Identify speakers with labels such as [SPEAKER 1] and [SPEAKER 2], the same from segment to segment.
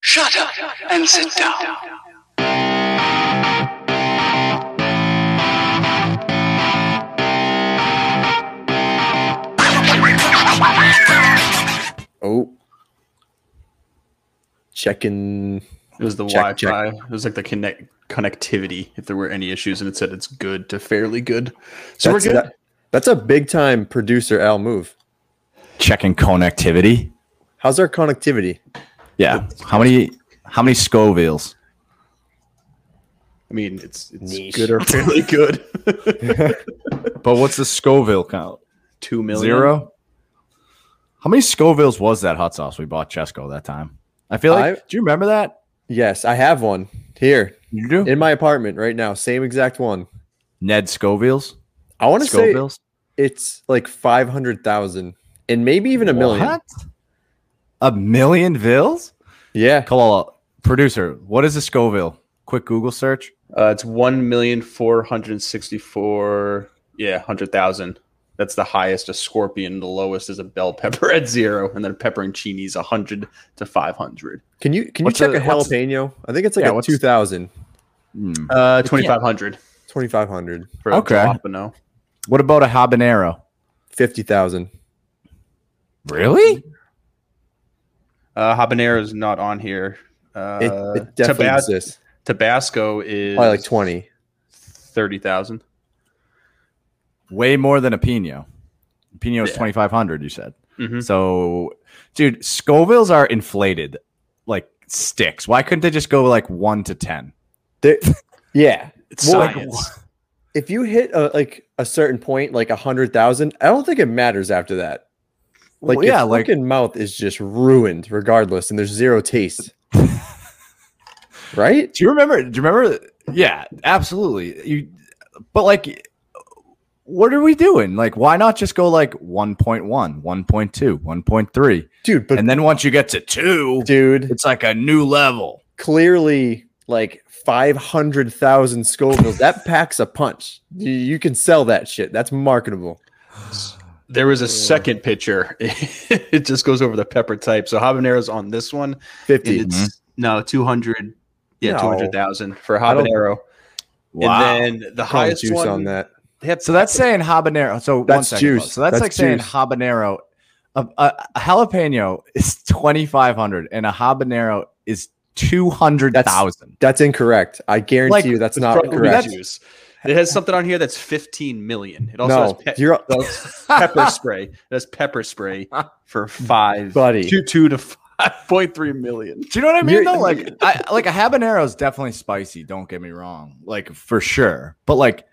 [SPEAKER 1] Shut up and sit down.
[SPEAKER 2] Oh. Checking.
[SPEAKER 3] It was the
[SPEAKER 2] Check, check.
[SPEAKER 3] Wi-Fi. It was like the connect connectivity. If there were any issues, and it said it's good to fairly good. So
[SPEAKER 2] That's,
[SPEAKER 3] we're good.
[SPEAKER 2] that- that's a big time producer Al move.
[SPEAKER 4] Checking connectivity.
[SPEAKER 2] How's our connectivity?
[SPEAKER 4] Yeah. How many? How many Scovilles?
[SPEAKER 3] I mean, it's it's
[SPEAKER 2] Niche.
[SPEAKER 3] good or fairly good.
[SPEAKER 4] But what's the Scoville count?
[SPEAKER 3] Two million.
[SPEAKER 4] Zero. How many Scovilles was that hot sauce we bought Chesco that time? I feel like.
[SPEAKER 2] I-
[SPEAKER 4] do you remember that?
[SPEAKER 2] Yes, I have one here
[SPEAKER 4] You do.
[SPEAKER 2] in my apartment right now. Same exact one.
[SPEAKER 4] Ned Scovilles.
[SPEAKER 2] I want to say
[SPEAKER 4] Scovilles.
[SPEAKER 2] it's like 500,000 and maybe even a million.
[SPEAKER 4] What? A million vills?
[SPEAKER 2] Yeah.
[SPEAKER 4] Kalala, producer, what is a Scoville? Quick Google search.
[SPEAKER 3] Uh, it's one million four hundred sixty-four. Yeah, hundred thousand. That's the highest. A scorpion. The lowest is a bell pepper at zero, and then pepperoncini is hundred to five hundred.
[SPEAKER 2] Can you can you
[SPEAKER 4] What's
[SPEAKER 2] check a,
[SPEAKER 4] a- what's-
[SPEAKER 2] jalapeno? I think it's like
[SPEAKER 3] Yeah,
[SPEAKER 2] a
[SPEAKER 3] what's-
[SPEAKER 2] 2000,
[SPEAKER 4] Hmm.
[SPEAKER 3] Uh, twenty-five hundred
[SPEAKER 2] 2500,
[SPEAKER 3] for
[SPEAKER 4] Okay.
[SPEAKER 3] a jalapeno.
[SPEAKER 4] What about a habanero?
[SPEAKER 2] 50,000.
[SPEAKER 4] Really?
[SPEAKER 3] Uh, habanero is not on here. Uh,
[SPEAKER 2] It, it definitely
[SPEAKER 3] Tabas-
[SPEAKER 2] exists.
[SPEAKER 3] Tabasco is
[SPEAKER 2] Probably like 20.
[SPEAKER 3] thirty thousand.
[SPEAKER 4] Way more than a pino. Pino is
[SPEAKER 3] Yeah.
[SPEAKER 4] 2500 you said.
[SPEAKER 2] Mm-hmm.
[SPEAKER 3] Mhm.
[SPEAKER 4] So, dude, Scovilles are inflated like sticks. Why couldn't they just go like 1 to 10?
[SPEAKER 2] There- yeah.
[SPEAKER 3] It's
[SPEAKER 2] Well, like,
[SPEAKER 3] science.
[SPEAKER 2] If you hit a, like a certain point, like a 100,000, I don't think it matters after that. Like,
[SPEAKER 4] Well, yeah,
[SPEAKER 2] your
[SPEAKER 4] like
[SPEAKER 2] fucking mouth is just ruined regardless, and there's zero taste. right?
[SPEAKER 4] Do you remember? Do you remember? Yeah, absolutely. You, but like, what are we doing? Like, why not just go like 1.1, 1.2, 1.3?
[SPEAKER 2] Dude, but
[SPEAKER 4] And then once you get to two,
[SPEAKER 2] dude,
[SPEAKER 4] it's like a new level.
[SPEAKER 2] clearly like 500,000 Scovilles. that packs a punch. You, you can sell that shit. That's marketable.
[SPEAKER 3] There was a second picture. it just goes over the pepper type. So habaneros on this one, and
[SPEAKER 2] 50.
[SPEAKER 3] it's no two hundred. Yeah,
[SPEAKER 2] No.
[SPEAKER 3] two hundred thousand for
[SPEAKER 2] I don't-
[SPEAKER 3] habanero,
[SPEAKER 4] Wow.
[SPEAKER 3] and then the
[SPEAKER 2] Call
[SPEAKER 3] highest
[SPEAKER 2] juice
[SPEAKER 3] one.
[SPEAKER 2] on that.
[SPEAKER 3] They have
[SPEAKER 4] so that's saying habanero. So one
[SPEAKER 2] That's
[SPEAKER 4] second, folks.
[SPEAKER 2] juice.
[SPEAKER 4] So that's,
[SPEAKER 2] That's
[SPEAKER 4] like saying
[SPEAKER 2] juice.
[SPEAKER 4] habanero. A, a, a jalapeno is 2,500 and a habanero is 200,000.
[SPEAKER 2] That's incorrect. I guarantee
[SPEAKER 4] Like,
[SPEAKER 2] you that's
[SPEAKER 3] it's
[SPEAKER 2] not
[SPEAKER 3] probably
[SPEAKER 2] correct.
[SPEAKER 3] juice. It has something on here that's fifteen million. It also
[SPEAKER 2] No,
[SPEAKER 3] has pe-
[SPEAKER 2] you're-
[SPEAKER 3] it has pepper spray. It has pepper spray for five
[SPEAKER 2] Buddy.
[SPEAKER 3] two two to five point three million.
[SPEAKER 4] Do you know what I mean?
[SPEAKER 2] You're-
[SPEAKER 4] Though, like, I, like a habanero is definitely spicy. Don't get me wrong, like for sure. But like,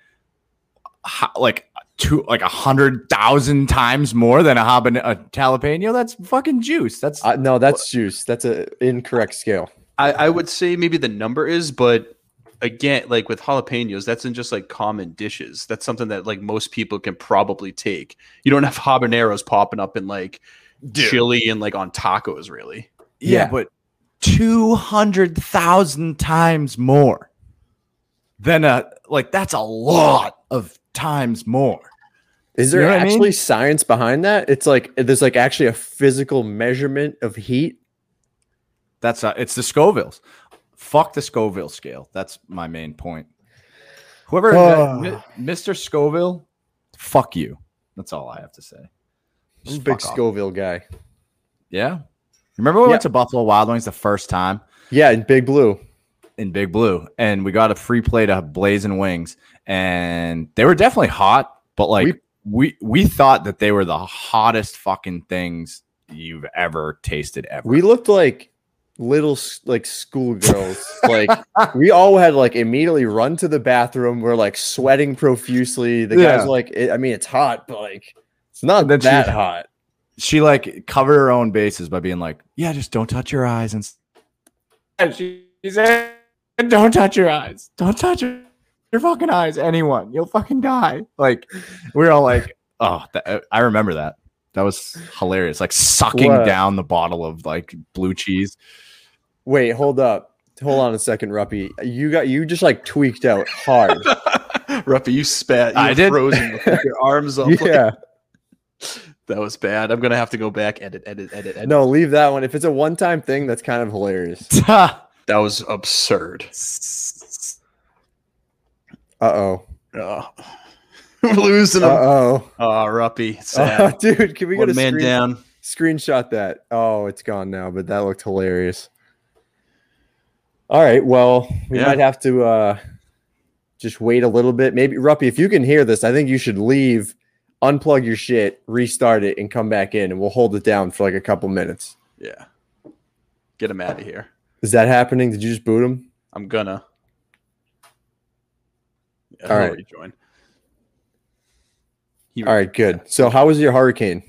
[SPEAKER 4] ha- like two, like a hundred thousand times more than a habanero, a jalapeno. That's fucking juice. That's
[SPEAKER 2] I, uh, no, that's juice. That's an incorrect scale.
[SPEAKER 3] I, I would say maybe the number is, but again, like with jalapenos, that's in just like common dishes. That's something that like most people can probably take. You don't have habaneros popping up in like chili and like on tacos, really.
[SPEAKER 4] yeah,
[SPEAKER 2] yeah.
[SPEAKER 4] but two hundred thousand times more than a like. That's a lot of times more.
[SPEAKER 2] Is there
[SPEAKER 4] You know what I mean?
[SPEAKER 2] actually science behind that? It's like there's like actually a physical measurement of heat.
[SPEAKER 4] That's uh, it's the Scovilles. Fuck the Scoville scale. That's my main point. Whoever,
[SPEAKER 2] Oh.
[SPEAKER 4] Mi- Mr. Scoville, fuck you. That's all I have to say.
[SPEAKER 2] I'm a
[SPEAKER 4] Just
[SPEAKER 2] big
[SPEAKER 4] fuck off.
[SPEAKER 2] Scoville guy.
[SPEAKER 4] Yeah. Remember when we
[SPEAKER 2] Yeah.
[SPEAKER 4] went to Buffalo Wild Wings the first time
[SPEAKER 2] Yeah, and Big Blue.
[SPEAKER 4] in Big Blue, and we got a free plate of blazing wings, and they were definitely hot, but like we we, thought that they were the hottest fucking things you've ever tasted ever.
[SPEAKER 2] We looked like little s- like schoolgirls. like we all had like immediately run to the bathroom. We're like sweating profusely. The guys
[SPEAKER 4] Yeah.
[SPEAKER 2] were like, it, I mean, it's hot, but like it's not
[SPEAKER 4] That's
[SPEAKER 2] that
[SPEAKER 4] you-
[SPEAKER 2] hot.
[SPEAKER 4] she like covered her own bases by being like, "Yeah, just don't touch your eyes." And, s- and she she said, "Don't touch your eyes. Don't touch your, your fucking eyes. Anyone, you'll fucking die." Like we are all like, "Oh, that, I remember that. That was hilarious." Like sucking
[SPEAKER 2] What?
[SPEAKER 4] down the bottle of like blue cheese.
[SPEAKER 2] Wait, hold up. Hold on a second, Ruppy. You got you just like tweaked out hard.
[SPEAKER 3] Ruffy, you spat. You
[SPEAKER 4] I
[SPEAKER 3] were
[SPEAKER 4] did.
[SPEAKER 3] Frozen with your arms up.
[SPEAKER 2] yeah.
[SPEAKER 3] That was bad. I'm gonna have to go back edit, edit, edit, edit.
[SPEAKER 2] No, leave that one. If it's a one-time thing, that's kind of hilarious.
[SPEAKER 4] Oh,
[SPEAKER 3] That was absurd.
[SPEAKER 2] Uh oh.
[SPEAKER 3] Oh. We're losing
[SPEAKER 2] Uh
[SPEAKER 3] him.
[SPEAKER 2] oh.
[SPEAKER 3] Oh, Ruppy. Sad.
[SPEAKER 2] dude, can Uh-huh. we get
[SPEAKER 3] One
[SPEAKER 2] a
[SPEAKER 3] man
[SPEAKER 2] screen-
[SPEAKER 3] down.
[SPEAKER 2] screenshot that? Oh, it's gone now, but that looked hilarious. All right. Well, we
[SPEAKER 3] Yeah.
[SPEAKER 2] might have to uh just wait a little bit. Maybe Ruppy, if you can hear this, I think you should leave, unplug your shit, restart it, and come back in, and we'll hold it down for like a couple minutes.
[SPEAKER 3] Yeah. Get him out of here.
[SPEAKER 2] Is that happening? Did you just boot him?
[SPEAKER 3] I'm gonna. Yeah,
[SPEAKER 2] All
[SPEAKER 3] he'll
[SPEAKER 2] right.
[SPEAKER 3] Rejoin. He
[SPEAKER 2] All right, good. So, how was your hurricane?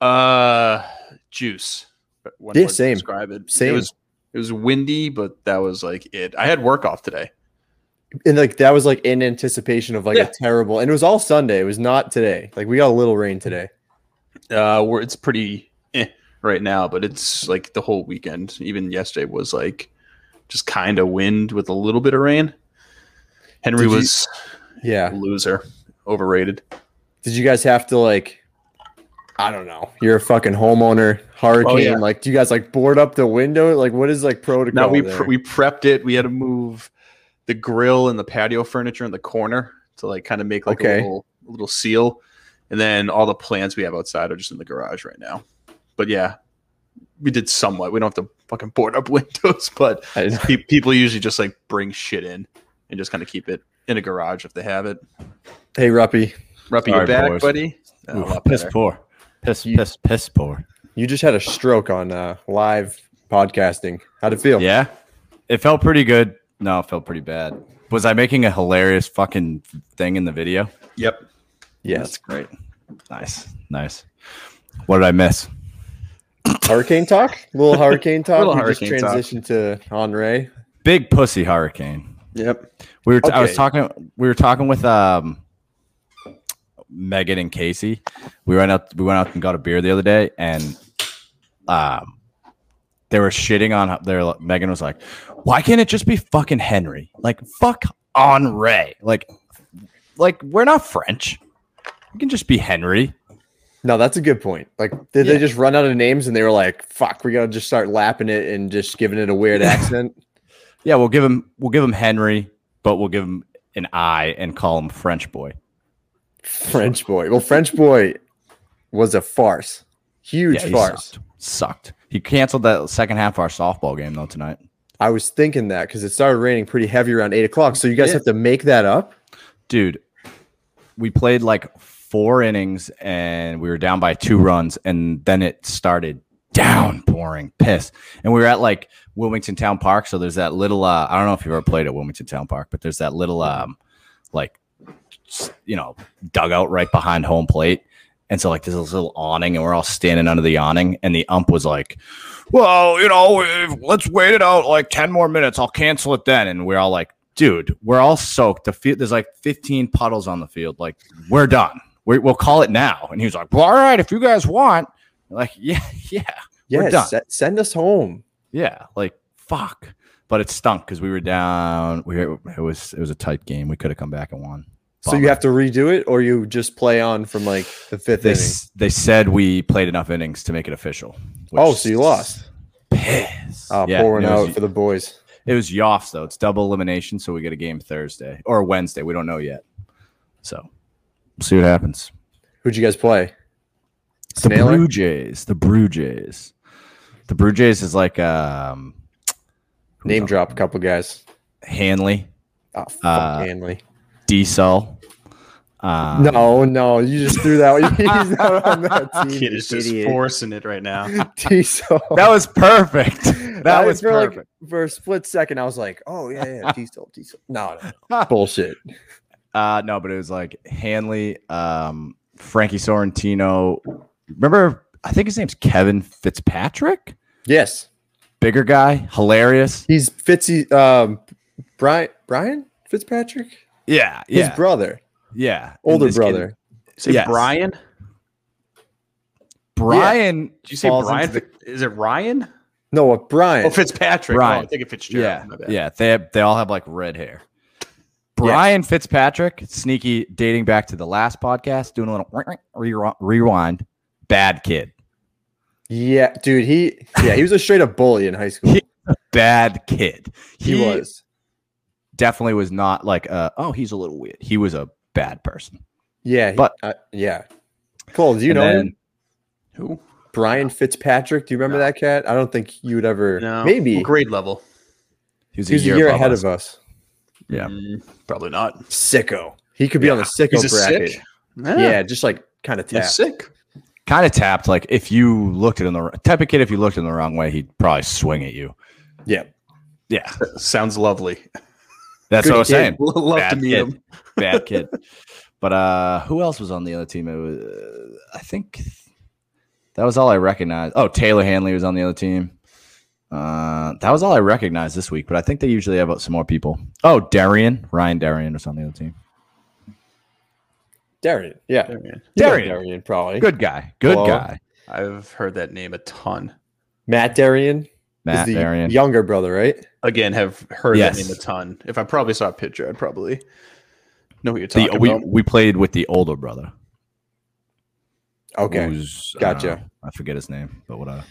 [SPEAKER 3] Uh, juice. But One
[SPEAKER 2] Yeah,
[SPEAKER 3] word to
[SPEAKER 2] same.
[SPEAKER 3] Describe it. It
[SPEAKER 2] Same.
[SPEAKER 3] was it was windy, but that was like it. I had work off today.
[SPEAKER 2] And like that was like in anticipation of like
[SPEAKER 3] Yeah.
[SPEAKER 2] a terrible, and it was all Sunday. It was not today. Like we got a little rain today.
[SPEAKER 3] Uh, where it's pretty eh right now, but it's like the whole weekend. Even yesterday was like just kind of wind with a little bit of rain. Henry
[SPEAKER 2] Did you-
[SPEAKER 3] was a
[SPEAKER 2] Yeah.
[SPEAKER 3] loser, overrated.
[SPEAKER 2] Did you guys have to like? I don't know. You're a fucking homeowner. Hurricane.
[SPEAKER 3] Oh, yeah.
[SPEAKER 2] Like, do you guys like board up the window? Like, what is like protocol?
[SPEAKER 3] Now we
[SPEAKER 2] there?
[SPEAKER 3] pre- we prepped it. We had to move the grill and the patio furniture in the corner to like kind of make like
[SPEAKER 2] Okay.
[SPEAKER 3] a little a little seal, and then all the plants we have outside are just in the garage right now. But yeah, we did somewhat. We don't have to fucking board up windows, but
[SPEAKER 2] I-
[SPEAKER 3] pe- people usually just like bring shit in and just kind of keep it in a garage if they have it.
[SPEAKER 2] hey, Ruppy,
[SPEAKER 3] Ruppy,
[SPEAKER 4] Sorry,
[SPEAKER 3] you back,
[SPEAKER 4] boys.
[SPEAKER 3] buddy? Oh, a
[SPEAKER 4] Oof,
[SPEAKER 3] lot
[SPEAKER 4] piss
[SPEAKER 3] better.
[SPEAKER 4] poor. Piss,
[SPEAKER 2] You-
[SPEAKER 4] piss, piss poor.
[SPEAKER 2] you just had a stroke on uh, live podcasting. How'd it feel?
[SPEAKER 4] Yeah. It felt pretty good. No, it felt pretty bad. Was I making a hilarious fucking thing in the video?
[SPEAKER 3] Yep.
[SPEAKER 2] Yes.
[SPEAKER 4] That's great. Nice. Nice. What did I miss?
[SPEAKER 2] hurricane talk. little hurricane talk.
[SPEAKER 3] Little
[SPEAKER 2] we
[SPEAKER 3] hurricane
[SPEAKER 2] just
[SPEAKER 3] talk.
[SPEAKER 2] transitioned to Henri.
[SPEAKER 4] Big pussy hurricane.
[SPEAKER 3] Yep.
[SPEAKER 4] We were t- I was
[SPEAKER 2] Okay.
[SPEAKER 4] talking we were talking with um Megan and Casey. We went out we went out and got a beer the other day and um they were shitting on their Megan was like, "Why can't it just be fucking Henry? Like fuck on Ray. Like like we're not French. We can just be Henry."
[SPEAKER 2] No, that's a good point. Like, did
[SPEAKER 4] Yeah.
[SPEAKER 2] they just run out of names and they were like, "Fuck, we gotta just start lapping it and just giving it a weird accent"?
[SPEAKER 4] Yeah, we'll give him we'll give him Henry, but we'll give him an I and call him French boy.
[SPEAKER 2] French boy. Well, French boy was a farce, huge
[SPEAKER 4] Yeah, he
[SPEAKER 2] farce.
[SPEAKER 4] sucked. Sucked. He canceled that second half of our softball game though tonight.
[SPEAKER 2] I was thinking that because it started raining pretty heavy around eight o'clock. So you guys
[SPEAKER 3] Yeah.
[SPEAKER 2] have to make that up.
[SPEAKER 4] dude we played like four innings and we were down by two runs and then it started downpouring piss and we were at like wilmington town park so there's that little uh, i don't know if you've ever played at wilmington town park but there's that little um like s- you know dugout right behind home plate and so like there's this little awning and we're all standing under the awning and the ump was like well, you know, if- let's wait it out like 10 more minutes. I'll cancel it then. And we're all like, dude, we're all soaked. The field, there's like 15 puddles on the field. Like, we're done. we we'll call it now. And he was like, well, all right, if you guys want. Like, yeah, yeah, We're
[SPEAKER 2] Yes,
[SPEAKER 4] done.
[SPEAKER 2] se- send us home.
[SPEAKER 4] yeah. Like, fuck. But it stunk because we were down. We were, it was it was a tight game. We could have come back and won.
[SPEAKER 2] So you
[SPEAKER 4] Bummer.
[SPEAKER 2] have to redo it, or you just play on from like the fifth
[SPEAKER 4] They
[SPEAKER 2] inning.
[SPEAKER 4] s- they said we played enough innings to make it official. which
[SPEAKER 2] Oh, so you lost.
[SPEAKER 4] Piss.
[SPEAKER 2] Oh,
[SPEAKER 4] Yeah,
[SPEAKER 2] pouring
[SPEAKER 4] it was-
[SPEAKER 2] out for the boys.
[SPEAKER 4] It was Yoffs though. It's double elimination, so we get a game Thursday or Wednesday. We don't know yet. So we'll see what happens.
[SPEAKER 2] Who'd you guys play?
[SPEAKER 4] The
[SPEAKER 2] Snailer?
[SPEAKER 4] Blue Jays. The Brew Jays. The Brew Jays is like um who
[SPEAKER 2] Name
[SPEAKER 4] knows?
[SPEAKER 2] drop a couple guys.
[SPEAKER 4] Hanley,
[SPEAKER 2] Oh, fuck
[SPEAKER 4] Uh,
[SPEAKER 2] Hanley.
[SPEAKER 4] Diesel. Um,
[SPEAKER 2] No, no, you just threw that. one. He's not on that team.
[SPEAKER 3] Kid
[SPEAKER 2] you
[SPEAKER 3] is just
[SPEAKER 2] idiot.
[SPEAKER 3] forcing it right now.
[SPEAKER 2] Diesel.
[SPEAKER 4] That was perfect. That
[SPEAKER 2] I-
[SPEAKER 4] was
[SPEAKER 2] for like-
[SPEAKER 4] perfect.
[SPEAKER 2] for a split second, I was like, "Oh yeah, yeah, diesel, diesel." No, no, no. bullshit.
[SPEAKER 4] Uh no, but it was like Hanley, um, Frankie Sorrentino. Remember, I think his name's Kevin Fitzpatrick,
[SPEAKER 2] Yes,
[SPEAKER 4] bigger guy, hilarious.
[SPEAKER 2] he's Fitzy, um, Brian, Brian Fitzpatrick,
[SPEAKER 4] Yeah,
[SPEAKER 2] his
[SPEAKER 4] yeah,
[SPEAKER 2] brother,
[SPEAKER 4] yeah. And
[SPEAKER 2] older
[SPEAKER 4] this kid-
[SPEAKER 2] brother.
[SPEAKER 3] Say
[SPEAKER 4] Yes.
[SPEAKER 3] Brian.
[SPEAKER 4] Brian.
[SPEAKER 3] Did you say
[SPEAKER 4] falls
[SPEAKER 3] Brian?
[SPEAKER 4] into
[SPEAKER 3] is it Ryan?
[SPEAKER 2] No, what Brian?
[SPEAKER 3] Oh, Fitzpatrick.
[SPEAKER 4] Brian.
[SPEAKER 3] Oh, I think it
[SPEAKER 4] the-
[SPEAKER 3] Fitzgerald.
[SPEAKER 4] yeah,
[SPEAKER 3] My bad.
[SPEAKER 4] yeah. They have, they all have like red hair. Brian Fitzpatrick, sneaky, dating back to the last podcast, doing a little rewind- rewind. Bad kid.
[SPEAKER 2] Yeah, dude, he yeah, he was a straight up bully in high school.
[SPEAKER 4] He- Bad kid.
[SPEAKER 2] He, was.
[SPEAKER 4] definitely was not like, uh, oh, he's a little weird. He was a bad person.
[SPEAKER 2] Yeah, he-
[SPEAKER 4] but-
[SPEAKER 2] uh, yeah. Cole, do you
[SPEAKER 4] And
[SPEAKER 2] know
[SPEAKER 4] then-
[SPEAKER 2] him?
[SPEAKER 3] Who?
[SPEAKER 2] Brian Fitzpatrick? Do you remember
[SPEAKER 3] No.
[SPEAKER 2] that cat? I don't think you would ever.
[SPEAKER 3] No.
[SPEAKER 2] Maybe
[SPEAKER 3] What grade level.
[SPEAKER 4] He was
[SPEAKER 2] he was a year,
[SPEAKER 4] above
[SPEAKER 2] ahead
[SPEAKER 4] us.
[SPEAKER 2] of us.
[SPEAKER 4] Yeah.
[SPEAKER 3] Mm, probably not.
[SPEAKER 2] Sicko. He could be on the sicko
[SPEAKER 3] He's a
[SPEAKER 2] bracket.
[SPEAKER 3] sick.
[SPEAKER 2] Yeah, just like kind of
[SPEAKER 3] He's
[SPEAKER 2] tapped.
[SPEAKER 3] sick.
[SPEAKER 4] Kind of tapped. Like if you looked at him the wr- type of kid, if you looked in the wrong way, he'd probably swing at you.
[SPEAKER 2] Yeah,
[SPEAKER 4] Yeah,
[SPEAKER 3] Sounds lovely.
[SPEAKER 4] that's
[SPEAKER 2] Good
[SPEAKER 4] what I was
[SPEAKER 2] kid.
[SPEAKER 4] saying.
[SPEAKER 3] Love to
[SPEAKER 4] Bad
[SPEAKER 3] meet
[SPEAKER 4] kid.
[SPEAKER 3] him.
[SPEAKER 4] Bad kid. But uh, who else was on the other team? It was, uh, I think that was all I recognized. Oh, Taylor Hanley was on the other team. Uh, that was all I recognized this week. But I think they usually have some more people. Oh, Darian, Ryan Darian was on the other team.
[SPEAKER 2] Darian. Yeah, You know
[SPEAKER 4] Darian,
[SPEAKER 2] Darian probably.
[SPEAKER 4] good guy, good
[SPEAKER 2] Hello.
[SPEAKER 4] guy.
[SPEAKER 3] I've heard that name a ton.
[SPEAKER 2] Matt Darian is
[SPEAKER 4] Matt
[SPEAKER 2] the
[SPEAKER 4] Darian.
[SPEAKER 2] younger brother, right?
[SPEAKER 3] Again, have heard that
[SPEAKER 4] Yes.
[SPEAKER 3] name a ton. If I probably saw a picture, I'd probably know who you're
[SPEAKER 4] The-
[SPEAKER 3] talking
[SPEAKER 4] we
[SPEAKER 3] about.
[SPEAKER 4] we played with the older brother.
[SPEAKER 2] Okay.
[SPEAKER 4] who's, I
[SPEAKER 2] Gotcha.
[SPEAKER 4] don't know. I forget his name, but whatever.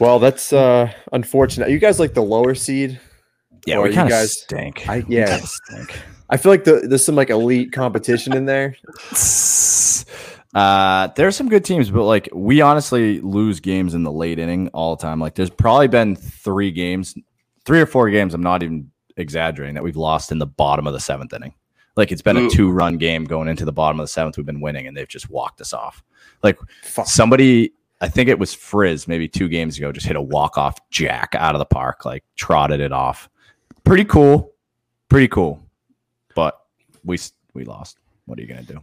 [SPEAKER 2] Well, that's uh unfortunate. You guys like the lower seed.
[SPEAKER 4] Yeah,
[SPEAKER 2] Or
[SPEAKER 4] we
[SPEAKER 2] Oh, you
[SPEAKER 4] kind of
[SPEAKER 2] guys-
[SPEAKER 4] stink.
[SPEAKER 2] I-
[SPEAKER 4] We
[SPEAKER 2] yeah.
[SPEAKER 4] kinda stink.
[SPEAKER 2] I feel like the, there's some like elite competition in there.
[SPEAKER 4] Uh, there's some good teams, but like we honestly lose games in the late inning all the time. Like there's probably been three games, three or four games. I'm not even exaggerating that we've lost in the bottom of the seventh inning. Like it's been a
[SPEAKER 3] Ooh.
[SPEAKER 4] two run game going into the bottom of the seventh. We've been winning and they've just walked us off. Like
[SPEAKER 2] Fuck.
[SPEAKER 4] somebody i think it was frizz maybe two games ago just hit a walk-off jack out of the park like trotted it off pretty cool pretty cool but we s- we lost what are you gonna do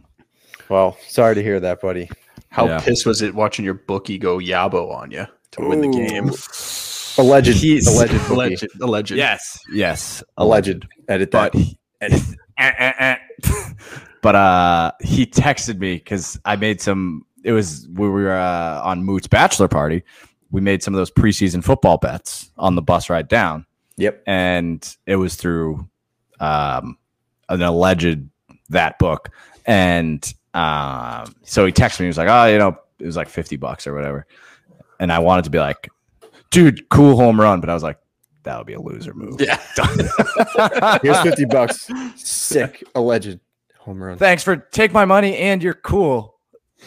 [SPEAKER 2] Well, sorry to hear that, buddy.
[SPEAKER 3] How
[SPEAKER 4] Yeah.
[SPEAKER 3] pissed was it watching your bookie go yabo on you to win the game?
[SPEAKER 2] Alleged,
[SPEAKER 4] He's-
[SPEAKER 2] alleged, bookie.
[SPEAKER 3] Alleged. Alleged.
[SPEAKER 4] yes yes
[SPEAKER 2] alleged. Edit that.
[SPEAKER 4] but he-
[SPEAKER 2] Edit.
[SPEAKER 4] eh, eh, eh. but uh he texted me because i made some it was we were uh, on moot's bachelor party we made some of those preseason football bets on the bus ride down
[SPEAKER 2] Yep.
[SPEAKER 4] and it was through um, an alleged that book. And um, so he texted me. He was like, "Oh, you know, it was like fifty bucks or whatever." And I wanted to be like, "Dude, cool home run," but I was like, "That would be a loser move."
[SPEAKER 3] Yeah.
[SPEAKER 2] Here's fifty bucks. Sick. Alleged home run.
[SPEAKER 4] Thanks for take my money and you're cool.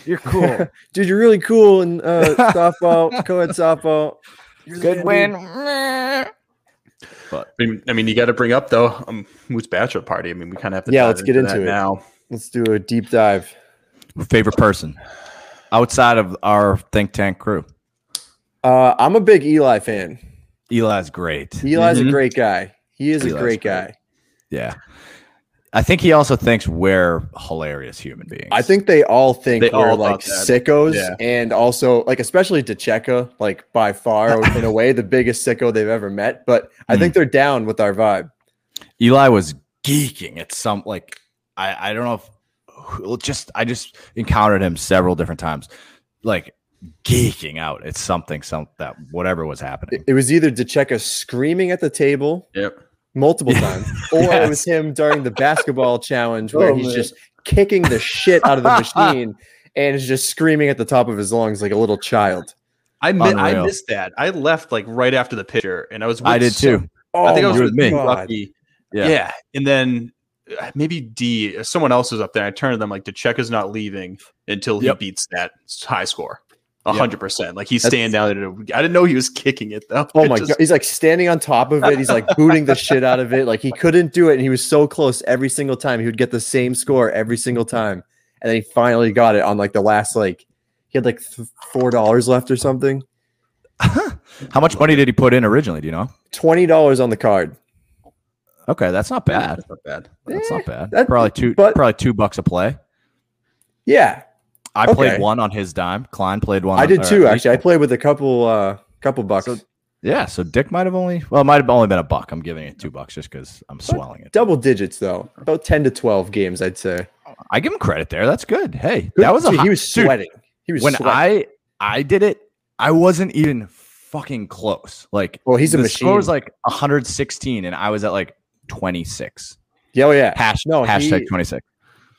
[SPEAKER 4] You're cool.
[SPEAKER 2] Dude, you're really cool in uh, softball, co-ed softball. You're the
[SPEAKER 4] Good
[SPEAKER 2] man,
[SPEAKER 4] win.
[SPEAKER 2] dude.
[SPEAKER 3] I mean, I mean, you got to bring up though, um, Moot's bachelor party. I mean, we kind of have to.
[SPEAKER 2] Yeah,
[SPEAKER 3] dive
[SPEAKER 2] let's get
[SPEAKER 3] that
[SPEAKER 2] into it.
[SPEAKER 3] now.
[SPEAKER 2] Let's do a deep dive.
[SPEAKER 4] Favorite person outside of our think tank crew.
[SPEAKER 2] Uh, I'm a big Eli fan.
[SPEAKER 4] Eli's great.
[SPEAKER 2] Eli's
[SPEAKER 3] Mhm.
[SPEAKER 2] a great guy. He is
[SPEAKER 4] Eli's
[SPEAKER 2] a great
[SPEAKER 4] great.
[SPEAKER 2] guy.
[SPEAKER 4] Yeah. I think he also thinks we're hilarious human beings.
[SPEAKER 2] I think they all think
[SPEAKER 3] They
[SPEAKER 2] we're
[SPEAKER 3] all
[SPEAKER 2] like
[SPEAKER 3] thought that.
[SPEAKER 2] sickos,
[SPEAKER 3] Yeah.
[SPEAKER 2] and also like especially DeCheka, like by far in a way the biggest sicko they've ever met. But I
[SPEAKER 3] Hmm.
[SPEAKER 2] think they're down with our vibe.
[SPEAKER 4] Eli was geeking at some like I I don't know if who- just I just encountered him several different times, like geeking out. It's something some that whatever was
[SPEAKER 2] It,
[SPEAKER 4] happening.
[SPEAKER 2] it was either DeCheka screaming at the table
[SPEAKER 3] Yep.
[SPEAKER 2] multiple times, or it was him during the basketball challenge where
[SPEAKER 4] Oh,
[SPEAKER 2] he's
[SPEAKER 4] man.
[SPEAKER 2] just kicking the shit out of the machine and is just screaming at the top of his lungs like a little child.
[SPEAKER 3] I mi- I
[SPEAKER 4] Unreal.
[SPEAKER 3] missed that. I left like right after the picture, and I was. With
[SPEAKER 4] I did
[SPEAKER 3] some-
[SPEAKER 4] too.
[SPEAKER 2] Oh
[SPEAKER 3] I think I was
[SPEAKER 2] my
[SPEAKER 3] with
[SPEAKER 4] me.
[SPEAKER 2] God.
[SPEAKER 3] Lucky. Yeah.
[SPEAKER 4] Yeah.
[SPEAKER 3] And then uh, maybe D. Someone else was up there. I turned to them like, Decheca's not leaving until he
[SPEAKER 4] Yep.
[SPEAKER 3] beats that high score. A
[SPEAKER 4] Yep.
[SPEAKER 3] hundred percent. Like he's
[SPEAKER 2] That's-
[SPEAKER 3] staying down there. to- I didn't know he was kicking it though.
[SPEAKER 2] Oh
[SPEAKER 3] It
[SPEAKER 2] my
[SPEAKER 3] just-
[SPEAKER 2] god, he's like standing on top of it. He's like booting the shit out of it. Like he couldn't do it, and he was so close every single time. He would get the same score every single time, and then he finally got it on like the last like he had like th- four dollars left or something.
[SPEAKER 4] How much money did he put in originally? Do you know?
[SPEAKER 2] Twenty dollars on the card.
[SPEAKER 4] Okay, that's not bad.
[SPEAKER 3] That's not bad.
[SPEAKER 4] That's
[SPEAKER 2] Eh,
[SPEAKER 4] not bad.
[SPEAKER 2] that-
[SPEAKER 4] probably two
[SPEAKER 2] but-
[SPEAKER 4] probably two bucks a play.
[SPEAKER 2] Yeah,
[SPEAKER 4] I
[SPEAKER 2] Okay.
[SPEAKER 4] played one on his dime. Klein played one.
[SPEAKER 2] I
[SPEAKER 4] on-
[SPEAKER 2] did
[SPEAKER 4] or
[SPEAKER 2] too.
[SPEAKER 4] at
[SPEAKER 2] Actually, I
[SPEAKER 4] least-
[SPEAKER 2] played with a couple uh couple bucks.
[SPEAKER 4] So- yeah, so Dick might have only well, it might have only been a buck. I'm giving it two bucks just because I'm swelling it.
[SPEAKER 2] Double digits though, about ten to twelve games, I'd say.
[SPEAKER 4] I give him credit there. That's good. Hey, that was a
[SPEAKER 2] Dude,
[SPEAKER 4] hot-
[SPEAKER 2] he was
[SPEAKER 4] dude,
[SPEAKER 2] sweating. He was
[SPEAKER 4] when
[SPEAKER 2] sweating.
[SPEAKER 4] I I did it, I wasn't even fucking close. Like
[SPEAKER 2] well, he's a
[SPEAKER 4] the
[SPEAKER 2] machine.
[SPEAKER 4] score was like 116, and I was at like 26.
[SPEAKER 2] Yeah, oh yeah.
[SPEAKER 4] Hash,
[SPEAKER 2] No,
[SPEAKER 4] hashtag
[SPEAKER 2] he-
[SPEAKER 4] 26.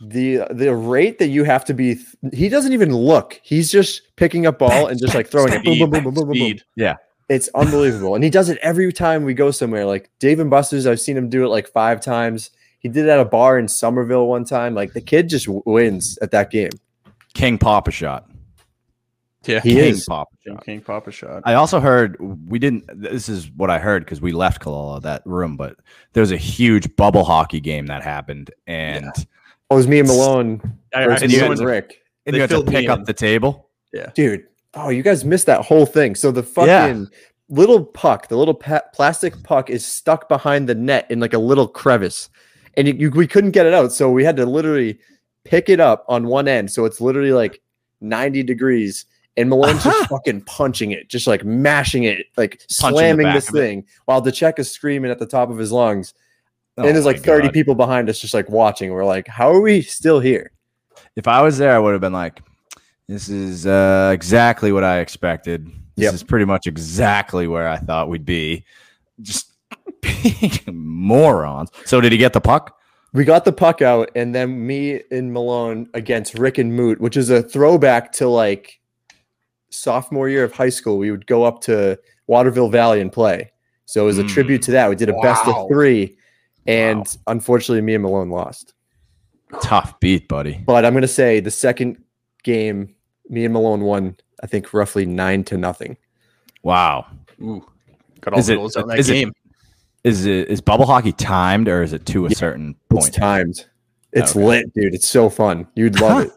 [SPEAKER 2] the the rate that you have to be th- he doesn't even look he's just picking up ball and just like throwing it boom, boom, boom, boom, boom, boom, boom.
[SPEAKER 3] Speed.
[SPEAKER 2] it's unbelievable and he does it every time we go somewhere like dave and buster's i've seen him do it like five times he did it at a bar in somerville one time like the kid just w- wins at that game
[SPEAKER 4] King Papa shot.
[SPEAKER 3] Yeah.
[SPEAKER 2] He
[SPEAKER 4] King
[SPEAKER 2] is.
[SPEAKER 4] Papa
[SPEAKER 3] King,
[SPEAKER 4] shot.
[SPEAKER 3] King Papa shot.
[SPEAKER 4] I also heard we didn't. This is what I heard because we left Kalala that room, but there was a huge bubble hockey game that happened, and,
[SPEAKER 2] it was me and malone
[SPEAKER 3] I,
[SPEAKER 2] versus
[SPEAKER 4] and
[SPEAKER 2] you
[SPEAKER 4] you
[SPEAKER 2] and
[SPEAKER 4] had-
[SPEAKER 2] rick
[SPEAKER 4] and
[SPEAKER 3] They
[SPEAKER 4] you had to
[SPEAKER 3] filled me
[SPEAKER 4] pick
[SPEAKER 3] in.
[SPEAKER 4] up the table.
[SPEAKER 2] dude oh you guys missed that whole thing so the fucking
[SPEAKER 4] Yeah.
[SPEAKER 2] little puck the little pa- plastic puck is stuck behind the net in like a little crevice and you, you- we couldn't get it out so we had to literally pick it up on one end so it's literally like 90 degrees and Malone's just fucking punching it, just like mashing it, like
[SPEAKER 4] Punching Uh-huh. the
[SPEAKER 2] slamming
[SPEAKER 4] back
[SPEAKER 2] this
[SPEAKER 4] of it.
[SPEAKER 2] thing, while the check is screaming at the top of his lungs.
[SPEAKER 4] Oh
[SPEAKER 2] and there's
[SPEAKER 4] my
[SPEAKER 2] like 30
[SPEAKER 4] God.
[SPEAKER 2] people behind us, just like watching. We're like, how are we still here?
[SPEAKER 4] If I was there, I would have been like, "This is uh, exactly what I expected. This
[SPEAKER 2] Yep.
[SPEAKER 4] is pretty much exactly where I thought we'd be." Just being morons. So did he get the puck?
[SPEAKER 2] we got the puck out, and then me and Malone against Rick and Moot, which is a throwback to like sophomore year of high school. We would go up to Waterville Valley and play. So it was a
[SPEAKER 4] Mm.
[SPEAKER 2] tribute to that. We did a best of
[SPEAKER 3] Wow.
[SPEAKER 2] three, and unfortunately, me and Malone lost.
[SPEAKER 4] Tough beat, buddy.
[SPEAKER 2] But I'm gonna say the second game, me and Malone won. I think roughly nine to nothing.
[SPEAKER 4] Wow.
[SPEAKER 3] Ooh, got all
[SPEAKER 4] Is
[SPEAKER 3] the
[SPEAKER 4] it-
[SPEAKER 3] goals out of that
[SPEAKER 4] is it-
[SPEAKER 3] game.
[SPEAKER 4] Is it is bubble hockey timed or is it to a certain
[SPEAKER 2] It's
[SPEAKER 4] point?
[SPEAKER 2] timed. It's
[SPEAKER 4] Okay.
[SPEAKER 2] lit, dude. It's so fun. You'd love it.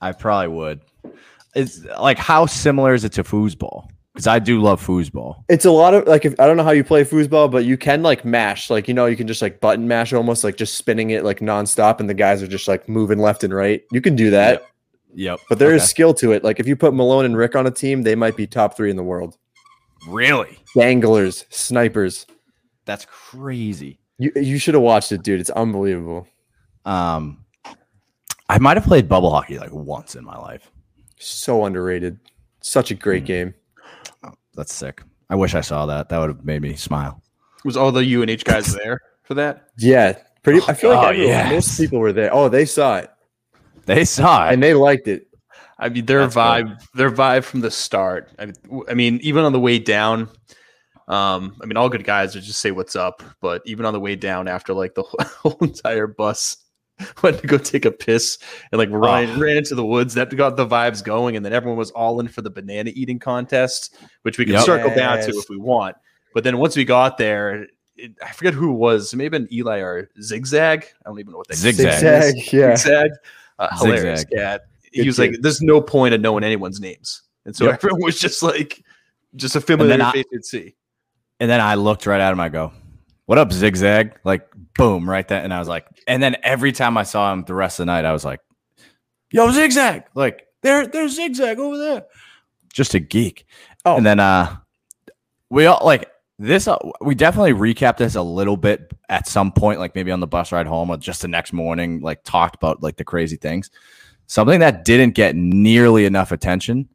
[SPEAKER 4] I probably would. It's like how similar is it to foosball? Because I do love foosball.
[SPEAKER 2] it's a lot of like if, I don't know how you play foosball, but you can like mash, like you know, you can just like button mash almost like just spinning it like nonstop, and the guys are just like moving left and right. You can do that,
[SPEAKER 4] Yep.
[SPEAKER 2] but there is
[SPEAKER 4] Okay.
[SPEAKER 2] skill to it. Like if you put Malone and Rick on a team, they might be top three in the world.
[SPEAKER 4] really
[SPEAKER 2] Danglers, snipers.
[SPEAKER 4] that's crazy.
[SPEAKER 2] You you should have watched it, dude. It's unbelievable.
[SPEAKER 4] Um, I might have played bubble hockey like once in my life.
[SPEAKER 2] So underrated. Such a great
[SPEAKER 4] Hmm.
[SPEAKER 2] game.
[SPEAKER 4] That's sick. I wish I saw that. That would have made me smile.
[SPEAKER 3] Was all the UNH guys there for that?
[SPEAKER 2] Yeah, pretty. I feel
[SPEAKER 4] Oh,
[SPEAKER 2] like everyone, most
[SPEAKER 4] yes.
[SPEAKER 2] people were there. Oh, they saw it
[SPEAKER 4] They saw it.
[SPEAKER 2] and they liked it.
[SPEAKER 3] I mean, their
[SPEAKER 4] That's cool.
[SPEAKER 3] vibe, their vibe from the start. I mean, w- I mean, even on the way down, um, I mean, all good guys would just say what's up, but even on the way down after like the whole entire bus went to go take a piss and
[SPEAKER 4] Ah.
[SPEAKER 3] like Ryan ran into the woods, that got the vibes going, and then everyone was all in for the banana eating contest, which we can
[SPEAKER 4] Yep.
[SPEAKER 3] circle down to
[SPEAKER 2] Yes.
[SPEAKER 3] if we want. But then once we got there, it, I forget who it was, maybe an Eli or Zigzag. I don't even know what that
[SPEAKER 4] Zigzag.
[SPEAKER 2] Zigzag. Yeah.
[SPEAKER 3] zigzag. Uh, hilarious
[SPEAKER 4] Zigzag.
[SPEAKER 3] cat. He
[SPEAKER 2] Good
[SPEAKER 3] was like,
[SPEAKER 2] kid.
[SPEAKER 3] "There's no point in knowing anyone's names," and so
[SPEAKER 4] Yep.
[SPEAKER 3] everyone was just like, "Just a familiar
[SPEAKER 4] I-
[SPEAKER 3] face you'd see."
[SPEAKER 4] And then I looked right at him. I go, "What up, zigzag?" Like boom, right there. And I was like, and then every time I saw him the rest of the night, I was like, "Yo, zigzag!" Like there, there's zigzag over there. Just a geek.
[SPEAKER 2] Oh.
[SPEAKER 4] and then uh, we all like this. Uh, we definitely recapped this a little bit at some point, like maybe on the bus ride home or just the next morning. Like talked about like the crazy things. Something that didn't get nearly enough attention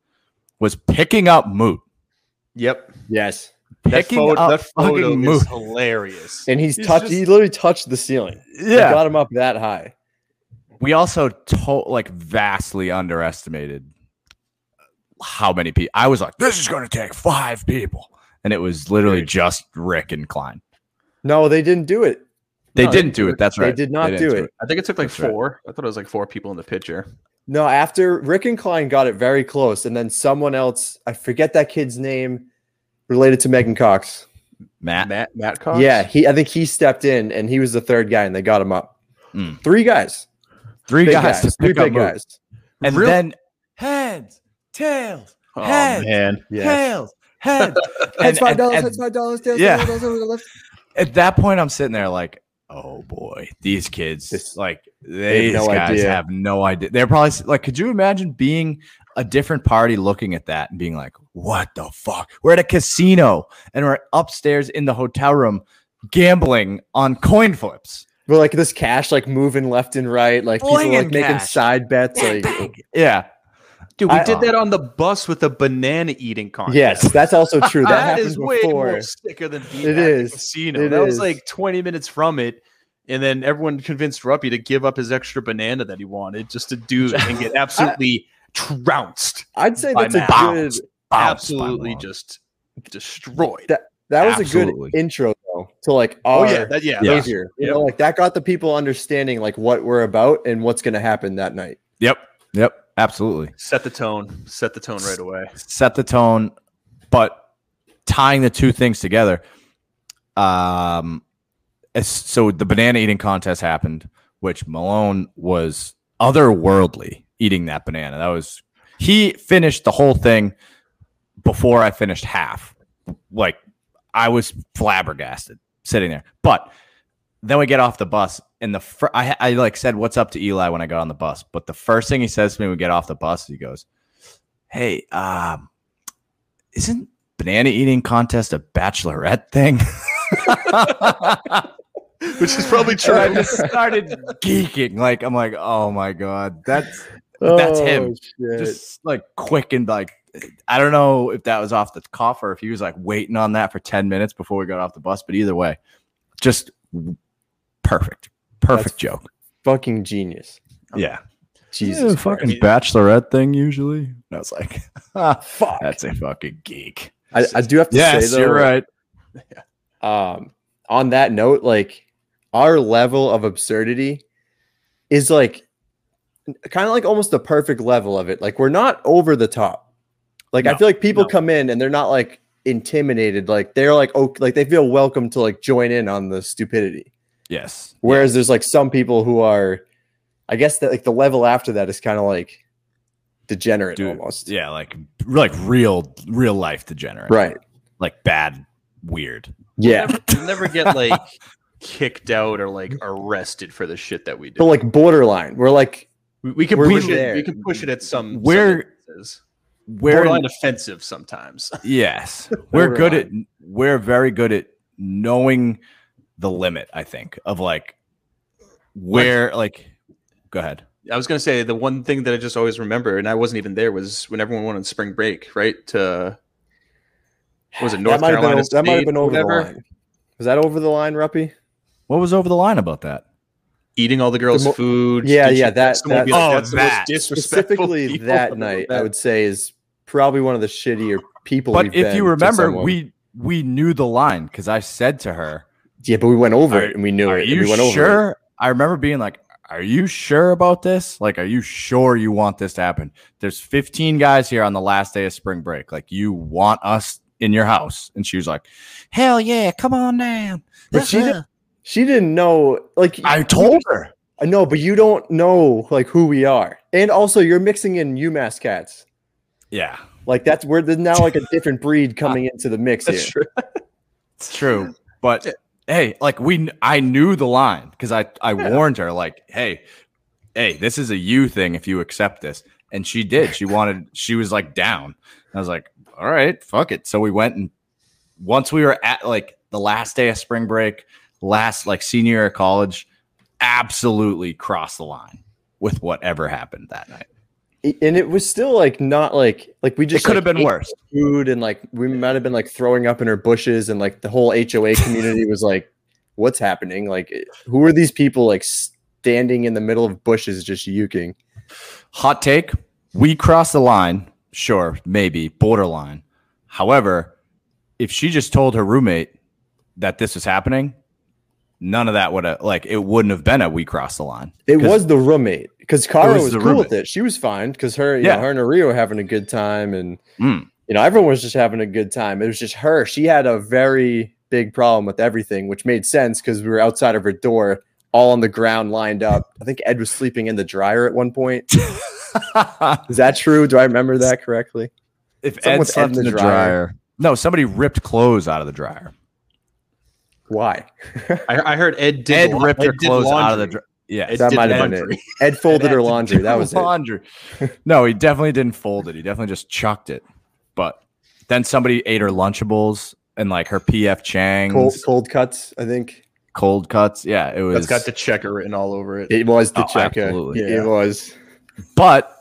[SPEAKER 4] was picking up Moot.
[SPEAKER 3] Yep,
[SPEAKER 2] Yes.
[SPEAKER 3] that
[SPEAKER 4] Picking
[SPEAKER 3] photo,
[SPEAKER 4] up
[SPEAKER 3] that photo
[SPEAKER 4] fucking
[SPEAKER 3] is
[SPEAKER 4] Moot.
[SPEAKER 3] hilarious.
[SPEAKER 2] And he's,
[SPEAKER 3] He's
[SPEAKER 2] touched.
[SPEAKER 3] just-
[SPEAKER 2] he literally touched the ceiling. They
[SPEAKER 4] Yeah,
[SPEAKER 2] got him up that high.
[SPEAKER 4] we also to- like vastly underestimated how many people. I was like, this is going to take five people, and it was literally
[SPEAKER 3] Dude.
[SPEAKER 4] just Rick and Klein.
[SPEAKER 2] No, they didn't do it.
[SPEAKER 4] They
[SPEAKER 3] No,
[SPEAKER 4] didn't do it. That's
[SPEAKER 2] they
[SPEAKER 4] right.
[SPEAKER 2] did not
[SPEAKER 4] didn't
[SPEAKER 2] do it.
[SPEAKER 3] I think it took like
[SPEAKER 4] That's right.
[SPEAKER 3] four. I thought it was like four people in the picture.
[SPEAKER 2] No, after Rick and Klein got it very close, and then someone else, I forget that kid's name, related to Megan Cox.
[SPEAKER 4] Matt.
[SPEAKER 3] Matt Matt Cox.
[SPEAKER 2] Yeah, he. I think he stepped in, and he was the third guy, and they got him up.
[SPEAKER 4] Mm.
[SPEAKER 2] Three guys,
[SPEAKER 4] three
[SPEAKER 2] big guys,
[SPEAKER 4] guys, to
[SPEAKER 2] three
[SPEAKER 4] pick up
[SPEAKER 2] big
[SPEAKER 4] Moot.
[SPEAKER 2] guys.
[SPEAKER 4] and
[SPEAKER 3] Really?
[SPEAKER 4] then heads, tails,
[SPEAKER 3] Oh
[SPEAKER 4] Heads.
[SPEAKER 3] man.
[SPEAKER 2] Yeah,
[SPEAKER 4] tails, heads.
[SPEAKER 2] that's
[SPEAKER 4] And-
[SPEAKER 2] five dollars.
[SPEAKER 4] and-
[SPEAKER 2] That's five dollars. tails,
[SPEAKER 4] yeah.
[SPEAKER 2] tails, tails, tails, tails.
[SPEAKER 4] At that point, I'm sitting there like, oh boy, these kids,
[SPEAKER 2] This-
[SPEAKER 4] like these
[SPEAKER 2] no
[SPEAKER 4] guys
[SPEAKER 2] idea.
[SPEAKER 4] have no idea. They're probably s- like, could you imagine being a different party looking at that and being like, what the fuck? We're at a casino and we're upstairs in the hotel room gambling on coin flips.
[SPEAKER 2] But like this cash, like moving left and right, like people
[SPEAKER 4] Flinging
[SPEAKER 2] like making
[SPEAKER 4] cash.
[SPEAKER 2] side bets. Like, oh,
[SPEAKER 4] Yeah.
[SPEAKER 3] Dude, we
[SPEAKER 2] I- uh,
[SPEAKER 3] did that on the bus with the banana eating contest.
[SPEAKER 2] yes, that's also true. That,
[SPEAKER 3] that
[SPEAKER 2] happened
[SPEAKER 3] is way
[SPEAKER 2] before.
[SPEAKER 3] more sicker than being
[SPEAKER 2] It
[SPEAKER 3] at the
[SPEAKER 2] is.
[SPEAKER 3] casino.
[SPEAKER 2] It
[SPEAKER 3] that was
[SPEAKER 2] is.
[SPEAKER 3] like 20 minutes from it. And then everyone convinced Ruppy to give up his extra banana that he wanted just to do and get absolutely trounced.
[SPEAKER 2] I'd say
[SPEAKER 3] By
[SPEAKER 2] that's a
[SPEAKER 3] now.
[SPEAKER 2] good.
[SPEAKER 3] absolutely just destroyed.
[SPEAKER 2] That- That was a
[SPEAKER 4] Absolutely.
[SPEAKER 2] good intro though to like
[SPEAKER 3] oh
[SPEAKER 2] our
[SPEAKER 3] yeah, that, yeah,
[SPEAKER 4] Yeah.
[SPEAKER 3] yeah.
[SPEAKER 2] behavior.
[SPEAKER 3] Yeah.
[SPEAKER 2] You know, like that got the people understanding like what we're about and what's going to happen that night.
[SPEAKER 4] Yep. Yep. Absolutely.
[SPEAKER 3] Set the tone. Set the tone right away.
[SPEAKER 4] Set the tone, but tying the two things together. Um, as- so the banana eating contest happened, which Malone was otherworldly eating that banana. That was he finished the whole thing before I finished half. Like I was flabbergasted sitting there. But then we get off the bus, and the fir- I, I like said, "What's up to Eli?" when I got on the bus. But the first thing he says to me when we get off the bus, he goes, "Hey, um, isn't banana eating contest a bachelorette thing?"
[SPEAKER 3] Which is probably
[SPEAKER 4] And I
[SPEAKER 3] true.
[SPEAKER 4] just started geeking. Like I'm like, "Oh my god, that's." That's him.
[SPEAKER 2] Oh, shit.
[SPEAKER 4] just like quick and like I don't know if that was off the cuff or if he was like waiting on that for 10 minutes before we got off the bus, but either way, just perfect.
[SPEAKER 2] That's-
[SPEAKER 4] Perfect joke.
[SPEAKER 2] fucking genius.
[SPEAKER 4] Yeah.
[SPEAKER 2] Jesus,
[SPEAKER 4] fucking
[SPEAKER 2] Christ.
[SPEAKER 4] bachelorette thing usually. And I was like,
[SPEAKER 2] fuck.
[SPEAKER 4] that's a fucking geek.
[SPEAKER 2] I, I do have to
[SPEAKER 4] Yes,
[SPEAKER 2] say though,
[SPEAKER 4] you're right.
[SPEAKER 2] um, on that note, like our level of absurdity is like kind of like almost the perfect level of it. Like we're not over the top. Like I
[SPEAKER 3] No,
[SPEAKER 2] feel like people
[SPEAKER 3] no.
[SPEAKER 2] come in and they're not like intimidated. Like they're like oh, like they feel welcome to like join in on the stupidity.
[SPEAKER 4] Yes.
[SPEAKER 2] Whereas there's like some people who are, I guess that like the level after that is kind of like degenerate
[SPEAKER 4] Dude,
[SPEAKER 2] almost.
[SPEAKER 4] Yeah, like like real real life degenerate.
[SPEAKER 2] Right.
[SPEAKER 4] Like bad weird.
[SPEAKER 2] Yeah.
[SPEAKER 3] Never- You'll never get like kicked out or like arrested for the shit that we do.
[SPEAKER 2] But like borderline, we're like
[SPEAKER 3] we, we can
[SPEAKER 2] we're
[SPEAKER 3] push
[SPEAKER 2] there.
[SPEAKER 3] it. We can push it at some. some
[SPEAKER 4] We're-
[SPEAKER 3] instances.
[SPEAKER 4] Where
[SPEAKER 3] borderline offensive sometimes.
[SPEAKER 4] Yes. We're good at
[SPEAKER 2] Borderline.
[SPEAKER 4] we're very good at knowing the limit, I think, of like where like go ahead.
[SPEAKER 3] I was gonna say the one thing that I just always remember, and I wasn't even there, was when everyone went on spring break, right? To what was it North
[SPEAKER 2] that might have
[SPEAKER 3] Carolina?
[SPEAKER 2] been, that might have
[SPEAKER 3] State,
[SPEAKER 2] been over
[SPEAKER 3] whatever?
[SPEAKER 2] the line. Was that over the line, Ruppy?
[SPEAKER 4] What was over the line about that?
[SPEAKER 3] Eating all the girls'
[SPEAKER 2] mo-
[SPEAKER 3] food.
[SPEAKER 2] Yeah,
[SPEAKER 3] teaching
[SPEAKER 2] yeah, that-
[SPEAKER 3] someone would be
[SPEAKER 2] that-
[SPEAKER 4] Oh,
[SPEAKER 3] that's the most
[SPEAKER 4] that.
[SPEAKER 3] disrespectful
[SPEAKER 2] Specifically
[SPEAKER 3] people
[SPEAKER 2] that
[SPEAKER 3] I've
[SPEAKER 2] night,
[SPEAKER 3] ever
[SPEAKER 2] I would say is probably one of the shittier people.
[SPEAKER 4] But
[SPEAKER 2] we've
[SPEAKER 4] if
[SPEAKER 2] been
[SPEAKER 4] you
[SPEAKER 2] to
[SPEAKER 4] remember,
[SPEAKER 2] someone.
[SPEAKER 4] we we knew the line because I said to her,
[SPEAKER 2] yeah, but we went over
[SPEAKER 4] Are-
[SPEAKER 2] it and we knew
[SPEAKER 4] Are
[SPEAKER 2] it. and
[SPEAKER 4] you
[SPEAKER 2] we went Over it.
[SPEAKER 4] sure? I remember being like, Are you sure about this? Like, are you sure you want this to happen? There's 15 guys here on the last day of spring break. Like, you want us in your house? And she was like, Hell yeah, come on down.
[SPEAKER 2] But
[SPEAKER 4] This
[SPEAKER 2] she
[SPEAKER 4] is-
[SPEAKER 2] didn't- She didn't know. Like
[SPEAKER 4] I told her.
[SPEAKER 2] I know, but you don't know like who we are, and also you're mixing in UMass cats.
[SPEAKER 4] Yeah.
[SPEAKER 2] Like that's we're there's now like a different breed coming into the mix
[SPEAKER 3] That's
[SPEAKER 2] here.
[SPEAKER 3] true.
[SPEAKER 4] It's true, but
[SPEAKER 3] Yeah.
[SPEAKER 4] hey, like we, kn- I knew the line because I, I warned her, like, hey, hey, this is a you thing if you accept this, and she did. She wanted, she was like down. And I was like, all right, fuck it. So we went and once we were at like the last day of spring break, last like senior year of college, absolutely crossed the line with whatever happened that night.
[SPEAKER 2] I- And it was still like not like like we just
[SPEAKER 4] it could have
[SPEAKER 2] like,
[SPEAKER 4] been
[SPEAKER 2] ate
[SPEAKER 4] worse.
[SPEAKER 2] food and like we might have been like throwing up in her bushes and like the whole HOA community was like, what's happening? Like, who are these people like standing in the middle of bushes just yuking?
[SPEAKER 4] Hot take. We crossed the line. Sure, maybe borderline. However, if she just told her roommate that this was happening, none of that would have like it wouldn't have been a we crossed the line.
[SPEAKER 2] It
[SPEAKER 4] 'Cause-
[SPEAKER 2] was the roommate because Kara
[SPEAKER 4] It was
[SPEAKER 2] was,
[SPEAKER 4] the
[SPEAKER 2] cool with it. She was fine because her, you
[SPEAKER 4] Yeah.
[SPEAKER 2] know, her and Aria were having a good time and
[SPEAKER 4] Mm.
[SPEAKER 2] you know everyone was just having a good time. It was just her. She had a very big problem with everything, which made sense because we were outside of her door, all on the ground, lined up. I think Ed was sleeping in the dryer at one point. Is that true? Do I remember that correctly?
[SPEAKER 4] if
[SPEAKER 2] Someone
[SPEAKER 4] Ed
[SPEAKER 2] was
[SPEAKER 4] slept
[SPEAKER 2] in
[SPEAKER 4] in the
[SPEAKER 2] the
[SPEAKER 4] dryer. no, somebody ripped clothes out of the dryer.
[SPEAKER 2] Why?
[SPEAKER 3] I, I heard Ed did.
[SPEAKER 4] Ed
[SPEAKER 3] la-
[SPEAKER 4] ripped her
[SPEAKER 3] did
[SPEAKER 4] clothes out of the
[SPEAKER 3] laundry.
[SPEAKER 4] dryer. Yeah,
[SPEAKER 3] Ed
[SPEAKER 2] That
[SPEAKER 3] did
[SPEAKER 2] might have been
[SPEAKER 3] laundry.
[SPEAKER 2] Ed folded
[SPEAKER 4] Ed
[SPEAKER 2] her
[SPEAKER 4] had to
[SPEAKER 2] laundry.
[SPEAKER 4] do
[SPEAKER 2] That was it.
[SPEAKER 4] laundry. no, he definitely didn't fold it. He definitely just chucked it. But then somebody ate her Lunchables and like her PF Chang's
[SPEAKER 2] Cold,
[SPEAKER 4] cold,
[SPEAKER 2] cold cuts, I think.
[SPEAKER 4] cuts. Yeah, it
[SPEAKER 3] That's
[SPEAKER 4] was.
[SPEAKER 3] got the checker written all over it.
[SPEAKER 2] It was the
[SPEAKER 4] Oh,
[SPEAKER 2] checker.
[SPEAKER 4] absolutely.
[SPEAKER 2] It was.
[SPEAKER 4] but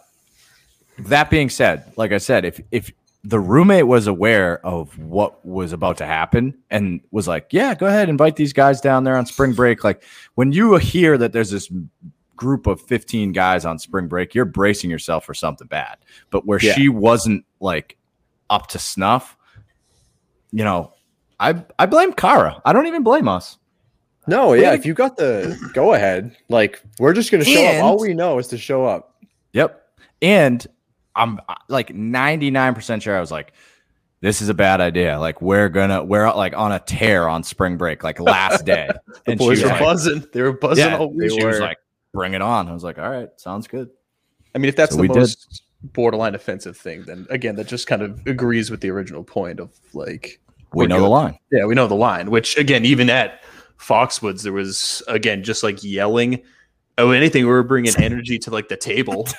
[SPEAKER 4] that being said, like I said, if if the roommate was aware of what was about to happen and was like, "Yeah, go ahead, invite these guys down there on spring break." Like when you hear that there's this group of 15 guys on spring break, you're bracing yourself for something bad. But where
[SPEAKER 2] Yeah.
[SPEAKER 4] she wasn't like up to snuff, you know, I I blame Kara. I don't even blame us.
[SPEAKER 2] No,
[SPEAKER 4] Way
[SPEAKER 2] yeah.
[SPEAKER 4] to-
[SPEAKER 2] If you got the go ahead, like we're just gonna show
[SPEAKER 4] And-
[SPEAKER 2] up. All we know is to show up.
[SPEAKER 4] Yep. And I'm uh, like 99% sure I was like, this is a bad idea. Like we're gonna we're uh, like on a tear on spring break, like last day.
[SPEAKER 3] The
[SPEAKER 4] and she
[SPEAKER 3] boys
[SPEAKER 4] was
[SPEAKER 3] were
[SPEAKER 4] like,
[SPEAKER 3] buzzing. They were buzzing
[SPEAKER 4] yeah,
[SPEAKER 3] all week.
[SPEAKER 4] she was like, bring it on. I was like, all right, sounds good.
[SPEAKER 3] I mean, if that's
[SPEAKER 4] So
[SPEAKER 3] the
[SPEAKER 4] we did.
[SPEAKER 3] most borderline offensive thing, then again, that just kind of agrees with the original point of like,
[SPEAKER 4] We
[SPEAKER 3] We're
[SPEAKER 4] know
[SPEAKER 3] good.
[SPEAKER 4] the line.
[SPEAKER 3] yeah, we know the line. Which again, even at Foxwoods, there was again just like yelling. Oh, anything we were bringing energy to like the table.
[SPEAKER 4] Oh,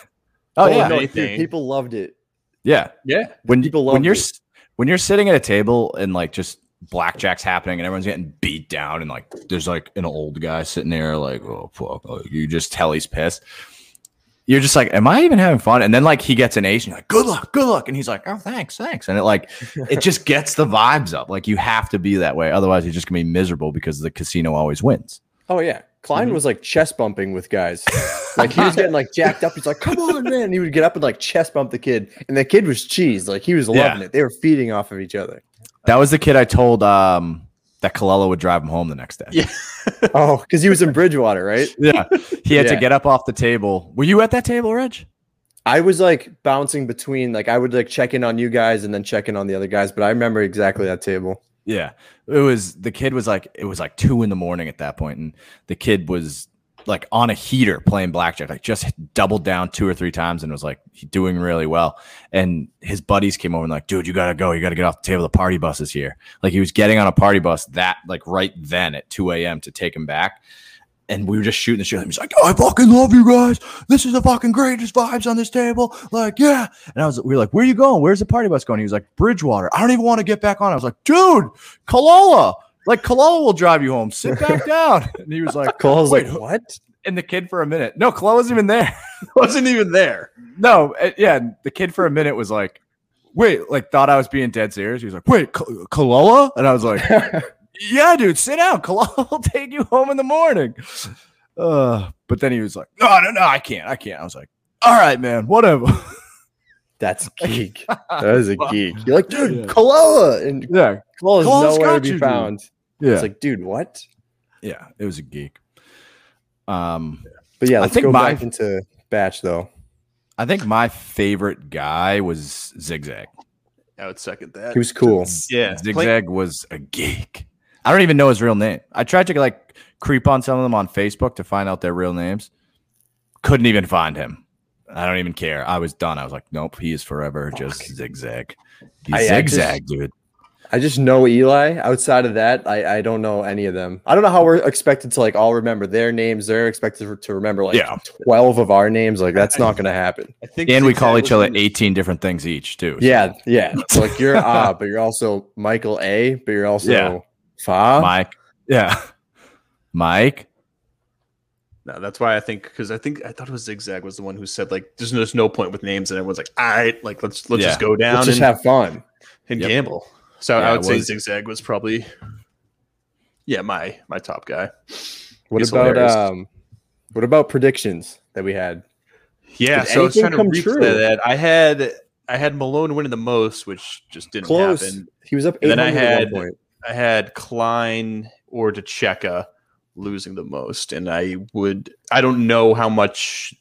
[SPEAKER 3] Oh,
[SPEAKER 4] yeah.
[SPEAKER 3] no.
[SPEAKER 2] dude,
[SPEAKER 3] Anything.
[SPEAKER 2] people loved it.
[SPEAKER 4] Yeah.
[SPEAKER 3] Yeah,
[SPEAKER 4] When
[SPEAKER 2] People
[SPEAKER 4] when
[SPEAKER 2] loved
[SPEAKER 4] you're
[SPEAKER 2] it.
[SPEAKER 4] s- when you're sitting at a table and like just blackjack's happening and everyone's getting beat down and like there's like an old guy sitting there like oh fuck like, you just tell he's pissed. You're just like, am I even having fun? And then like he gets an ace, and you're like, good luck, good luck, and he's like, oh thanks, thanks, and it like it just gets the vibes up. Like you have to be that way, otherwise you're just gonna be miserable because the casino always wins.
[SPEAKER 2] Oh yeah. Klein
[SPEAKER 4] Mm-hmm.
[SPEAKER 2] was like chest bumping with guys. Like he was getting like jacked up. He's like, come on, man. And he would get up and like chest bump the kid. And the kid was cheese. Like he was
[SPEAKER 4] Yeah.
[SPEAKER 2] loving it. They were feeding off of each other.
[SPEAKER 4] That was the kid I told um that Colella would drive him home the next day.
[SPEAKER 3] Yeah.
[SPEAKER 2] Oh, because he was in Bridgewater, right?
[SPEAKER 4] yeah. He had
[SPEAKER 2] Yeah.
[SPEAKER 4] to get up off the table. Were you at that table, Reg?
[SPEAKER 2] I was like bouncing between like I would like check in on you guys and then check in on the other guys, but I remember exactly that table.
[SPEAKER 4] Yeah. It was the kid was like it was like two in the morning at that point, and the kid was like on a heater playing blackjack, like just doubled down two or three times and was like he- doing really well. And his buddies came over and like, dude, you gotta go, you gotta get off the table. The party bus is here. Like he was getting on a party bus that like right then at 2 a.m. to take him back. And we were just shooting the shit. He was like, I fucking love you guys. This is the fucking greatest vibes on this table. Like, yeah. And I was, we were like, where are you going? Where's the party bus going? He was like, Bridgewater. I don't even want to get back on. I was like, dude, Kalola. Like Kalola will drive you home. Sit back down. And he was like,
[SPEAKER 2] Cole was
[SPEAKER 4] Wait,
[SPEAKER 2] like,
[SPEAKER 4] who-
[SPEAKER 2] What?
[SPEAKER 4] and the kid for a minute. No, Kalola wasn't even there.
[SPEAKER 3] wasn't even there.
[SPEAKER 4] No, uh, yeah, and the kid for a minute was like, wait, like thought I was being dead serious. He was like, wait, Ka- Kalola? And I was like, yeah, dude, sit down. Kalal will take you home in the morning. Uh, but then he was like, no, no, no, I can't. I can't. I was like, all right, man, whatever.
[SPEAKER 2] That's geek. That is a
[SPEAKER 4] Wow.
[SPEAKER 2] geek. You're like, dude,
[SPEAKER 4] Yeah.
[SPEAKER 2] Kaloa. And
[SPEAKER 4] yeah.
[SPEAKER 2] Kaloa's nowhere
[SPEAKER 4] Kaloa's
[SPEAKER 2] to
[SPEAKER 4] got
[SPEAKER 2] be
[SPEAKER 4] you, dude.
[SPEAKER 2] found.
[SPEAKER 4] Yeah.
[SPEAKER 2] It's like, dude, what?
[SPEAKER 4] yeah. It was a geek. Um,
[SPEAKER 2] But yeah,
[SPEAKER 4] I
[SPEAKER 2] let's
[SPEAKER 4] think
[SPEAKER 2] go
[SPEAKER 4] my-
[SPEAKER 2] back into batch though.
[SPEAKER 4] I think my favorite guy was Zigzag.
[SPEAKER 3] I would second that.
[SPEAKER 2] He was cool.
[SPEAKER 3] yeah, Play-
[SPEAKER 4] Zigzag was a geek. I don't even know his real name. I tried to like creep on some of them on Facebook to find out their real names. Couldn't even find him. I don't even care. I was done. I was like, nope, he is forever just Zigzag. He's
[SPEAKER 2] I- I just-
[SPEAKER 4] zigzag, dude.
[SPEAKER 2] I just know Eli. Outside of that, I, I don't know any of them. I don't know how we're expected to like all remember their names. They're expected to remember like
[SPEAKER 4] Yeah.
[SPEAKER 2] twelve of our names. Like that's not gonna happen.
[SPEAKER 3] I think
[SPEAKER 4] And we
[SPEAKER 3] Zigzag
[SPEAKER 4] call each
[SPEAKER 3] was
[SPEAKER 4] other
[SPEAKER 3] in-
[SPEAKER 4] 18 different things each, too. So
[SPEAKER 2] Yeah, yeah. It's like you're Ah, but you're also Michael A, but you're also
[SPEAKER 4] Yeah.
[SPEAKER 2] Fa.
[SPEAKER 4] Mike. Yeah. Mike.
[SPEAKER 3] No, that's why I think because I think I thought it was Zigzag was the one who said like there's, there's no point with names and everyone's like all right like let's let's
[SPEAKER 4] Yeah.
[SPEAKER 3] just go down
[SPEAKER 2] Let's just
[SPEAKER 3] and,
[SPEAKER 2] have fun.
[SPEAKER 3] and
[SPEAKER 4] Yep.
[SPEAKER 3] gamble. So
[SPEAKER 4] Yeah,
[SPEAKER 3] I
[SPEAKER 4] it
[SPEAKER 3] would say
[SPEAKER 4] was-
[SPEAKER 3] Zigzag was probably yeah my my top guy.
[SPEAKER 2] What
[SPEAKER 3] He's
[SPEAKER 2] about
[SPEAKER 3] hilarious.
[SPEAKER 2] um what about predictions that we had?
[SPEAKER 3] Yeah,
[SPEAKER 2] Did
[SPEAKER 3] so I was
[SPEAKER 2] anything
[SPEAKER 3] trying to
[SPEAKER 2] come
[SPEAKER 3] reach
[SPEAKER 2] true?
[SPEAKER 3] to that. I had I had Malone winning the most, which just didn't
[SPEAKER 2] Close.
[SPEAKER 3] happen.
[SPEAKER 2] He was up
[SPEAKER 3] And
[SPEAKER 2] eight
[SPEAKER 3] then I
[SPEAKER 2] hundred at
[SPEAKER 3] had-
[SPEAKER 2] one point.
[SPEAKER 3] I had Klein or DeCheka losing the most, and I would I don't know how much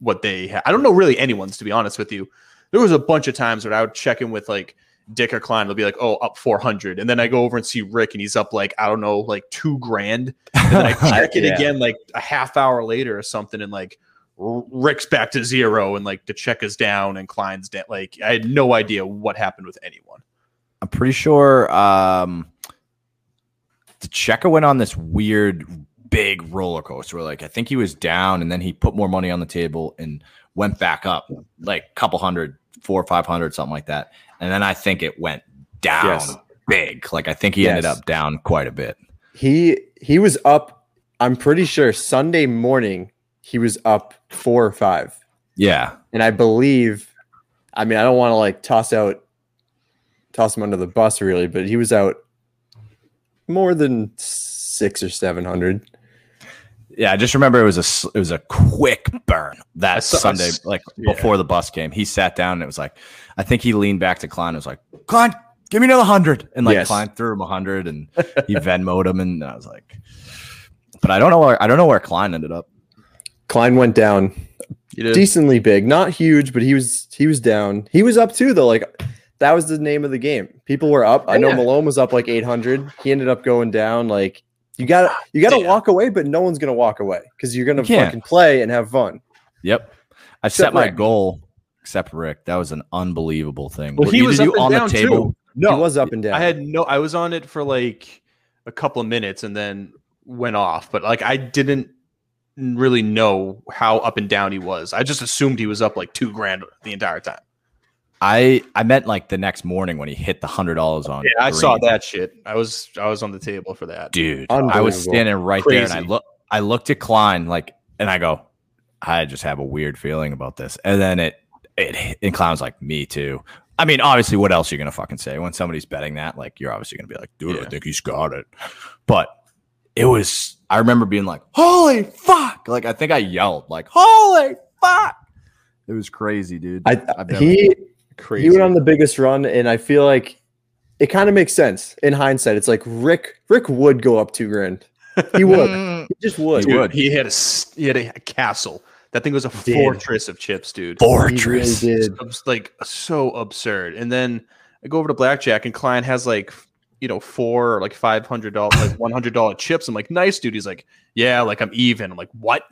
[SPEAKER 3] what they ha- I don't know really anyone's to be honest with you. There was a bunch of times where I would check in with like Dick or Klein. They'll be like, "Oh, up four hundred. and then I go over and see Rick, and he's up like I don't know, like two grand. And then I check it
[SPEAKER 2] Yeah.
[SPEAKER 3] again like a half hour later or something, and like R- Rick's back to zero, and like DeCheka's down, and Klein's down. Like I had no idea what happened with anyone.
[SPEAKER 4] I'm pretty sure um the Checo went on this weird big roller coaster where like I think he was down and then he put more money on the table and went back up like a couple hundred, four or five hundred, something like that. And then I think it went down
[SPEAKER 2] Yes.
[SPEAKER 4] big. Like I think he ended
[SPEAKER 2] Yes.
[SPEAKER 4] up down quite a bit.
[SPEAKER 2] He he was up, I'm pretty sure Sunday morning he was up four or five.
[SPEAKER 4] Yeah.
[SPEAKER 2] And I believe, I mean, I don't want to like toss out toss him under the bus really, but he was out more than six or seven hundred.
[SPEAKER 4] Yeah, I just remember it was a s- it was a quick burn that
[SPEAKER 3] saw-
[SPEAKER 4] Sunday, like before the bus came. He sat down and it was like, I think he leaned back to Klein and was like, Klein, give me another hundred, and like
[SPEAKER 2] Yes.
[SPEAKER 4] Klein threw him a hundred and he Venmoed him, and I was like, but I don't know where I don't know where Klein ended up.
[SPEAKER 2] Klein went down
[SPEAKER 3] You did.
[SPEAKER 2] decently big, not huge, but he was he was down. He was up too though. Like that was the name of the game. People were up. I know
[SPEAKER 3] Yeah.
[SPEAKER 2] Malone was up like eight hundred. He ended up going down. Like you got to you got to
[SPEAKER 3] Damn.
[SPEAKER 2] walk away, but no one's gonna walk away because you're gonna
[SPEAKER 4] You can't.
[SPEAKER 2] fucking play and have fun.
[SPEAKER 4] Yep, I
[SPEAKER 2] Except
[SPEAKER 4] set my
[SPEAKER 2] Rick.
[SPEAKER 4] goal. Except Rick, that was an unbelievable thing.
[SPEAKER 3] Well,
[SPEAKER 4] Were
[SPEAKER 3] he
[SPEAKER 4] either
[SPEAKER 3] was
[SPEAKER 4] you
[SPEAKER 3] up and down, too.
[SPEAKER 2] he was up and down.
[SPEAKER 3] I had no. I was on it for like a couple of minutes and then went off, but like I didn't really know how up and down he was. I just assumed he was up like two grand the entire time.
[SPEAKER 4] I I meant like the next morning when he hit the hundred dollars on.
[SPEAKER 3] Yeah, I saw
[SPEAKER 4] green.
[SPEAKER 3] that shit. I was I was on the table for that.
[SPEAKER 4] dude. I was
[SPEAKER 2] Unbelievable.
[SPEAKER 4] standing right there, and I
[SPEAKER 3] Crazy.
[SPEAKER 4] look, I looked at Klein like, and I go, I just have a weird feeling about this. And then it, it, and Klein's like, me too. I mean, obviously, what else are you gonna fucking say when somebody's betting that? Like, you're obviously gonna be like, dude, I
[SPEAKER 3] Yeah.
[SPEAKER 4] think he's got it. But it was, I remember being like, holy fuck! Like, I think I yelled like, holy fuck! It was crazy, dude.
[SPEAKER 2] I,
[SPEAKER 4] I've never-
[SPEAKER 2] he
[SPEAKER 3] Crazy.
[SPEAKER 2] he went on the biggest run, and I feel like it kind of makes sense in hindsight. It's like Rick Rick would go up two grand. He would.
[SPEAKER 4] Mm,
[SPEAKER 2] he just would.
[SPEAKER 4] He
[SPEAKER 3] Dude,
[SPEAKER 4] would.
[SPEAKER 3] he had a s- he had a castle. That thing was a
[SPEAKER 2] did.
[SPEAKER 3] fortress of chips, dude.
[SPEAKER 2] He really
[SPEAKER 4] fortress.
[SPEAKER 2] did.
[SPEAKER 3] It's like so absurd. And then I go over to blackjack, and Klein has like you know four or like five hundred dollar, like one hundred dollar chips. I'm like, nice, dude. He's like, yeah, like I'm even. I'm like, what?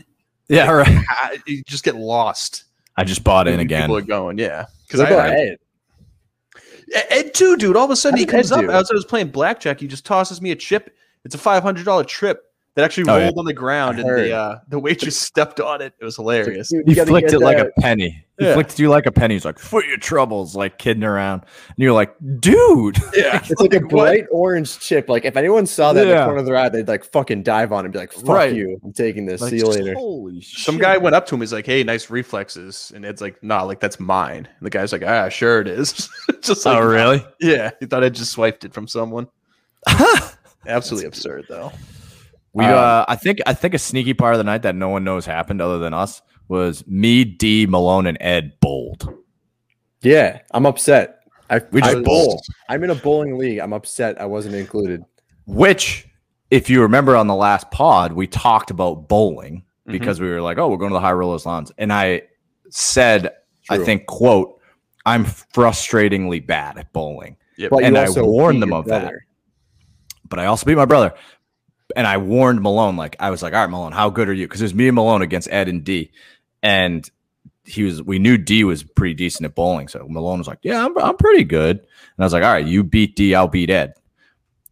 [SPEAKER 4] Yeah, right.
[SPEAKER 3] I, you just get lost.
[SPEAKER 4] I just bought in
[SPEAKER 3] when
[SPEAKER 4] again.
[SPEAKER 3] people are going, yeah. Because
[SPEAKER 2] What about
[SPEAKER 3] I, I
[SPEAKER 2] Ed?
[SPEAKER 3] Ed- Ed too, dude. All of a sudden
[SPEAKER 2] How
[SPEAKER 3] he
[SPEAKER 2] did
[SPEAKER 3] comes
[SPEAKER 2] Ed
[SPEAKER 3] up.
[SPEAKER 2] do?
[SPEAKER 3] As I was playing blackjack, he just tosses me a chip. It's a five hundred dollar trip that actually
[SPEAKER 4] Oh, yeah.
[SPEAKER 3] rolled on the ground,
[SPEAKER 2] I
[SPEAKER 3] and
[SPEAKER 2] heard.
[SPEAKER 3] the uh, the waitress stepped on it. It was hilarious.
[SPEAKER 2] Dude,
[SPEAKER 4] He
[SPEAKER 2] you gotta
[SPEAKER 4] flicked
[SPEAKER 2] get
[SPEAKER 4] it like
[SPEAKER 2] that.
[SPEAKER 4] a penny. He
[SPEAKER 3] Yeah.
[SPEAKER 4] flicked you like a penny. He's like, "For your troubles," like kidding around, and you're like, "Dude,
[SPEAKER 3] Yeah,
[SPEAKER 2] It's like a
[SPEAKER 3] Like, what?
[SPEAKER 2] bright orange chip. Like if anyone saw that in
[SPEAKER 4] Yeah.
[SPEAKER 2] the corner of their eye, they'd like fucking dive on it and be like, "Fuck
[SPEAKER 4] Right.
[SPEAKER 2] you! I'm taking this.
[SPEAKER 4] Like,
[SPEAKER 2] See you
[SPEAKER 4] just
[SPEAKER 2] later."
[SPEAKER 4] Holy shit!
[SPEAKER 3] Some guy went up to him. He's like, "Hey, nice reflexes," and Ed's like, "Nah, like that's mine." And the guy's like, "Ah, sure it is." just like,
[SPEAKER 4] Oh, really?
[SPEAKER 3] yeah, he thought I just swiped it from someone. Absolutely absurd, though.
[SPEAKER 4] We,
[SPEAKER 2] Um,
[SPEAKER 4] uh, I think, I think a sneaky part of the night that no one knows happened other than us was me, D, Malone, and Ed bowled.
[SPEAKER 2] Yeah, I'm upset. I,
[SPEAKER 4] We
[SPEAKER 2] I
[SPEAKER 4] just
[SPEAKER 2] was-
[SPEAKER 4] bowled.
[SPEAKER 2] I'm in a bowling league. I'm upset. I wasn't included.
[SPEAKER 4] Which, if you remember on the last pod, we talked about bowling
[SPEAKER 3] Mm-hmm.
[SPEAKER 4] because we were like, "Oh, we're going to the high rollers lawns," and I said, "I
[SPEAKER 2] True.
[SPEAKER 4] think quote." I'm frustratingly bad at bowling,
[SPEAKER 3] Yep.
[SPEAKER 2] But
[SPEAKER 4] and
[SPEAKER 2] you
[SPEAKER 4] I
[SPEAKER 2] also
[SPEAKER 4] warned
[SPEAKER 2] beat
[SPEAKER 4] them
[SPEAKER 2] your
[SPEAKER 4] of that.
[SPEAKER 2] brother.
[SPEAKER 4] but I also beat my brother. And I warned Malone, like I was like, all right, Malone, how good are you? Because it was me and Malone against Ed and D. And he was we knew D was pretty decent at bowling. So Malone was like, Yeah, I'm I'm pretty good. And I was like, all right, you beat D, I'll beat Ed.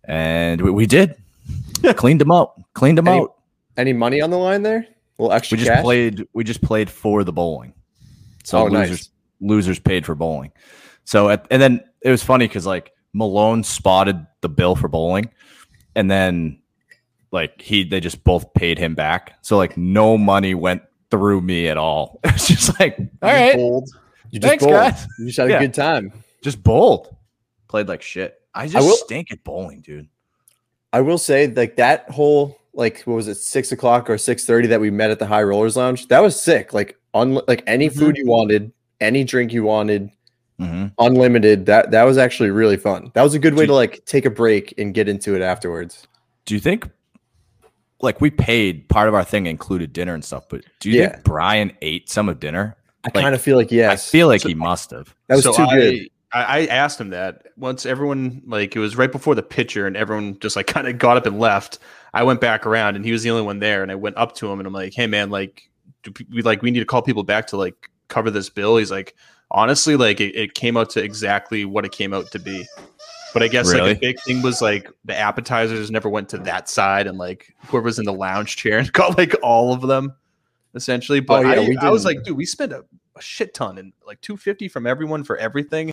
[SPEAKER 4] And we, we did. Cleaned him out. Cleaned him
[SPEAKER 2] And he-
[SPEAKER 4] out.
[SPEAKER 2] Any money on the line there? A little
[SPEAKER 4] We
[SPEAKER 2] extra
[SPEAKER 4] just
[SPEAKER 2] cash?
[SPEAKER 4] played we just played for the bowling. So
[SPEAKER 2] Oh, nice.
[SPEAKER 4] losers losers paid for bowling. So at, and then it was funny because like Malone spotted the bill for bowling, and then like he they just both paid him back. So like no money went through me at all. It was just like all right,
[SPEAKER 3] Bold.
[SPEAKER 2] You just
[SPEAKER 4] thanks
[SPEAKER 2] bowled.
[SPEAKER 4] guys.
[SPEAKER 2] You just had a
[SPEAKER 4] Yeah.
[SPEAKER 2] good time.
[SPEAKER 4] Just bowled, played like shit. I just
[SPEAKER 2] will-
[SPEAKER 4] stink at bowling, dude.
[SPEAKER 2] I will say, like that whole like what was it six o'clock or six thirty that we met at the High Rollers Lounge? That was sick. Like un like any
[SPEAKER 3] Mhm.
[SPEAKER 2] food you wanted, any drink you wanted,
[SPEAKER 4] Mm-hmm.
[SPEAKER 2] unlimited. That that was actually really fun. That was a good way
[SPEAKER 4] Dude.
[SPEAKER 2] to like take a break and get into it afterwards.
[SPEAKER 4] Do you think like we paid part of our thing included dinner and stuff, but do you
[SPEAKER 2] Yeah.
[SPEAKER 4] think Brian ate some of dinner?
[SPEAKER 2] I
[SPEAKER 4] Like,
[SPEAKER 2] kind of feel like yes,
[SPEAKER 4] I feel like
[SPEAKER 3] So-
[SPEAKER 4] he must have.
[SPEAKER 2] that was
[SPEAKER 3] So
[SPEAKER 2] too
[SPEAKER 3] I,
[SPEAKER 2] good.
[SPEAKER 3] I, I asked him that once everyone like it was right before the pitcher and everyone just like kind of got up and left. I went back around and he was the only one there and I went up to him and I'm like, "Hey man, like do pe- we like we need to call people back to like cover this bill." He's like, "Honestly, like it, it came out to exactly what it came out to be." But I guess
[SPEAKER 4] Really?
[SPEAKER 3] like a big thing was like the appetizers never went to that side and like whoever was in the lounge chair and got like all of them essentially. But
[SPEAKER 2] yeah,
[SPEAKER 3] I,
[SPEAKER 2] we
[SPEAKER 3] I was
[SPEAKER 2] didn't-
[SPEAKER 3] like, dude, Oh, we spent a a shit ton and like 250 from everyone for everything.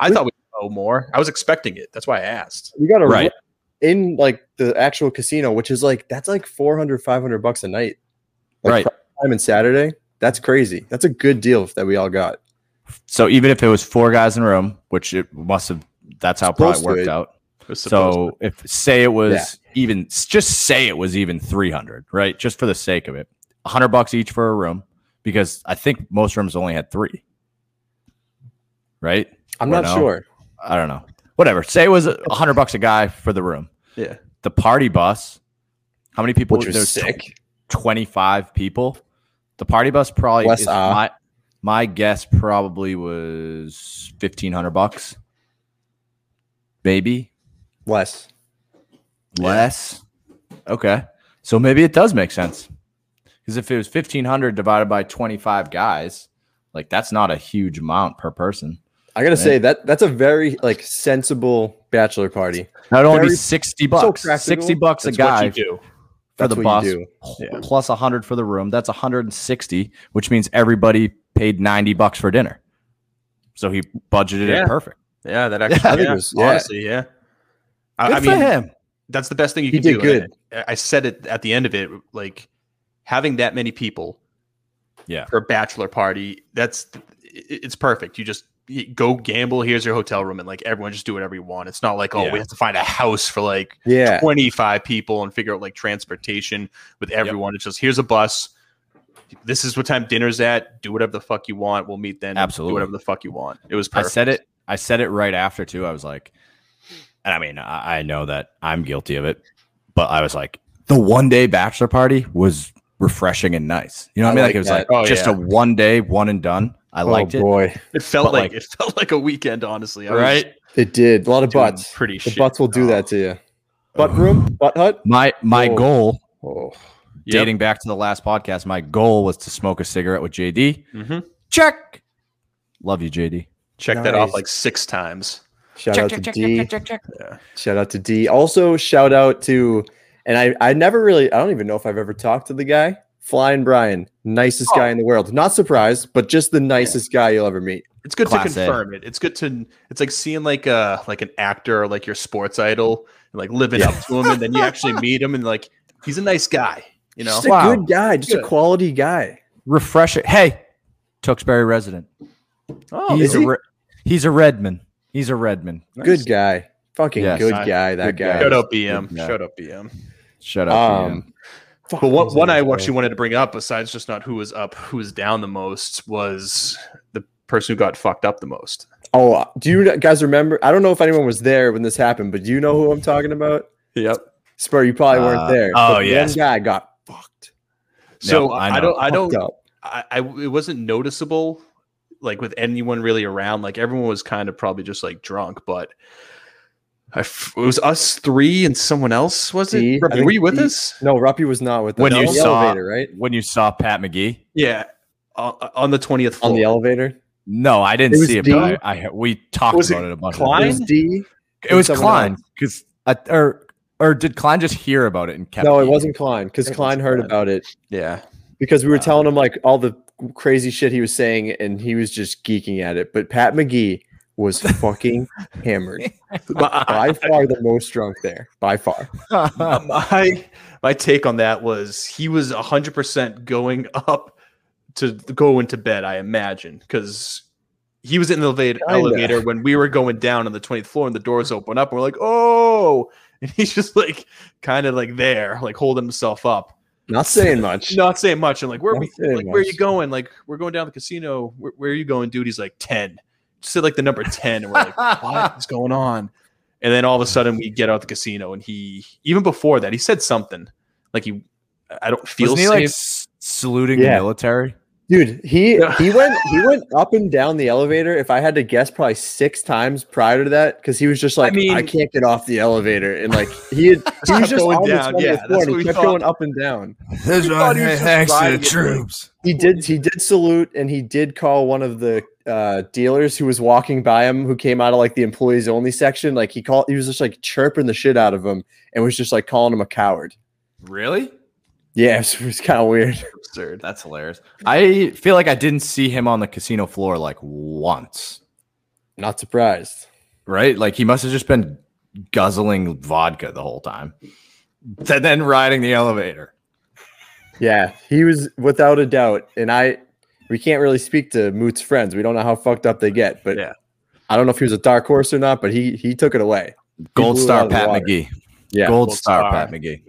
[SPEAKER 3] I
[SPEAKER 2] We-
[SPEAKER 3] thought we owe more. I was expecting it. That's why I asked.
[SPEAKER 2] We got a
[SPEAKER 4] Right.
[SPEAKER 2] in like the actual casino, which is like that's like 400, 500 bucks a night. Like,
[SPEAKER 4] Right.
[SPEAKER 2] prime Time and Saturday. That's crazy. That's a good deal that we all got.
[SPEAKER 4] So even if it was four guys in a room, which it must have that's how probably
[SPEAKER 2] Supposed to
[SPEAKER 4] worked
[SPEAKER 2] it.
[SPEAKER 4] out.
[SPEAKER 3] It was supposed
[SPEAKER 4] So if say it was even just say it was even 300, right? Just for the sake of it. 100 bucks each for a room because I think most rooms only had 3. Right?
[SPEAKER 2] I'm
[SPEAKER 4] Or
[SPEAKER 2] not
[SPEAKER 4] no.
[SPEAKER 2] sure.
[SPEAKER 4] I don't know. Whatever. Say it was 100 bucks a guy for the room.
[SPEAKER 3] to- yeah.
[SPEAKER 4] The party bus, how many people
[SPEAKER 2] Which was
[SPEAKER 4] there's
[SPEAKER 2] sick.
[SPEAKER 4] 25 people. The party bus probably
[SPEAKER 2] West
[SPEAKER 4] is
[SPEAKER 2] Ah.
[SPEAKER 4] my my guess probably was 1500 bucks. Maybe
[SPEAKER 2] Less.
[SPEAKER 4] less. Okay. So maybe it does make sense. Because if it was 1500 divided by 25 guys, like that's not a huge amount per person.
[SPEAKER 2] I gotta say that that's a very like sensible bachelor party.
[SPEAKER 4] That would only be
[SPEAKER 2] Very-
[SPEAKER 4] 60 bucks.
[SPEAKER 2] practical.
[SPEAKER 4] 60 bucks a
[SPEAKER 3] That's what
[SPEAKER 4] guy
[SPEAKER 3] you do.
[SPEAKER 4] for
[SPEAKER 2] That's
[SPEAKER 4] the
[SPEAKER 2] what
[SPEAKER 4] bus
[SPEAKER 2] you
[SPEAKER 4] pl- plus 100 for the room. That's 160, which means everybody paid 90 bucks for dinner. So he budgeted
[SPEAKER 3] Yeah.
[SPEAKER 4] it perfect.
[SPEAKER 3] Yeah, that
[SPEAKER 2] I think
[SPEAKER 3] actually.
[SPEAKER 2] it
[SPEAKER 3] Yeah,
[SPEAKER 2] was- yeah.
[SPEAKER 3] Honestly, yeah. I, I
[SPEAKER 4] Good for
[SPEAKER 3] mean,
[SPEAKER 4] him.
[SPEAKER 3] that's the best thing you
[SPEAKER 2] He
[SPEAKER 3] can do.
[SPEAKER 2] did good.
[SPEAKER 3] I, I said it at the end of it, like having that many people,
[SPEAKER 4] Yeah.
[SPEAKER 3] for a bachelor party, that's it- it's perfect. You just you go gamble. Here's your hotel room, and like everyone just do whatever you want. It's not like oh,
[SPEAKER 4] Yeah.
[SPEAKER 3] we have to find a house for like
[SPEAKER 4] Uh,
[SPEAKER 2] Yeah.
[SPEAKER 4] Oh,
[SPEAKER 3] 25 people and figure out like transportation with everyone. It's just here's a bus. This is what time dinner's at. Do whatever the fuck you want. We'll meet then.
[SPEAKER 4] Absolutely.
[SPEAKER 3] Do whatever the fuck you want. It was
[SPEAKER 4] I
[SPEAKER 3] perfect.
[SPEAKER 4] said it. I said it right after too. I was like, and I mean, I, I know that I'm guilty of it, but I was like, the one day bachelor party was refreshing and nice. You know what I,
[SPEAKER 2] I
[SPEAKER 4] mean? Like,
[SPEAKER 2] like
[SPEAKER 4] it was
[SPEAKER 2] that.
[SPEAKER 4] like
[SPEAKER 3] Oh,
[SPEAKER 4] just
[SPEAKER 3] yeah.
[SPEAKER 4] a one day, one and done. I liked
[SPEAKER 2] oh
[SPEAKER 4] it.
[SPEAKER 2] boy,
[SPEAKER 3] It felt
[SPEAKER 4] but,
[SPEAKER 3] like,
[SPEAKER 4] like-
[SPEAKER 3] it felt like a weekend, honestly. I was
[SPEAKER 4] Right?
[SPEAKER 2] it did a lot of
[SPEAKER 3] doing
[SPEAKER 2] butts.
[SPEAKER 3] Pretty
[SPEAKER 2] The
[SPEAKER 3] shit.
[SPEAKER 2] butts will do that to you. Butt room, butt hut.
[SPEAKER 4] My my
[SPEAKER 2] Whoa.
[SPEAKER 4] goal,
[SPEAKER 2] Oh,
[SPEAKER 3] Yep.
[SPEAKER 4] dating back to the last podcast, my goal was to smoke a cigarette with JD.
[SPEAKER 3] Mhm.
[SPEAKER 4] Check. Love you, JD.
[SPEAKER 3] Check that off
[SPEAKER 2] Nice.
[SPEAKER 3] like six times.
[SPEAKER 2] shout out to D.
[SPEAKER 3] Yeah.
[SPEAKER 2] Shout out to D. Also, shout out to, and I, I never really, I don't even know if I've ever talked to the guy, Flying Brian, nicest guy in the world. Not surprised, but just the nicest guy you'll ever meet.
[SPEAKER 3] It's good
[SPEAKER 4] Class
[SPEAKER 3] to
[SPEAKER 4] A.
[SPEAKER 3] confirm it. It's good to. It's like seeing like uh like an actor or like your sports idol and like living up to him, and then you actually meet him and like he's a nice guy. You know,
[SPEAKER 2] just a
[SPEAKER 4] Wow.
[SPEAKER 2] good guy, just
[SPEAKER 3] Good.
[SPEAKER 2] a quality guy.
[SPEAKER 4] Refreshing. Hey, Tewksbury resident.
[SPEAKER 3] oh,
[SPEAKER 4] he's
[SPEAKER 2] is
[SPEAKER 4] a
[SPEAKER 2] he?
[SPEAKER 4] re- he's a Redman. He's a Redman.
[SPEAKER 2] Good guy, fucking
[SPEAKER 4] Yes.
[SPEAKER 2] good
[SPEAKER 3] Nice.
[SPEAKER 2] guy. That
[SPEAKER 4] Good
[SPEAKER 2] guy.
[SPEAKER 4] guy.
[SPEAKER 3] Shut up, BM.
[SPEAKER 4] Yeah.
[SPEAKER 3] Shut up, E BM.
[SPEAKER 4] Shut up. Ian.
[SPEAKER 2] Um, fuck,
[SPEAKER 3] But
[SPEAKER 2] what
[SPEAKER 3] what
[SPEAKER 2] was
[SPEAKER 3] one I
[SPEAKER 2] gonna
[SPEAKER 3] actually
[SPEAKER 2] say?
[SPEAKER 3] wanted to bring up, besides just not who was up, who was down the most, was the person who got fucked up the most.
[SPEAKER 2] Oh, do you guys remember? I don't know if anyone was there when this happened, but do you know who I'm talking about?
[SPEAKER 3] Yep.
[SPEAKER 2] Spur, you probably
[SPEAKER 4] Uh,
[SPEAKER 2] weren't there.
[SPEAKER 4] oh,
[SPEAKER 2] but
[SPEAKER 4] yes.
[SPEAKER 2] one guy got fucked.
[SPEAKER 3] So
[SPEAKER 4] Yep, I
[SPEAKER 3] I,
[SPEAKER 4] know.
[SPEAKER 3] don't. I
[SPEAKER 2] fucked
[SPEAKER 3] don't.
[SPEAKER 2] up.
[SPEAKER 3] I, I it wasn't noticeable like with anyone really around like everyone was kind of probably just like drunk but I f- it was us three and someone else was it
[SPEAKER 2] D, E, I
[SPEAKER 3] Ruby,
[SPEAKER 2] think
[SPEAKER 3] were you with
[SPEAKER 2] D-
[SPEAKER 3] us
[SPEAKER 2] No, Ruppy was not with us.
[SPEAKER 4] When
[SPEAKER 2] On
[SPEAKER 4] you
[SPEAKER 2] the
[SPEAKER 4] saw-
[SPEAKER 2] elevator, right?
[SPEAKER 4] when you saw Pat McGee?
[SPEAKER 3] yeah on, on the 20th floor
[SPEAKER 2] on the
[SPEAKER 4] Oh.
[SPEAKER 2] elevator.
[SPEAKER 4] No, I
[SPEAKER 2] It
[SPEAKER 4] didn't
[SPEAKER 2] was
[SPEAKER 4] see it,
[SPEAKER 2] Dean?
[SPEAKER 4] but I, I we talked
[SPEAKER 3] Was it
[SPEAKER 4] about it, a bunch.
[SPEAKER 3] Klein?
[SPEAKER 2] It was D.
[SPEAKER 4] It was
[SPEAKER 2] Someone
[SPEAKER 4] Klein
[SPEAKER 2] else.
[SPEAKER 4] because or or did Klein just hear about it and kept?
[SPEAKER 2] No, it
[SPEAKER 4] eating?
[SPEAKER 2] wasn't Klein because
[SPEAKER 3] It was
[SPEAKER 2] Klein heard
[SPEAKER 3] Klein.
[SPEAKER 2] about it
[SPEAKER 3] yeah
[SPEAKER 2] because we were
[SPEAKER 4] Wow.
[SPEAKER 2] telling him like all the crazy shit he was saying, and he was just geeking at it. But Pat McGee was fucking hammered
[SPEAKER 3] But I-
[SPEAKER 2] by far the most drunk there by far
[SPEAKER 3] I- my my take on that was he was 100% going up to go into bed i imagine because he was in the elevator,
[SPEAKER 2] Kinda.
[SPEAKER 3] elevator when we were going down on the 20th floor and the doors open up and we're like oh and he's just like kind of like there like holding himself up
[SPEAKER 2] not saying much
[SPEAKER 3] not saying much. I'm like, where are
[SPEAKER 2] Not
[SPEAKER 3] we?
[SPEAKER 2] saying
[SPEAKER 3] Like, where are you
[SPEAKER 2] much.
[SPEAKER 3] going? Like, we're going down to the casino. Where, where are you going, dude? He's like ten. Just said like the number ten, and we're like, what is going on? And then all of a sudden, we get out the casino, and he even before that, he said something like he, I don't feel
[SPEAKER 4] Wasn't he
[SPEAKER 3] safe.
[SPEAKER 4] like s- saluting
[SPEAKER 2] Yeah.
[SPEAKER 4] the military?
[SPEAKER 2] dude he
[SPEAKER 3] Yeah.
[SPEAKER 2] he went he went up and down the elevator if i had to guess probably six times prior to that because he was just like I,
[SPEAKER 3] mean-
[SPEAKER 2] can't get off the elevator and like he had, he
[SPEAKER 3] kept
[SPEAKER 2] was just
[SPEAKER 3] going
[SPEAKER 2] on
[SPEAKER 3] down,
[SPEAKER 2] the
[SPEAKER 3] yeah,
[SPEAKER 2] 20th
[SPEAKER 3] that's
[SPEAKER 2] floor and
[SPEAKER 3] what we
[SPEAKER 2] he kept
[SPEAKER 3] thought.
[SPEAKER 2] going up and down
[SPEAKER 4] This
[SPEAKER 3] thought he was just thanks to the riding it, troops.
[SPEAKER 2] He did. He did salute, and he did call one of the uh, dealers who was walking by him, who came out of like the employees only section. Like he called, he was just like chirping the shit out of him, and was just like calling him a coward.
[SPEAKER 4] Really?
[SPEAKER 2] Yeah, it was, kind of weird.
[SPEAKER 3] absurd.
[SPEAKER 4] That's hilarious. I feel like I didn't see him on the casino floor like once.
[SPEAKER 2] Not surprised.
[SPEAKER 4] Right? Like he must have just been guzzling vodka the whole time, Th- then riding the elevator.
[SPEAKER 2] Yeah, he was without a doubt, and I. We can't really speak to Moot's friends. We don't know how fucked up they get, but
[SPEAKER 3] Yeah.
[SPEAKER 2] I don't know if he was a dark horse or not, but he he took it away.
[SPEAKER 4] Gold
[SPEAKER 2] blew it out
[SPEAKER 4] star
[SPEAKER 2] of the
[SPEAKER 4] Pat
[SPEAKER 2] water.
[SPEAKER 4] McGee.
[SPEAKER 2] Yeah.
[SPEAKER 4] Gold
[SPEAKER 3] Gold
[SPEAKER 4] star
[SPEAKER 3] star.
[SPEAKER 4] Pat McGee.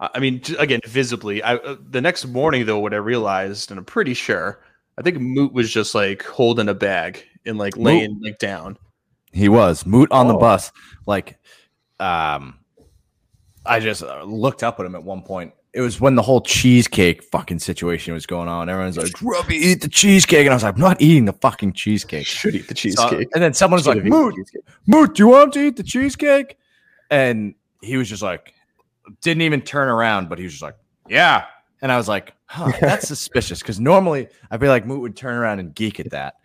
[SPEAKER 3] I I mean, j- again, visibly. I uh, the next morning though, what I realized, and I'm pretty sure, I think Moot was just like holding a bag and like
[SPEAKER 4] Moot-
[SPEAKER 3] laying like down.
[SPEAKER 4] He was moot on the
[SPEAKER 2] Oh.
[SPEAKER 4] bus. Like, um, I just uh, looked up at him at one point. It was when the whole cheesecake fucking situation was going on. Everyone's like, "Robbie, eat the cheesecake," and I was like, "I'm not eating the fucking cheesecake."
[SPEAKER 3] Should eat the
[SPEAKER 4] So-
[SPEAKER 3] cheesecake.
[SPEAKER 4] and then someone was like,
[SPEAKER 2] Should've eaten
[SPEAKER 4] "Moot,
[SPEAKER 2] cheesecake.
[SPEAKER 4] Moot, do you want to eat the cheesecake?" And he was just like, didn't even turn around, but he was just like, "Yeah." And I was like, huh, "That's suspicious," because normally I feel like Moot would turn around and geek at that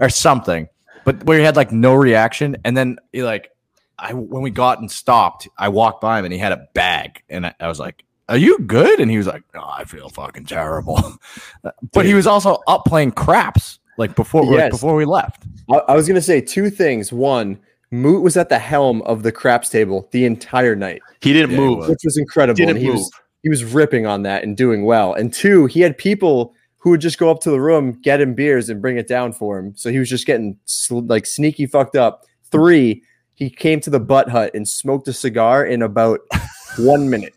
[SPEAKER 4] or something, but where he had like no reaction, and then he like, I when we got and stopped, I walked by him and he had a bag, and I, I was like. Are you good? And he was like, "No, I feel fucking terrible." but he was also up playing craps like before like,
[SPEAKER 2] Yes.
[SPEAKER 4] before we left.
[SPEAKER 2] I, I was gonna say two things. One, Moot was at the helm of the craps table the entire night,
[SPEAKER 3] He didn't
[SPEAKER 4] Yeah, he
[SPEAKER 3] move.
[SPEAKER 4] was.
[SPEAKER 2] which was incredible.
[SPEAKER 3] Didn't
[SPEAKER 2] and he
[SPEAKER 3] move.
[SPEAKER 2] was he was ripping on that and doing well. And two, he had people who would just go up to the room, get him beers, and bring it down for him. So he was just getting sl- like sneaky fucked up. Three, he came to the butt hut and smoked a cigar in about one minute.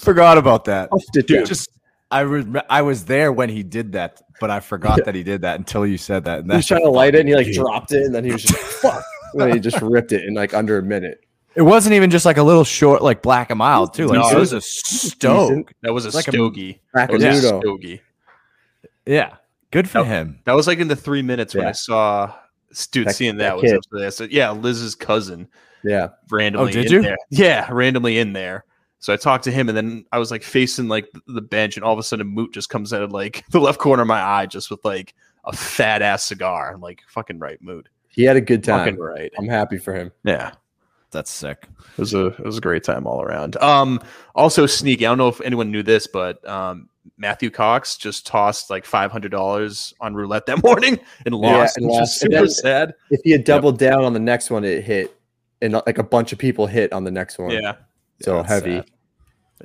[SPEAKER 4] Forgot about that.
[SPEAKER 2] Puffed it down.
[SPEAKER 4] Dude, just I was I was there when he did that, but I forgot that he did that until you said that. And
[SPEAKER 2] he was
[SPEAKER 4] that's
[SPEAKER 2] trying to light it and he like
[SPEAKER 4] Dude.
[SPEAKER 2] dropped it and then he was just like, fuck. And then he just ripped it in like under a minute.
[SPEAKER 4] it wasn't even just like a little short, like black and mild too. Like
[SPEAKER 3] No,
[SPEAKER 4] it
[SPEAKER 3] it
[SPEAKER 4] was a
[SPEAKER 2] decent.
[SPEAKER 4] stoke.
[SPEAKER 3] That was a
[SPEAKER 4] Like a-
[SPEAKER 3] stogie.
[SPEAKER 2] Back
[SPEAKER 3] that was
[SPEAKER 2] of
[SPEAKER 3] a
[SPEAKER 2] Nudo.
[SPEAKER 3] stogie.
[SPEAKER 4] Yeah, good for
[SPEAKER 3] Yep.
[SPEAKER 4] him.
[SPEAKER 3] That was like in the three minutes when
[SPEAKER 2] Yeah.
[SPEAKER 3] I saw dude
[SPEAKER 2] That-
[SPEAKER 3] seeing
[SPEAKER 2] that
[SPEAKER 3] that, was
[SPEAKER 2] kid.
[SPEAKER 3] absolutely. I said, yeah, Liz's cousin
[SPEAKER 2] Yeah.
[SPEAKER 3] randomly.
[SPEAKER 4] Oh, did
[SPEAKER 3] in
[SPEAKER 4] you?
[SPEAKER 3] There. Yeah, randomly in there. So I talked to him, and then I was like facing like the bench, and all of a sudden Moot just comes out of like the left corner of my eye, just with like a fat ass cigar. I'm like, fucking right, Moot.
[SPEAKER 2] He had a good time.
[SPEAKER 3] Fucking right.
[SPEAKER 2] I'm happy for him.
[SPEAKER 3] Yeah,
[SPEAKER 4] That's sick.
[SPEAKER 3] it was a it was a great time all around. Um, also sneaky. I don't know if anyone knew this, but um, Matthew Cox just tossed like five hundred dollars on roulette that morning and lost.
[SPEAKER 2] and
[SPEAKER 3] which is
[SPEAKER 2] lost. And
[SPEAKER 3] super
[SPEAKER 2] then-
[SPEAKER 3] sad.
[SPEAKER 2] If he had doubled down on the next one, it hit. And like a bunch of people hit on the next one.
[SPEAKER 3] Yeah,
[SPEAKER 2] So
[SPEAKER 4] That's
[SPEAKER 2] heavy.
[SPEAKER 4] sad.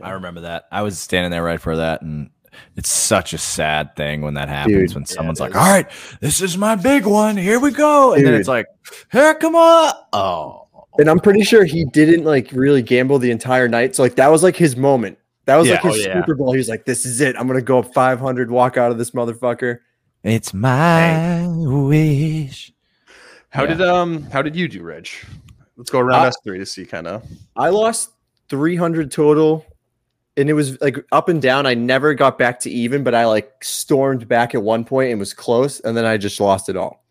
[SPEAKER 4] I remember that. I was standing there right for that, and it's such a sad thing when that happens.
[SPEAKER 2] Dude.
[SPEAKER 4] when
[SPEAKER 3] Yeah,
[SPEAKER 4] someone's
[SPEAKER 3] it
[SPEAKER 4] like,
[SPEAKER 3] is.
[SPEAKER 4] "All right, this is my big one. Here we go," and then
[SPEAKER 2] Dude.
[SPEAKER 4] it's like, "Here come on!" Oh,
[SPEAKER 2] And I'm pretty sure he didn't like really gamble the entire night. So like that was like his moment. That was like
[SPEAKER 3] Yeah.
[SPEAKER 2] his
[SPEAKER 3] Oh, yeah.
[SPEAKER 2] Super Bowl. He was like, "This is it. I'm gonna go up 500, walk out of this motherfucker."
[SPEAKER 4] It's my wish.
[SPEAKER 3] How
[SPEAKER 4] Yeah.
[SPEAKER 3] did um how did you do, Reg? Let's go around
[SPEAKER 2] Uh,
[SPEAKER 3] us three to see kind of.
[SPEAKER 2] I lost 300 total, and it was like up and down. I never got back to even, but I like stormed back at one point and was close, and then I just lost it all.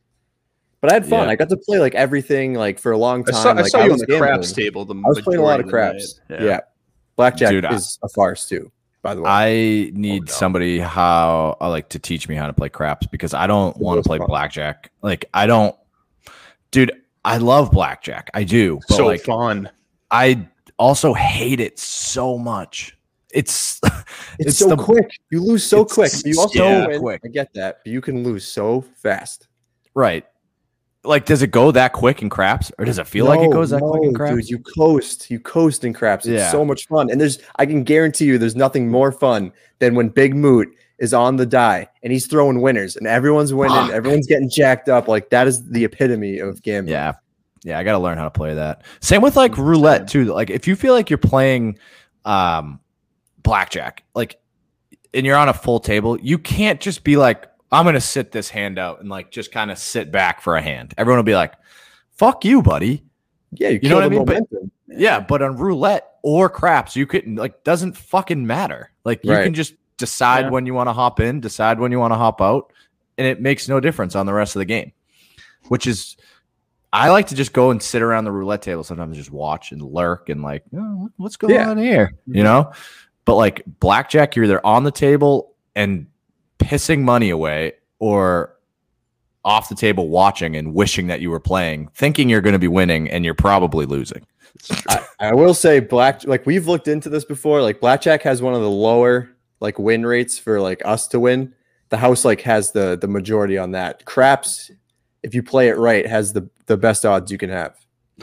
[SPEAKER 2] But I had fun.
[SPEAKER 4] Yeah.
[SPEAKER 2] I got to play like everything like for a long
[SPEAKER 3] I
[SPEAKER 2] time.
[SPEAKER 3] saw, I
[SPEAKER 2] like,
[SPEAKER 3] saw you on
[SPEAKER 2] was
[SPEAKER 3] the
[SPEAKER 2] gambling.
[SPEAKER 3] craps table. The
[SPEAKER 2] I was playing a lot of craps. Yeah. blackjack
[SPEAKER 4] Dude, I-
[SPEAKER 2] is a farce too. By the way,
[SPEAKER 4] I need
[SPEAKER 3] no.
[SPEAKER 4] somebody how uh, like to teach me how to play craps because I don't
[SPEAKER 2] The
[SPEAKER 4] want to
[SPEAKER 2] most
[SPEAKER 4] play
[SPEAKER 2] fun.
[SPEAKER 4] blackjack. Like I don't, dude. I love blackjack. I do, but
[SPEAKER 3] So
[SPEAKER 4] like
[SPEAKER 3] fun.
[SPEAKER 4] I also hate it so much. It's
[SPEAKER 2] it's,
[SPEAKER 4] it's
[SPEAKER 2] so
[SPEAKER 4] the-
[SPEAKER 2] quick. You lose so
[SPEAKER 4] it's
[SPEAKER 2] quick. You also
[SPEAKER 3] so
[SPEAKER 2] win.
[SPEAKER 4] quick.
[SPEAKER 2] I get that, but you can lose so fast.
[SPEAKER 4] right. Like, does it go that quick in craps, or does it feel like it
[SPEAKER 2] No,
[SPEAKER 4] goes that quick in
[SPEAKER 2] no,
[SPEAKER 4] craps?
[SPEAKER 2] Dude, you coast, you coast in craps. It's
[SPEAKER 4] Yeah.
[SPEAKER 2] so much fun. And there's I can guarantee you there's nothing more fun than when Big Moot is on the die and he's throwing winners and everyone's winning,
[SPEAKER 4] Fuck.
[SPEAKER 2] everyone's getting jacked up. Like that is the epitome of gambling.
[SPEAKER 4] Yeah. Yeah, I got to learn how to play that. Same with like roulette too. Like if you feel like you're playing um blackjack, like and you're on a full table, you can't just be like I'm going to sit this hand out and like just kind of sit back for a hand. Everyone will be like, "Fuck you, buddy."
[SPEAKER 2] Yeah, you,
[SPEAKER 4] You know
[SPEAKER 2] kill
[SPEAKER 4] what I
[SPEAKER 2] the
[SPEAKER 4] mean? But-
[SPEAKER 2] momentum.
[SPEAKER 4] Yeah, but on roulette or craps, you can like doesn't fucking matter. Like you
[SPEAKER 2] Right.
[SPEAKER 4] can just decide
[SPEAKER 3] Yeah.
[SPEAKER 4] when you want to hop in, decide when you want to hop out, and it makes no difference on the rest of the game. Which is I like to just go and sit around the roulette table sometimes and just watch and lurk and like, "Oh, what's going
[SPEAKER 2] Yeah.
[SPEAKER 4] on here? You know? But like blackjack, you're either on the table and pissing money away or off the table watching and wishing that you were playing, thinking you're going to be winning and you're probably losing.
[SPEAKER 2] I, I will say black like we've looked into this before. Like blackjack has one of the lower like win rates for like us to win. The house like has the the majority on that. Craps, if you play it right, has the the best odds you can have.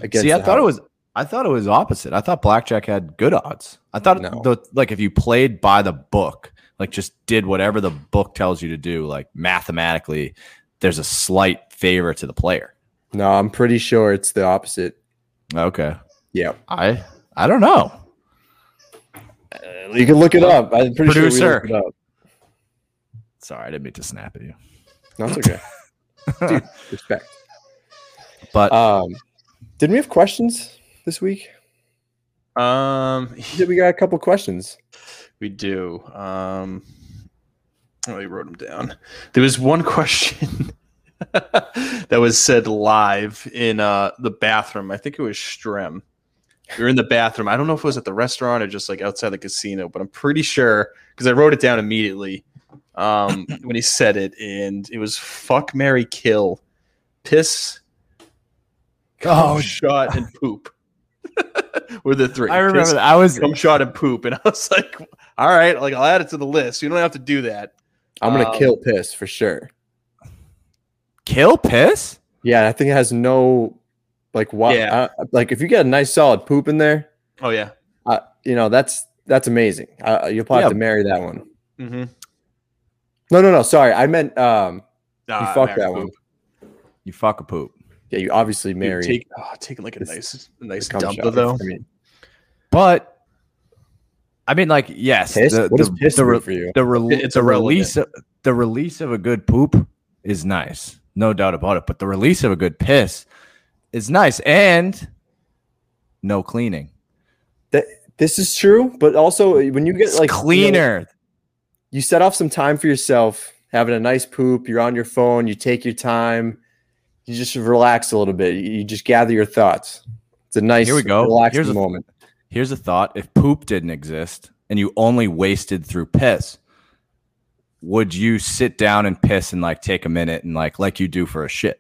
[SPEAKER 2] Against
[SPEAKER 4] See, I
[SPEAKER 2] the
[SPEAKER 4] thought it
[SPEAKER 2] house.
[SPEAKER 4] was I thought it was opposite. I thought blackjack had good odds. I thought
[SPEAKER 2] No.
[SPEAKER 4] the like if you played by the book, like just did whatever the book tells you to do, like mathematically, there's a slight favor to the player.
[SPEAKER 2] No, I'm pretty sure it's the opposite.
[SPEAKER 4] Okay.
[SPEAKER 2] Yeah,
[SPEAKER 4] I I don't know.
[SPEAKER 2] you can look it up. I'm pretty sure
[SPEAKER 4] Producer.
[SPEAKER 2] we looked it up.
[SPEAKER 4] Sorry, I didn't mean to snap at you.
[SPEAKER 2] No, it's okay. Dude, respect.
[SPEAKER 4] But
[SPEAKER 2] Um, didn't we have questions this week?
[SPEAKER 3] Um,
[SPEAKER 2] Yeah, we got a couple questions.
[SPEAKER 3] we do. Um, oh, I wrote them down. There was one question that was said live in uh, the bathroom. I think it was Strem. We were in the bathroom. I don't know if it was at the restaurant or just like outside the casino, but I'm pretty sure because I wrote it down immediately um, when he said it, and it was "fuck, Mary, kill, piss,
[SPEAKER 4] oh,
[SPEAKER 3] shot, and poop." were the three?
[SPEAKER 4] I
[SPEAKER 3] Piss,
[SPEAKER 4] remember that. I was
[SPEAKER 3] cum shot and poop and i was like all right like i'll add it to the list you don't have to do that
[SPEAKER 2] I'm gonna
[SPEAKER 3] Um,
[SPEAKER 2] kill piss for sure.
[SPEAKER 4] kill piss.
[SPEAKER 2] Yeah, I think it has no like what.
[SPEAKER 3] Yeah.
[SPEAKER 2] I- like if you get a nice solid poop in there,
[SPEAKER 3] oh yeah
[SPEAKER 2] uh, you know that's that's amazing. Uh, you'll probably have
[SPEAKER 4] Yeah.
[SPEAKER 2] to marry that one.
[SPEAKER 3] mm-hmm.
[SPEAKER 2] No, no, no. Sorry, I meant um.
[SPEAKER 3] nah,
[SPEAKER 2] fucked
[SPEAKER 3] Mary
[SPEAKER 2] that
[SPEAKER 3] poop.
[SPEAKER 2] one.
[SPEAKER 4] You fuck a poop.
[SPEAKER 2] Yeah, you obviously
[SPEAKER 3] Dude,
[SPEAKER 2] marry.
[SPEAKER 3] take, oh, taking like a
[SPEAKER 2] This-
[SPEAKER 3] nice a nice
[SPEAKER 2] the cum
[SPEAKER 3] dump
[SPEAKER 2] shot.
[SPEAKER 3] though
[SPEAKER 2] I mean,
[SPEAKER 4] But I mean, like, yes,
[SPEAKER 2] piss.
[SPEAKER 4] the,
[SPEAKER 2] what
[SPEAKER 4] the,
[SPEAKER 2] is piss
[SPEAKER 4] the,
[SPEAKER 2] do
[SPEAKER 4] re-
[SPEAKER 2] for you?
[SPEAKER 4] the, rel-
[SPEAKER 3] It- it's
[SPEAKER 4] the
[SPEAKER 3] irrelevant.
[SPEAKER 4] release of, the release of a good poop is nice, no doubt about it. But the release of a good piss is nice, and no cleaning.
[SPEAKER 2] This is true, but also uh, when you get
[SPEAKER 4] It's
[SPEAKER 2] like you know,
[SPEAKER 4] cleaner.
[SPEAKER 2] you set off some time for yourself, having a nice poop. You're on your phone. You take your time. You just relax a little bit. You you just gather your thoughts. It's a nice,
[SPEAKER 4] Here we go.
[SPEAKER 2] relaxing
[SPEAKER 4] Here's a-
[SPEAKER 2] moment.
[SPEAKER 4] Here's a thought: If poop didn't exist and you only wasted through piss, would you sit down and piss and like take a minute and like like you do for a shit?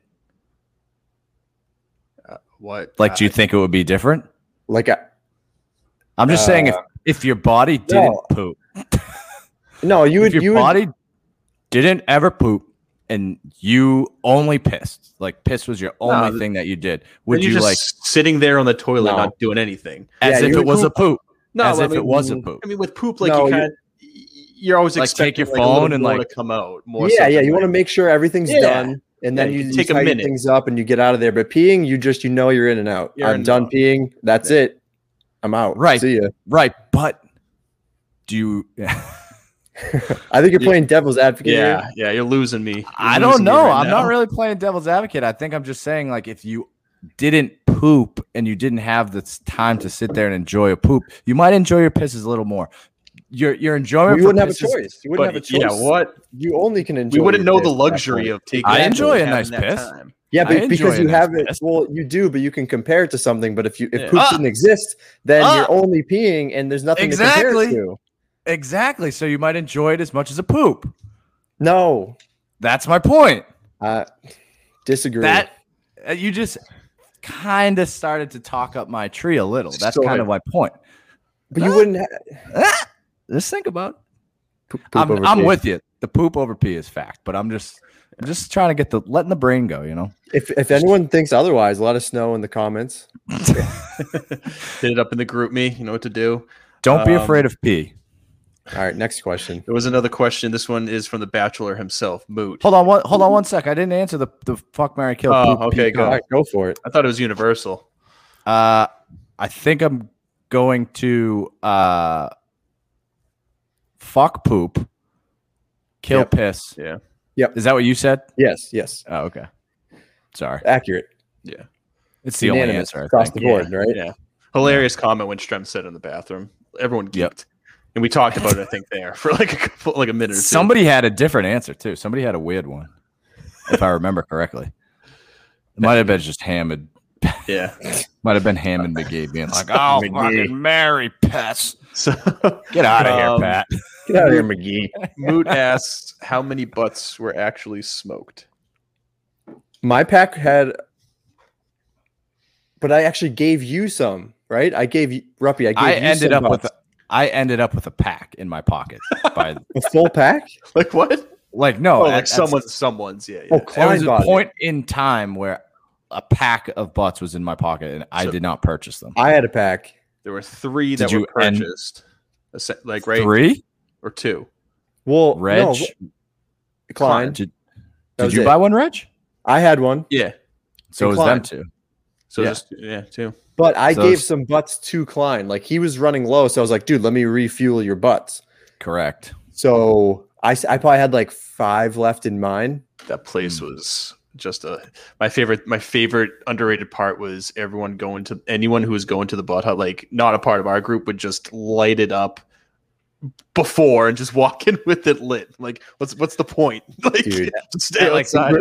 [SPEAKER 3] what
[SPEAKER 4] Like, do you
[SPEAKER 3] Uh,
[SPEAKER 4] think it would be different?
[SPEAKER 2] Like, uh, I,
[SPEAKER 4] I'm just saying if
[SPEAKER 2] Uh,
[SPEAKER 4] if your body didn't poop,
[SPEAKER 2] no, you
[SPEAKER 4] if
[SPEAKER 2] would.
[SPEAKER 4] your
[SPEAKER 2] You would,
[SPEAKER 4] body didn't ever poop and you only pissed, like piss was your only
[SPEAKER 3] th-
[SPEAKER 4] thing that you did,
[SPEAKER 3] then
[SPEAKER 4] would
[SPEAKER 3] you're
[SPEAKER 4] you
[SPEAKER 3] just
[SPEAKER 4] like
[SPEAKER 3] sitting there on the toilet
[SPEAKER 2] No.
[SPEAKER 3] not doing anything
[SPEAKER 4] as
[SPEAKER 2] Yeah,
[SPEAKER 4] if
[SPEAKER 2] you
[SPEAKER 4] it was a poop,
[SPEAKER 3] no
[SPEAKER 4] as
[SPEAKER 3] I
[SPEAKER 4] if
[SPEAKER 3] mean,
[SPEAKER 4] it was a
[SPEAKER 2] mm,
[SPEAKER 4] poop?
[SPEAKER 3] i mean with poop like
[SPEAKER 2] No,
[SPEAKER 3] you
[SPEAKER 2] you-
[SPEAKER 3] kind you're always
[SPEAKER 4] Like,
[SPEAKER 3] expecting
[SPEAKER 4] take your
[SPEAKER 3] a little
[SPEAKER 4] phone and,
[SPEAKER 3] more
[SPEAKER 4] like-
[SPEAKER 3] to come out more
[SPEAKER 2] yeah, yeah.
[SPEAKER 3] something
[SPEAKER 2] You want to
[SPEAKER 3] like-
[SPEAKER 2] make sure everything's
[SPEAKER 3] Yeah.
[SPEAKER 2] done, and
[SPEAKER 3] Yeah,
[SPEAKER 2] then you,
[SPEAKER 3] you can
[SPEAKER 2] you
[SPEAKER 3] take a
[SPEAKER 2] tighten
[SPEAKER 3] minute.
[SPEAKER 2] things up and you get out of there. But peeing, you just you know you're in and out.
[SPEAKER 3] You're in
[SPEAKER 2] I'm
[SPEAKER 3] and
[SPEAKER 2] done
[SPEAKER 3] out.
[SPEAKER 2] peeing. That's it. I'm out.
[SPEAKER 4] Right.
[SPEAKER 2] See ya.
[SPEAKER 4] Right, but do you
[SPEAKER 2] I think you're playing devil's advocate.
[SPEAKER 3] yeah
[SPEAKER 2] here.
[SPEAKER 3] yeah you're losing me You're
[SPEAKER 4] I
[SPEAKER 3] losing
[SPEAKER 4] don't
[SPEAKER 3] me
[SPEAKER 4] know.
[SPEAKER 3] right
[SPEAKER 4] I'm
[SPEAKER 3] now.
[SPEAKER 4] not really playing devil's advocate. I think I'm just saying like if you didn't poop and you didn't have the s- time to sit there and enjoy a poop, you might enjoy your pisses a little more. Your your enjoyment
[SPEAKER 2] You
[SPEAKER 4] for
[SPEAKER 2] wouldn't have a
[SPEAKER 4] pisses-
[SPEAKER 2] choice. You wouldn't
[SPEAKER 3] But,
[SPEAKER 2] have a choice.
[SPEAKER 3] yeah what
[SPEAKER 2] You only can enjoy.
[SPEAKER 3] we wouldn't
[SPEAKER 2] your
[SPEAKER 3] know the
[SPEAKER 2] piss at that point.
[SPEAKER 3] luxgy of taking
[SPEAKER 4] I
[SPEAKER 3] that
[SPEAKER 4] enjoy a
[SPEAKER 3] having
[SPEAKER 4] nice
[SPEAKER 3] that
[SPEAKER 4] piss.
[SPEAKER 3] time.
[SPEAKER 2] Yeah,
[SPEAKER 4] I
[SPEAKER 2] but because
[SPEAKER 4] enjoy
[SPEAKER 2] you
[SPEAKER 4] a nice
[SPEAKER 2] have it,
[SPEAKER 4] piss.
[SPEAKER 2] well, you do, but you can compare it to something. But if you if
[SPEAKER 3] Yeah.
[SPEAKER 2] poop
[SPEAKER 4] Ah.
[SPEAKER 2] didn't exist, then
[SPEAKER 4] Ah.
[SPEAKER 2] you're only peeing, and there's nothing to compare it
[SPEAKER 4] Exactly.
[SPEAKER 2] to.
[SPEAKER 4] Exactly. So you might enjoy it as much as a poop.
[SPEAKER 2] No,
[SPEAKER 4] That's my point.
[SPEAKER 2] I disagree.
[SPEAKER 4] That uh, you just kind of started to talk up my tree a little. That's
[SPEAKER 3] Sorry.
[SPEAKER 4] kind of my point. Ah,
[SPEAKER 2] but you wouldn't. Ha-
[SPEAKER 4] Just think about. it.
[SPEAKER 2] poop, poop
[SPEAKER 4] I'm
[SPEAKER 2] over
[SPEAKER 4] I'm
[SPEAKER 2] pee.
[SPEAKER 4] with you. The poop over pee is fact, but I'm just I'm just trying to get the letting the brain go. You know.
[SPEAKER 2] If if anyone thinks otherwise, let us know in the comments.
[SPEAKER 3] Hit it up in the group me. You know what to do.
[SPEAKER 4] Don't be
[SPEAKER 3] Um,
[SPEAKER 4] afraid of pee.
[SPEAKER 2] All right, next question.
[SPEAKER 3] There was another question. This one is from the Bachelor himself, Moot.
[SPEAKER 4] Hold on, one, hold on one sec. I didn't answer the the fuck Mary kill.
[SPEAKER 3] Oh,
[SPEAKER 4] poop,
[SPEAKER 3] okay,
[SPEAKER 4] pee,
[SPEAKER 3] go.
[SPEAKER 2] All
[SPEAKER 4] cum.
[SPEAKER 2] right, go for it.
[SPEAKER 3] I thought it was Universal.
[SPEAKER 4] Uh, I think I'm going to uh, fuck poop, kill
[SPEAKER 2] Yep.
[SPEAKER 4] piss.
[SPEAKER 3] Yeah.
[SPEAKER 2] Yep.
[SPEAKER 4] Is that what you said?
[SPEAKER 2] Yes, yes,
[SPEAKER 4] Oh, okay. Sorry,
[SPEAKER 2] accurate.
[SPEAKER 4] it's the only
[SPEAKER 2] Unanimous
[SPEAKER 4] answer. I
[SPEAKER 2] across
[SPEAKER 4] think.
[SPEAKER 2] the board, right?
[SPEAKER 3] Yeah. Hilarious comment when Strem said in the bathroom. Everyone geeked.
[SPEAKER 4] Yep.
[SPEAKER 3] And we talked about it, I think, there for like a couple, like a minute or two.
[SPEAKER 4] Somebody had a different answer too. Somebody had a weird one, if I remember correctly. It might have been just Hammond.
[SPEAKER 3] Yeah.
[SPEAKER 4] Might have been Hammond McGee being like, "Oh, fucking Mary piss,
[SPEAKER 3] So
[SPEAKER 4] get out of
[SPEAKER 3] Um,
[SPEAKER 4] here, Pat."
[SPEAKER 2] Get out of here, McGee.
[SPEAKER 3] Moot asks how many butts were actually smoked.
[SPEAKER 2] My pack had, but I actually gave you some. Right, I gave you Ruppy. I, gave
[SPEAKER 4] I
[SPEAKER 2] you
[SPEAKER 4] ended
[SPEAKER 2] some
[SPEAKER 4] up with
[SPEAKER 2] bucks.
[SPEAKER 4] a, I ended up with a pack in my pocket by
[SPEAKER 2] a full pack.
[SPEAKER 3] Like what?
[SPEAKER 4] like no
[SPEAKER 3] Oh,
[SPEAKER 4] at-
[SPEAKER 3] like
[SPEAKER 4] at-
[SPEAKER 3] someone's, someone's. Yeah. yeah.
[SPEAKER 2] Oh,
[SPEAKER 4] There
[SPEAKER 2] Klein
[SPEAKER 4] was a
[SPEAKER 2] bought it.
[SPEAKER 4] point in time where a pack of butts was in my pocket and I
[SPEAKER 3] So-
[SPEAKER 4] did not purchase them.
[SPEAKER 2] I had a pack.
[SPEAKER 3] There were three
[SPEAKER 4] Did
[SPEAKER 3] that were
[SPEAKER 4] you end-
[SPEAKER 3] purchased. A se- Like, right?
[SPEAKER 4] Three,
[SPEAKER 3] Or two.
[SPEAKER 2] Well,
[SPEAKER 4] Reg,
[SPEAKER 2] no, Klein.
[SPEAKER 4] Did,
[SPEAKER 2] That
[SPEAKER 4] did
[SPEAKER 2] was
[SPEAKER 4] you
[SPEAKER 2] it.
[SPEAKER 4] buy one, Reg?
[SPEAKER 2] I had one.
[SPEAKER 3] Yeah.
[SPEAKER 4] So it was
[SPEAKER 2] Klein.
[SPEAKER 4] them two.
[SPEAKER 3] So
[SPEAKER 4] Yeah.
[SPEAKER 3] just yeah, too.
[SPEAKER 2] But I
[SPEAKER 4] So
[SPEAKER 2] gave
[SPEAKER 4] it's-
[SPEAKER 2] some butts to Klein. Like he was running low, so I was like, dude, let me refuel your butts.
[SPEAKER 4] Correct.
[SPEAKER 2] So I, s- I probably had like five left in mine.
[SPEAKER 3] That place was just a my favorite. My favorite underrated part was everyone going to anyone who was going to the butt hut, like not a part of our group, would just light it up before and just walk in with it lit. Like, what's what's the point? Like,
[SPEAKER 2] Dude.
[SPEAKER 3] just stay outside.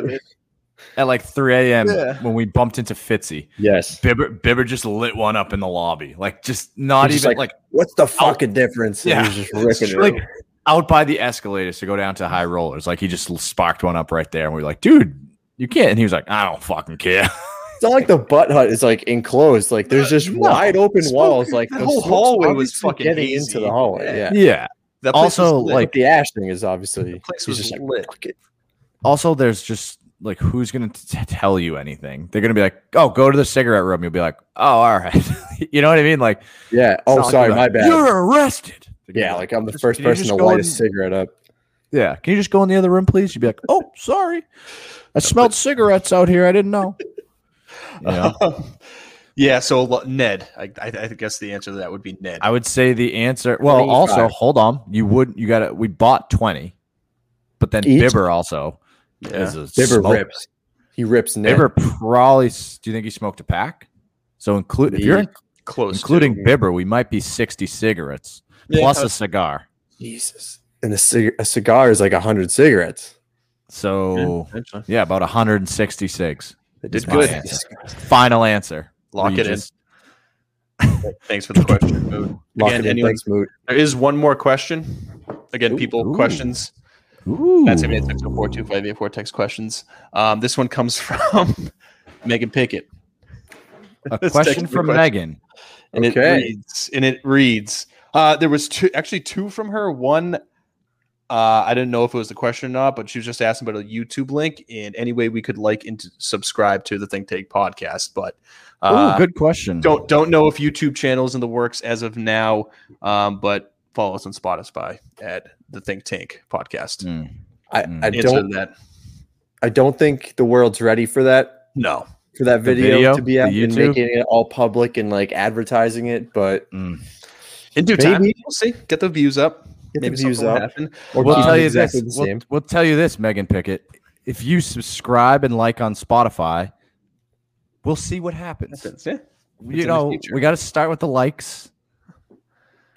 [SPEAKER 4] At like 3 a.m.
[SPEAKER 2] Yeah.
[SPEAKER 4] when we bumped into Fitzy,
[SPEAKER 2] Yes.
[SPEAKER 4] Bibber, Bibber just lit one up in the lobby. Like just not
[SPEAKER 2] He's just
[SPEAKER 4] even like,
[SPEAKER 2] What's the fucking difference? And
[SPEAKER 4] Yeah.
[SPEAKER 2] he was just wrecking it.
[SPEAKER 4] like out by the escalators to go down to high rollers. Like he just sparked one up right there. And we were like, dude, you can't. And he was like, I don't fucking care.
[SPEAKER 2] It's not like the butt hut is like enclosed. Like there's just
[SPEAKER 4] No.
[SPEAKER 2] wide open
[SPEAKER 3] Smoke-
[SPEAKER 2] walls. Like
[SPEAKER 3] that
[SPEAKER 2] the
[SPEAKER 3] whole
[SPEAKER 2] smoke's
[SPEAKER 3] hallway was
[SPEAKER 2] obviously
[SPEAKER 3] fucking
[SPEAKER 2] getting
[SPEAKER 3] hazy.
[SPEAKER 2] into the hallway. Yeah.
[SPEAKER 3] Yeah.
[SPEAKER 4] Yeah.
[SPEAKER 3] That
[SPEAKER 4] Also,
[SPEAKER 3] lit.
[SPEAKER 2] Like the ash thing is obviously
[SPEAKER 3] The place
[SPEAKER 2] he's
[SPEAKER 3] was
[SPEAKER 2] like,
[SPEAKER 3] lit.
[SPEAKER 2] "Fuck it."
[SPEAKER 4] also there's just like who's gonna t- t- tell you anything they're gonna be like oh go to the cigarette room you'll be like oh all right you know what i mean like
[SPEAKER 2] Yeah.
[SPEAKER 4] it's not
[SPEAKER 2] Oh,
[SPEAKER 4] like
[SPEAKER 2] sorry,
[SPEAKER 4] you're
[SPEAKER 2] my
[SPEAKER 4] like,
[SPEAKER 2] bad.
[SPEAKER 4] you're arrested They're gonna
[SPEAKER 2] yeah,
[SPEAKER 4] be
[SPEAKER 2] like I'm the
[SPEAKER 4] "Just-
[SPEAKER 2] first
[SPEAKER 4] can you
[SPEAKER 2] person
[SPEAKER 4] just
[SPEAKER 2] to
[SPEAKER 4] go
[SPEAKER 2] light
[SPEAKER 4] in-
[SPEAKER 2] a cigarette up.
[SPEAKER 4] yeah can you just go in the other room please you'd be like oh sorry i smelled cigarettes out here i didn't know You know?
[SPEAKER 3] yeah. So lo- Ned, I, I, I guess the answer to that would be Ned.
[SPEAKER 4] i would say the answer well also
[SPEAKER 2] 25.
[SPEAKER 4] hold on you would you gotta we bought 20 but then
[SPEAKER 2] Each?
[SPEAKER 4] bibber also is a
[SPEAKER 2] Bibber
[SPEAKER 4] smoker.
[SPEAKER 2] rips. He rips Ned.
[SPEAKER 4] bibber probably s- do you think he smoked a pack so include if you're
[SPEAKER 2] Yeah.
[SPEAKER 4] in
[SPEAKER 3] close, to.
[SPEAKER 4] including Bibber, we might be 60 cigarettes
[SPEAKER 3] Yeah.
[SPEAKER 4] plus a cigar.
[SPEAKER 2] Jesus. And a, cig- a cigar is like hundred cigarettes.
[SPEAKER 4] So
[SPEAKER 3] Yeah, actually.
[SPEAKER 4] yeah, about 166.
[SPEAKER 3] They did
[SPEAKER 4] my
[SPEAKER 3] good.
[SPEAKER 4] answer. Final answer.
[SPEAKER 3] Lock
[SPEAKER 4] We
[SPEAKER 3] it in.
[SPEAKER 4] just-
[SPEAKER 3] Thanks for the question. Moot.
[SPEAKER 2] Lock
[SPEAKER 3] Again,
[SPEAKER 2] it in,
[SPEAKER 3] anyone-
[SPEAKER 2] thanks, Moot.
[SPEAKER 3] There is one more question. Again,
[SPEAKER 4] Ooh,
[SPEAKER 3] people
[SPEAKER 4] ooh.
[SPEAKER 3] questions.
[SPEAKER 4] Ooh.
[SPEAKER 3] That's it. Text four two five eight four text questions. Um, this one comes from Megan Pickett.
[SPEAKER 4] A
[SPEAKER 3] That's
[SPEAKER 4] question
[SPEAKER 3] technically
[SPEAKER 4] from
[SPEAKER 3] question.
[SPEAKER 4] Megan.
[SPEAKER 3] and
[SPEAKER 2] Okay.
[SPEAKER 3] it reads and it reads uh there was two actually two from her one uh i didn't know if it was the question or not but she was just asking about a youtube link and any way we could like and subscribe to the think take podcast but uh
[SPEAKER 4] Ooh, good question.
[SPEAKER 3] don't don't know if youtube channels in the works as of now um but follow us on spotify at the think tank podcast
[SPEAKER 4] Mm.
[SPEAKER 2] I,
[SPEAKER 4] Mm.
[SPEAKER 2] I
[SPEAKER 3] Answer
[SPEAKER 2] don't
[SPEAKER 3] that
[SPEAKER 2] I don't think the world's ready for that
[SPEAKER 3] no
[SPEAKER 2] for that
[SPEAKER 4] The
[SPEAKER 2] video,
[SPEAKER 4] video?
[SPEAKER 2] to be out
[SPEAKER 4] The
[SPEAKER 2] and
[SPEAKER 4] YouTube?
[SPEAKER 2] making it all public and like advertising it, but
[SPEAKER 4] Mm.
[SPEAKER 3] in due time
[SPEAKER 2] Maybe.
[SPEAKER 3] we'll see get the views up
[SPEAKER 2] Get the
[SPEAKER 3] maybe something
[SPEAKER 2] views
[SPEAKER 3] will
[SPEAKER 2] up.
[SPEAKER 3] happen.
[SPEAKER 2] Or
[SPEAKER 4] We'll
[SPEAKER 2] keep
[SPEAKER 4] tell
[SPEAKER 2] it
[SPEAKER 4] you
[SPEAKER 2] exactly
[SPEAKER 4] this.
[SPEAKER 2] the
[SPEAKER 4] We'll,
[SPEAKER 2] same.
[SPEAKER 4] we'll tell you this, Megan Pickett. If you subscribe and like on Spotify, we'll see what happens.
[SPEAKER 3] yeah It's
[SPEAKER 4] You
[SPEAKER 3] in the
[SPEAKER 4] know,
[SPEAKER 3] future.
[SPEAKER 4] we got to start with the likes,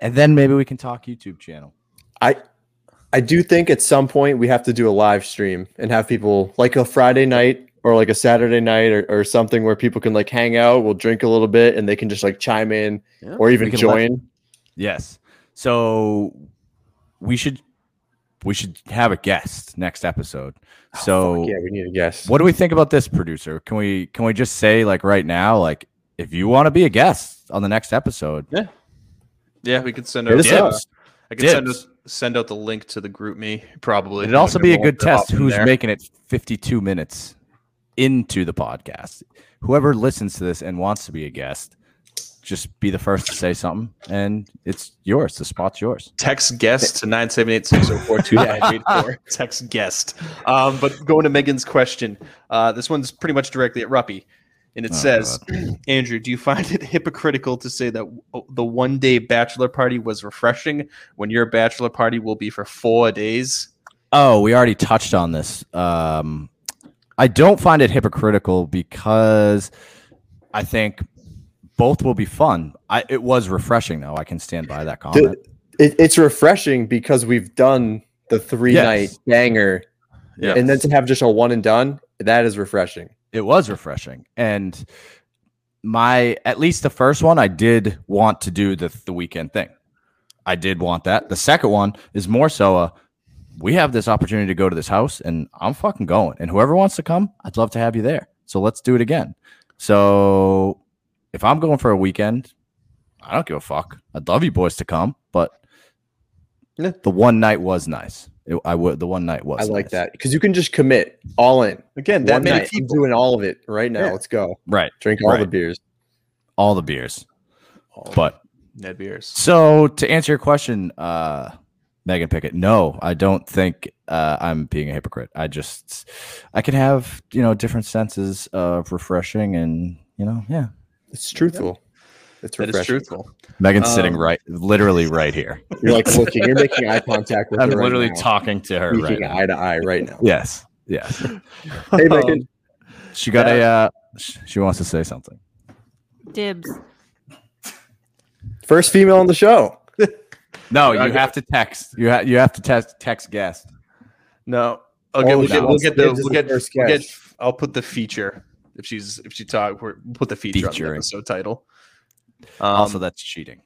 [SPEAKER 4] and then maybe we can talk YouTube channel.
[SPEAKER 2] I do think at some point we have to do a live stream and have people like a Friday night or like a Saturday night or, or something where people can like hang out, we'll drink a little bit and they can just like chime in
[SPEAKER 3] Yeah.
[SPEAKER 2] or even
[SPEAKER 4] We can
[SPEAKER 2] join.
[SPEAKER 4] Yes. So we should we should have a guest next episode. So
[SPEAKER 2] Fuck yeah, we need a guess.
[SPEAKER 4] what do we think about this producer? Can we can we just say like right now like if you want to be a guest on the next episode,
[SPEAKER 3] yeah we could send
[SPEAKER 2] Hit
[SPEAKER 3] out
[SPEAKER 2] us up.
[SPEAKER 3] yeah. I could send,
[SPEAKER 4] Dibs.
[SPEAKER 3] us, send out the link to the group me probably.
[SPEAKER 4] it'd also be a
[SPEAKER 3] We'll
[SPEAKER 4] good
[SPEAKER 3] put it up
[SPEAKER 4] test
[SPEAKER 3] in
[SPEAKER 4] who's
[SPEAKER 3] there.
[SPEAKER 4] making it 52 minutes into the podcast. Whoever listens to this and wants to be a guest, just be the first to say something and it's yours. The spot's yours.
[SPEAKER 3] text guest to 978-604-2984. text guest. Um, but going to Megan's question. Uh, this one's pretty much directly at Ruppy. And it
[SPEAKER 4] Oh,
[SPEAKER 3] says, Andrew, do you find it hypocritical to say that w- the one day bachelor party was refreshing when your bachelor party will be for four days?
[SPEAKER 4] Oh, we already touched on this. Um, I don't find it hypocritical because I think both will be fun. I, it was refreshing, though. I can stand by that
[SPEAKER 2] The-
[SPEAKER 4] comment.
[SPEAKER 2] it, it's refreshing because we've done the three
[SPEAKER 4] Yes.
[SPEAKER 2] night banger
[SPEAKER 3] Yeah.
[SPEAKER 2] and then to have just a one and done that is refreshing
[SPEAKER 4] it was refreshing, and my at least the first one, I did want to do the the weekend thing. I did want that. The second one is more so a we have this opportunity to go to this house, and I'm fucking going. And whoever wants to come, I'd love to have you there. So let's do it again. So if I'm going for a weekend, I don't give a fuck. I'd love you boys to come, but
[SPEAKER 3] Yeah.
[SPEAKER 4] the one night was nice. It, I would. The one night was.
[SPEAKER 2] i like
[SPEAKER 4] nice.
[SPEAKER 2] that because you can just commit all in
[SPEAKER 3] Again,
[SPEAKER 2] one
[SPEAKER 3] that many
[SPEAKER 2] night. I'm
[SPEAKER 3] people.
[SPEAKER 2] doing all of it right now
[SPEAKER 3] Yeah.
[SPEAKER 2] let's go
[SPEAKER 4] Right.
[SPEAKER 2] drink all the
[SPEAKER 4] Right.
[SPEAKER 2] beers
[SPEAKER 4] All the beers,
[SPEAKER 3] Oh,
[SPEAKER 4] but
[SPEAKER 3] Ned Beers.
[SPEAKER 4] So to answer your question, uh, Megan Pickett. No, I don't think uh, I'm being a hypocrite. I just I can have you know different senses of refreshing and you know yeah.
[SPEAKER 2] It's truthful. It's
[SPEAKER 3] That
[SPEAKER 2] refreshing.
[SPEAKER 3] is truthful.
[SPEAKER 4] Megan's
[SPEAKER 3] Um,
[SPEAKER 4] sitting right, literally right here.
[SPEAKER 2] You're like looking. You're making eye contact with
[SPEAKER 4] I'm
[SPEAKER 2] her right
[SPEAKER 4] literally
[SPEAKER 2] now.
[SPEAKER 4] talking to her right.
[SPEAKER 2] Speaking
[SPEAKER 4] Now.
[SPEAKER 2] eye to eye right now.
[SPEAKER 4] Yes, yes.
[SPEAKER 2] Hey, Megan.
[SPEAKER 4] She got a. Uh, sh- she wants to say something.
[SPEAKER 5] Dibs.
[SPEAKER 2] First female on the show.
[SPEAKER 4] No, you
[SPEAKER 3] Okay.
[SPEAKER 4] have to text. You have you have to text text guest.
[SPEAKER 3] No. Okay,
[SPEAKER 2] Oh,
[SPEAKER 3] we'll
[SPEAKER 2] she
[SPEAKER 3] get, we'll
[SPEAKER 2] wants
[SPEAKER 3] get
[SPEAKER 2] kids
[SPEAKER 3] the
[SPEAKER 2] as
[SPEAKER 3] we'll
[SPEAKER 2] the
[SPEAKER 3] get,
[SPEAKER 2] first
[SPEAKER 3] we'll get
[SPEAKER 2] guest.
[SPEAKER 3] I'll put the feature if she's if she talk we're, we'll put the feature on
[SPEAKER 4] Featuring.
[SPEAKER 3] the episode title. Um,
[SPEAKER 4] also, that's cheating.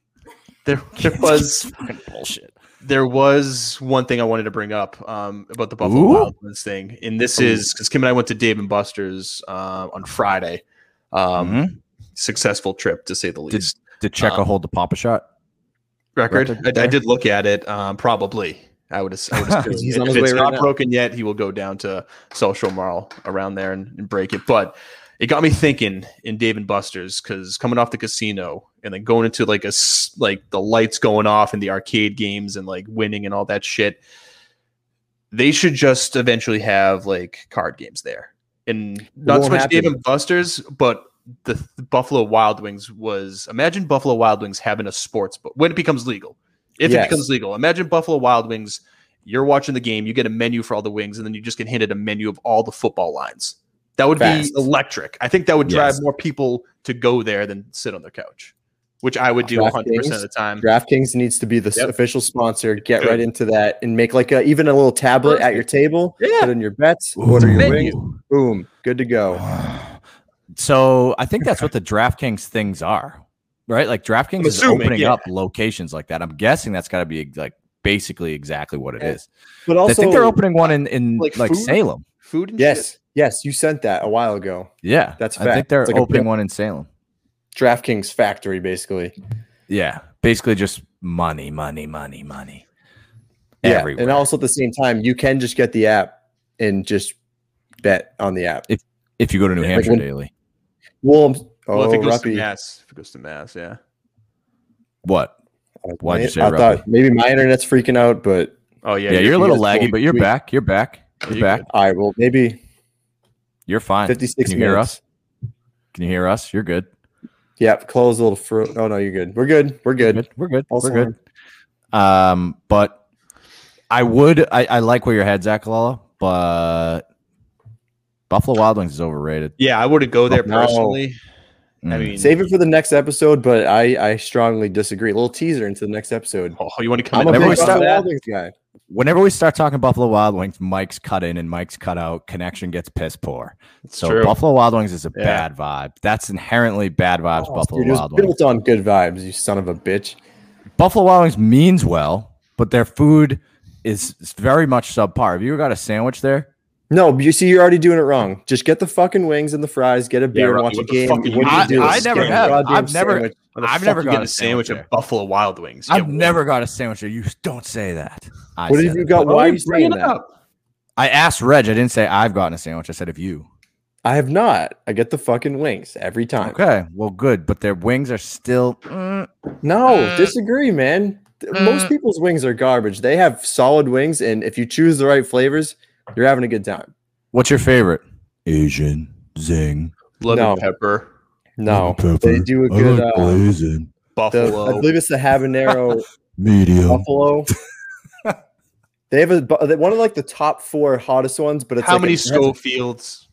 [SPEAKER 3] there there was
[SPEAKER 4] fucking bullshit.
[SPEAKER 3] there was one thing I wanted to bring up um, about the Buffalo
[SPEAKER 4] Ooh.
[SPEAKER 3] Wild Wings thing, and this is because Kim and I went to Dave and Buster's uh, on Friday. Um,
[SPEAKER 4] Mhm.
[SPEAKER 3] Successful trip to say the
[SPEAKER 4] Did,
[SPEAKER 3] least.
[SPEAKER 4] did Checo
[SPEAKER 3] Um,
[SPEAKER 4] hold the Papa shot?
[SPEAKER 3] record,
[SPEAKER 2] record
[SPEAKER 3] I, I
[SPEAKER 2] there?
[SPEAKER 3] did look at it. Um, probably, I would. as- I would assume
[SPEAKER 2] He's
[SPEAKER 3] if
[SPEAKER 2] on his
[SPEAKER 3] it's
[SPEAKER 2] way right
[SPEAKER 3] not
[SPEAKER 2] now.
[SPEAKER 3] broken yet, he will go down to Social Marl around there and, and break it. But it got me thinking in Dave and Buster's because coming off the casino and then going into like a s- like the lights going off and the arcade games and like winning and all that shit. They should just eventually have like card games there, and not so
[SPEAKER 2] won't
[SPEAKER 3] much
[SPEAKER 2] happen.
[SPEAKER 3] Dave and Buster's, but the, the Buffalo Wild Wings was imagine Buffalo Wild Wings having a sports book when it becomes legal. If
[SPEAKER 2] Yes.
[SPEAKER 3] it becomes legal, imagine Buffalo Wild Wings. You're watching the game, you get a menu for all the wings, and then you just get handed a menu of all the football lines. That would
[SPEAKER 2] Fast.
[SPEAKER 3] be electric. I think that would drive
[SPEAKER 4] Yes.
[SPEAKER 3] more people to go there than sit on their couch, which I would do
[SPEAKER 2] DraftKings?
[SPEAKER 3] 100 percent of the time.
[SPEAKER 2] DraftKings needs to be the s-
[SPEAKER 3] Yep.
[SPEAKER 2] official sponsor. Get
[SPEAKER 3] Good.
[SPEAKER 2] right into that and make like a, even a little tablet at your table.
[SPEAKER 3] Yeah.
[SPEAKER 2] Put in your bets. Order your
[SPEAKER 3] Menu.
[SPEAKER 2] wings. Boom. Good to go.
[SPEAKER 4] So I think that's what the DraftKings things are, right? Like DraftKings is
[SPEAKER 3] assuming,
[SPEAKER 4] opening
[SPEAKER 3] yeah.
[SPEAKER 4] up locations like that. I'm guessing that's got to be like basically exactly what it
[SPEAKER 2] Yeah.
[SPEAKER 4] is.
[SPEAKER 2] But also,
[SPEAKER 4] I think they're opening one in in like,
[SPEAKER 3] like food?
[SPEAKER 4] Salem.
[SPEAKER 3] Food and shit.
[SPEAKER 2] yes, yes, you sent that a while ago.
[SPEAKER 4] Yeah,
[SPEAKER 2] That's a
[SPEAKER 4] I think
[SPEAKER 2] fact.
[SPEAKER 4] they're
[SPEAKER 2] It's like a
[SPEAKER 4] opening
[SPEAKER 2] bit-
[SPEAKER 4] one in Salem.
[SPEAKER 2] DraftKings factory, basically.
[SPEAKER 4] Yeah, basically just money, money, money, money.
[SPEAKER 2] Yeah,
[SPEAKER 4] Everywhere.
[SPEAKER 2] and also at the same time, you can just get the app and just bet on the app.
[SPEAKER 4] if you go to New
[SPEAKER 2] like
[SPEAKER 4] Hampshire
[SPEAKER 2] when-
[SPEAKER 4] daily,
[SPEAKER 2] Well, I'm- oh,
[SPEAKER 3] Well, if it goes to
[SPEAKER 2] Ruppy.
[SPEAKER 3] mass, if it goes to mass, yeah.
[SPEAKER 4] what?
[SPEAKER 2] Oh,
[SPEAKER 4] Why'd you
[SPEAKER 2] man,
[SPEAKER 4] say
[SPEAKER 2] I
[SPEAKER 4] Ruppy?
[SPEAKER 2] thought maybe my internet's freaking out, but
[SPEAKER 3] Oh yeah,
[SPEAKER 4] Yeah, you're a little
[SPEAKER 2] you guys
[SPEAKER 4] laggy,
[SPEAKER 2] told
[SPEAKER 4] but you're
[SPEAKER 2] me-
[SPEAKER 4] back. You're back. You're
[SPEAKER 3] you
[SPEAKER 4] back.
[SPEAKER 2] I will maybe
[SPEAKER 4] You're fine.
[SPEAKER 2] 56
[SPEAKER 4] Can you hear
[SPEAKER 2] minutes.
[SPEAKER 4] us? Can you hear us? You're good.
[SPEAKER 2] Yeah, close a little fro. Oh no, you're good. We're good. We're
[SPEAKER 4] We're
[SPEAKER 2] good.
[SPEAKER 4] good. We're good.
[SPEAKER 2] Also-
[SPEAKER 4] We're good. Um, but I would. I, I like where your head's at, Kalala, but Buffalo Wild Wings is overrated.
[SPEAKER 3] yeah, I wouldn't go there
[SPEAKER 2] No.
[SPEAKER 3] personally. I
[SPEAKER 4] Mm.
[SPEAKER 3] mean,
[SPEAKER 2] uh, Save it for the next episode, but I I strongly disagree. A little teaser into the next episode.
[SPEAKER 3] oh, you want to come
[SPEAKER 2] I'm
[SPEAKER 3] in?
[SPEAKER 2] a
[SPEAKER 4] Remember
[SPEAKER 2] big
[SPEAKER 4] we
[SPEAKER 2] Buffalo
[SPEAKER 4] started
[SPEAKER 3] that?
[SPEAKER 2] Wild Wings guy.
[SPEAKER 4] whenever we start talking Buffalo Wild Wings, Mike's cut in and Mike's cut out. Connection gets piss poor. So
[SPEAKER 3] true.
[SPEAKER 4] Buffalo Wild Wings is a
[SPEAKER 3] Yeah.
[SPEAKER 4] bad vibe. That's inherently bad vibes. Buffalo
[SPEAKER 2] Oh, Dude, it was
[SPEAKER 4] Wild Wings.
[SPEAKER 2] built on good vibes. You son of a bitch.
[SPEAKER 4] Buffalo Wild Wings means well, but their food is is very much subpar. Have you ever got a sandwich there?
[SPEAKER 2] No, but you see, you're already doing it wrong. Just get the fucking wings and the fries, get a beer,
[SPEAKER 3] Robbie,
[SPEAKER 2] and watch a
[SPEAKER 3] what the
[SPEAKER 2] game.
[SPEAKER 3] fuck are you
[SPEAKER 2] What do you
[SPEAKER 4] doing?
[SPEAKER 2] do?
[SPEAKER 4] I- I
[SPEAKER 2] Just
[SPEAKER 4] never
[SPEAKER 2] get a
[SPEAKER 4] have.
[SPEAKER 2] goddamn
[SPEAKER 4] I've never-
[SPEAKER 2] sandwich.
[SPEAKER 3] Why the
[SPEAKER 4] I've
[SPEAKER 3] fuck
[SPEAKER 4] never
[SPEAKER 3] you
[SPEAKER 4] got
[SPEAKER 3] getting
[SPEAKER 4] a
[SPEAKER 3] a sandwich
[SPEAKER 4] sandwich there.
[SPEAKER 3] at Buffalo Wild Wings.
[SPEAKER 4] I've
[SPEAKER 3] Yeah,
[SPEAKER 4] never got a sandwich there. You don't say that. I
[SPEAKER 2] What
[SPEAKER 4] said
[SPEAKER 2] have you
[SPEAKER 4] it.
[SPEAKER 2] got? Why are you
[SPEAKER 3] you bringing
[SPEAKER 2] saying
[SPEAKER 3] it
[SPEAKER 2] that?
[SPEAKER 3] up?
[SPEAKER 4] I asked Reg. I didn't say I've gotten a sandwich. I said if you.
[SPEAKER 2] I have not. I get the fucking wings every time.
[SPEAKER 4] Okay, well, good, but their wings are still. mm,
[SPEAKER 2] No, disagree, man. Th- Most people's wings are garbage. They have solid wings, and if you choose the right flavors, you're having a good time.
[SPEAKER 4] What's your favorite? Asian zing.
[SPEAKER 3] Lemon
[SPEAKER 2] No.
[SPEAKER 3] pepper,
[SPEAKER 2] No, they do a good. Uh,
[SPEAKER 6] blazing.
[SPEAKER 2] the-
[SPEAKER 3] buffalo.
[SPEAKER 2] I believe it's the habanero
[SPEAKER 6] Medium.
[SPEAKER 2] buffalo. They have a bu- they- one of like the top four hottest ones, but it's
[SPEAKER 3] How
[SPEAKER 2] like
[SPEAKER 3] many
[SPEAKER 2] a,
[SPEAKER 3] Schofields?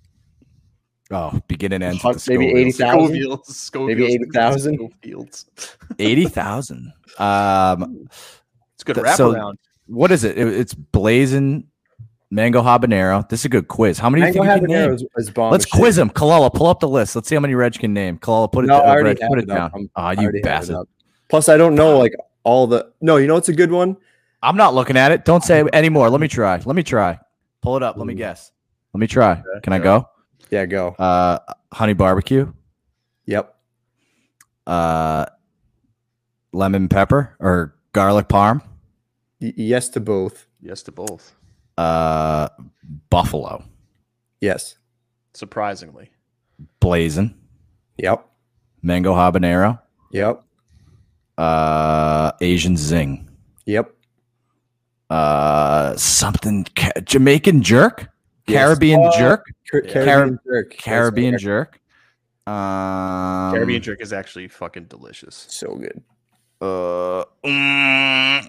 [SPEAKER 4] Oh, beginning and end.
[SPEAKER 2] Hun- maybe
[SPEAKER 4] eighty thousand.
[SPEAKER 2] 80,000?
[SPEAKER 3] Schofields, Schofields,
[SPEAKER 2] Maybe 80,000?
[SPEAKER 3] Schofields.
[SPEAKER 4] Eighty thousand. Um,
[SPEAKER 3] It's a good
[SPEAKER 4] Th- so-
[SPEAKER 3] wraparound.
[SPEAKER 4] what is it? It- It's blazing mango habanero. This is a good quiz. How many do you
[SPEAKER 2] mango
[SPEAKER 4] think you can name?
[SPEAKER 2] habanero is, is bomb.
[SPEAKER 4] Let's
[SPEAKER 2] as shit.
[SPEAKER 4] quiz him. Kalala, pull up the list. Let's see how many Reg can name. Kalala, put it,
[SPEAKER 2] No,
[SPEAKER 4] down.
[SPEAKER 2] I already
[SPEAKER 4] Reg,
[SPEAKER 2] have
[SPEAKER 4] put
[SPEAKER 2] it
[SPEAKER 4] it
[SPEAKER 2] up.
[SPEAKER 4] down.
[SPEAKER 2] I'm-
[SPEAKER 4] Ah,
[SPEAKER 2] I
[SPEAKER 4] you
[SPEAKER 2] already have it
[SPEAKER 4] bastard.
[SPEAKER 2] up. Plus, I don't know like all the. No, you know what's a good one?
[SPEAKER 4] I'm not looking at it. Don't say any more. Let me try. Let me try. Pull it up. Let me
[SPEAKER 2] Ooh.
[SPEAKER 4] guess. Let me try. Can I
[SPEAKER 3] yeah.
[SPEAKER 4] go?
[SPEAKER 2] Yeah, go.
[SPEAKER 4] Uh, honey barbecue.
[SPEAKER 2] Yep.
[SPEAKER 4] Uh, lemon pepper or garlic parm.
[SPEAKER 2] Y- yes to both.
[SPEAKER 3] Yes to both.
[SPEAKER 4] Uh, buffalo
[SPEAKER 2] Yes.
[SPEAKER 3] Surprisingly,
[SPEAKER 4] blazing
[SPEAKER 2] Yep.
[SPEAKER 4] mango habanero.
[SPEAKER 2] Yep.
[SPEAKER 4] Uh, Asian zing.
[SPEAKER 2] Yep.
[SPEAKER 4] uh, something ca- Jamaican jerk,
[SPEAKER 2] Yes.
[SPEAKER 4] Caribbean
[SPEAKER 2] Oh,
[SPEAKER 4] jerk,
[SPEAKER 2] Car-
[SPEAKER 3] Yeah.
[SPEAKER 2] Caribbean jerk.
[SPEAKER 4] Caribbean jerk. Um,
[SPEAKER 3] Caribbean jerk is actually fucking delicious.
[SPEAKER 2] So good.
[SPEAKER 4] Uh, mm,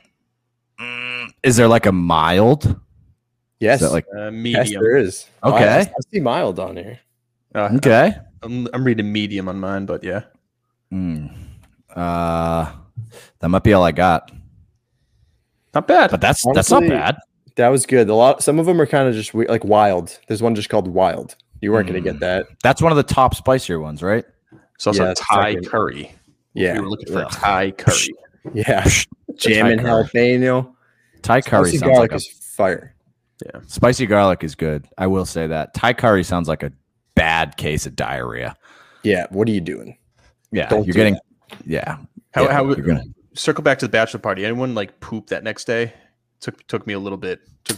[SPEAKER 4] mm. is there like a mild?
[SPEAKER 2] Yes.
[SPEAKER 4] Is that like
[SPEAKER 3] Uh,
[SPEAKER 2] yes,
[SPEAKER 3] medium.
[SPEAKER 2] there is.
[SPEAKER 4] Okay.
[SPEAKER 2] Mild. I see mild on here.
[SPEAKER 3] Uh,
[SPEAKER 4] okay?
[SPEAKER 3] I'm, I'm reading medium on mine, but yeah.
[SPEAKER 4] Mm. Uh, that might be all I got.
[SPEAKER 3] Not bad.
[SPEAKER 4] But that's that's not
[SPEAKER 2] Honestly,
[SPEAKER 4] bad.
[SPEAKER 2] That was good. A lot. Some of them are kind of just we- like wild. There's one just called wild. You weren't going
[SPEAKER 4] Hmm.
[SPEAKER 2] to get that.
[SPEAKER 4] That's one of the top spicier ones, right?
[SPEAKER 3] It's also
[SPEAKER 2] Yeah, it's
[SPEAKER 3] Thai
[SPEAKER 2] fucking-
[SPEAKER 3] curry.
[SPEAKER 2] Yeah.
[SPEAKER 3] We were looking for Thai curry.
[SPEAKER 2] Yeah. Jam and
[SPEAKER 4] Thai curry.
[SPEAKER 2] jalapeno.
[SPEAKER 4] Thai curry
[SPEAKER 2] Spicy
[SPEAKER 4] sounds
[SPEAKER 2] garlic
[SPEAKER 4] like a
[SPEAKER 2] is fire.
[SPEAKER 4] spicy garlic is good. I will say that Thai curry sounds like a bad case of diarrhea.
[SPEAKER 2] Yeah. What are you doing?
[SPEAKER 4] Yeah,
[SPEAKER 2] Don't
[SPEAKER 4] you're
[SPEAKER 2] do
[SPEAKER 4] getting. Yeah,
[SPEAKER 3] How,
[SPEAKER 4] yeah,
[SPEAKER 3] how
[SPEAKER 4] you're gonna-
[SPEAKER 3] circle back to the bachelor party. Anyone like poop that next day? Took took me a little bit. Took,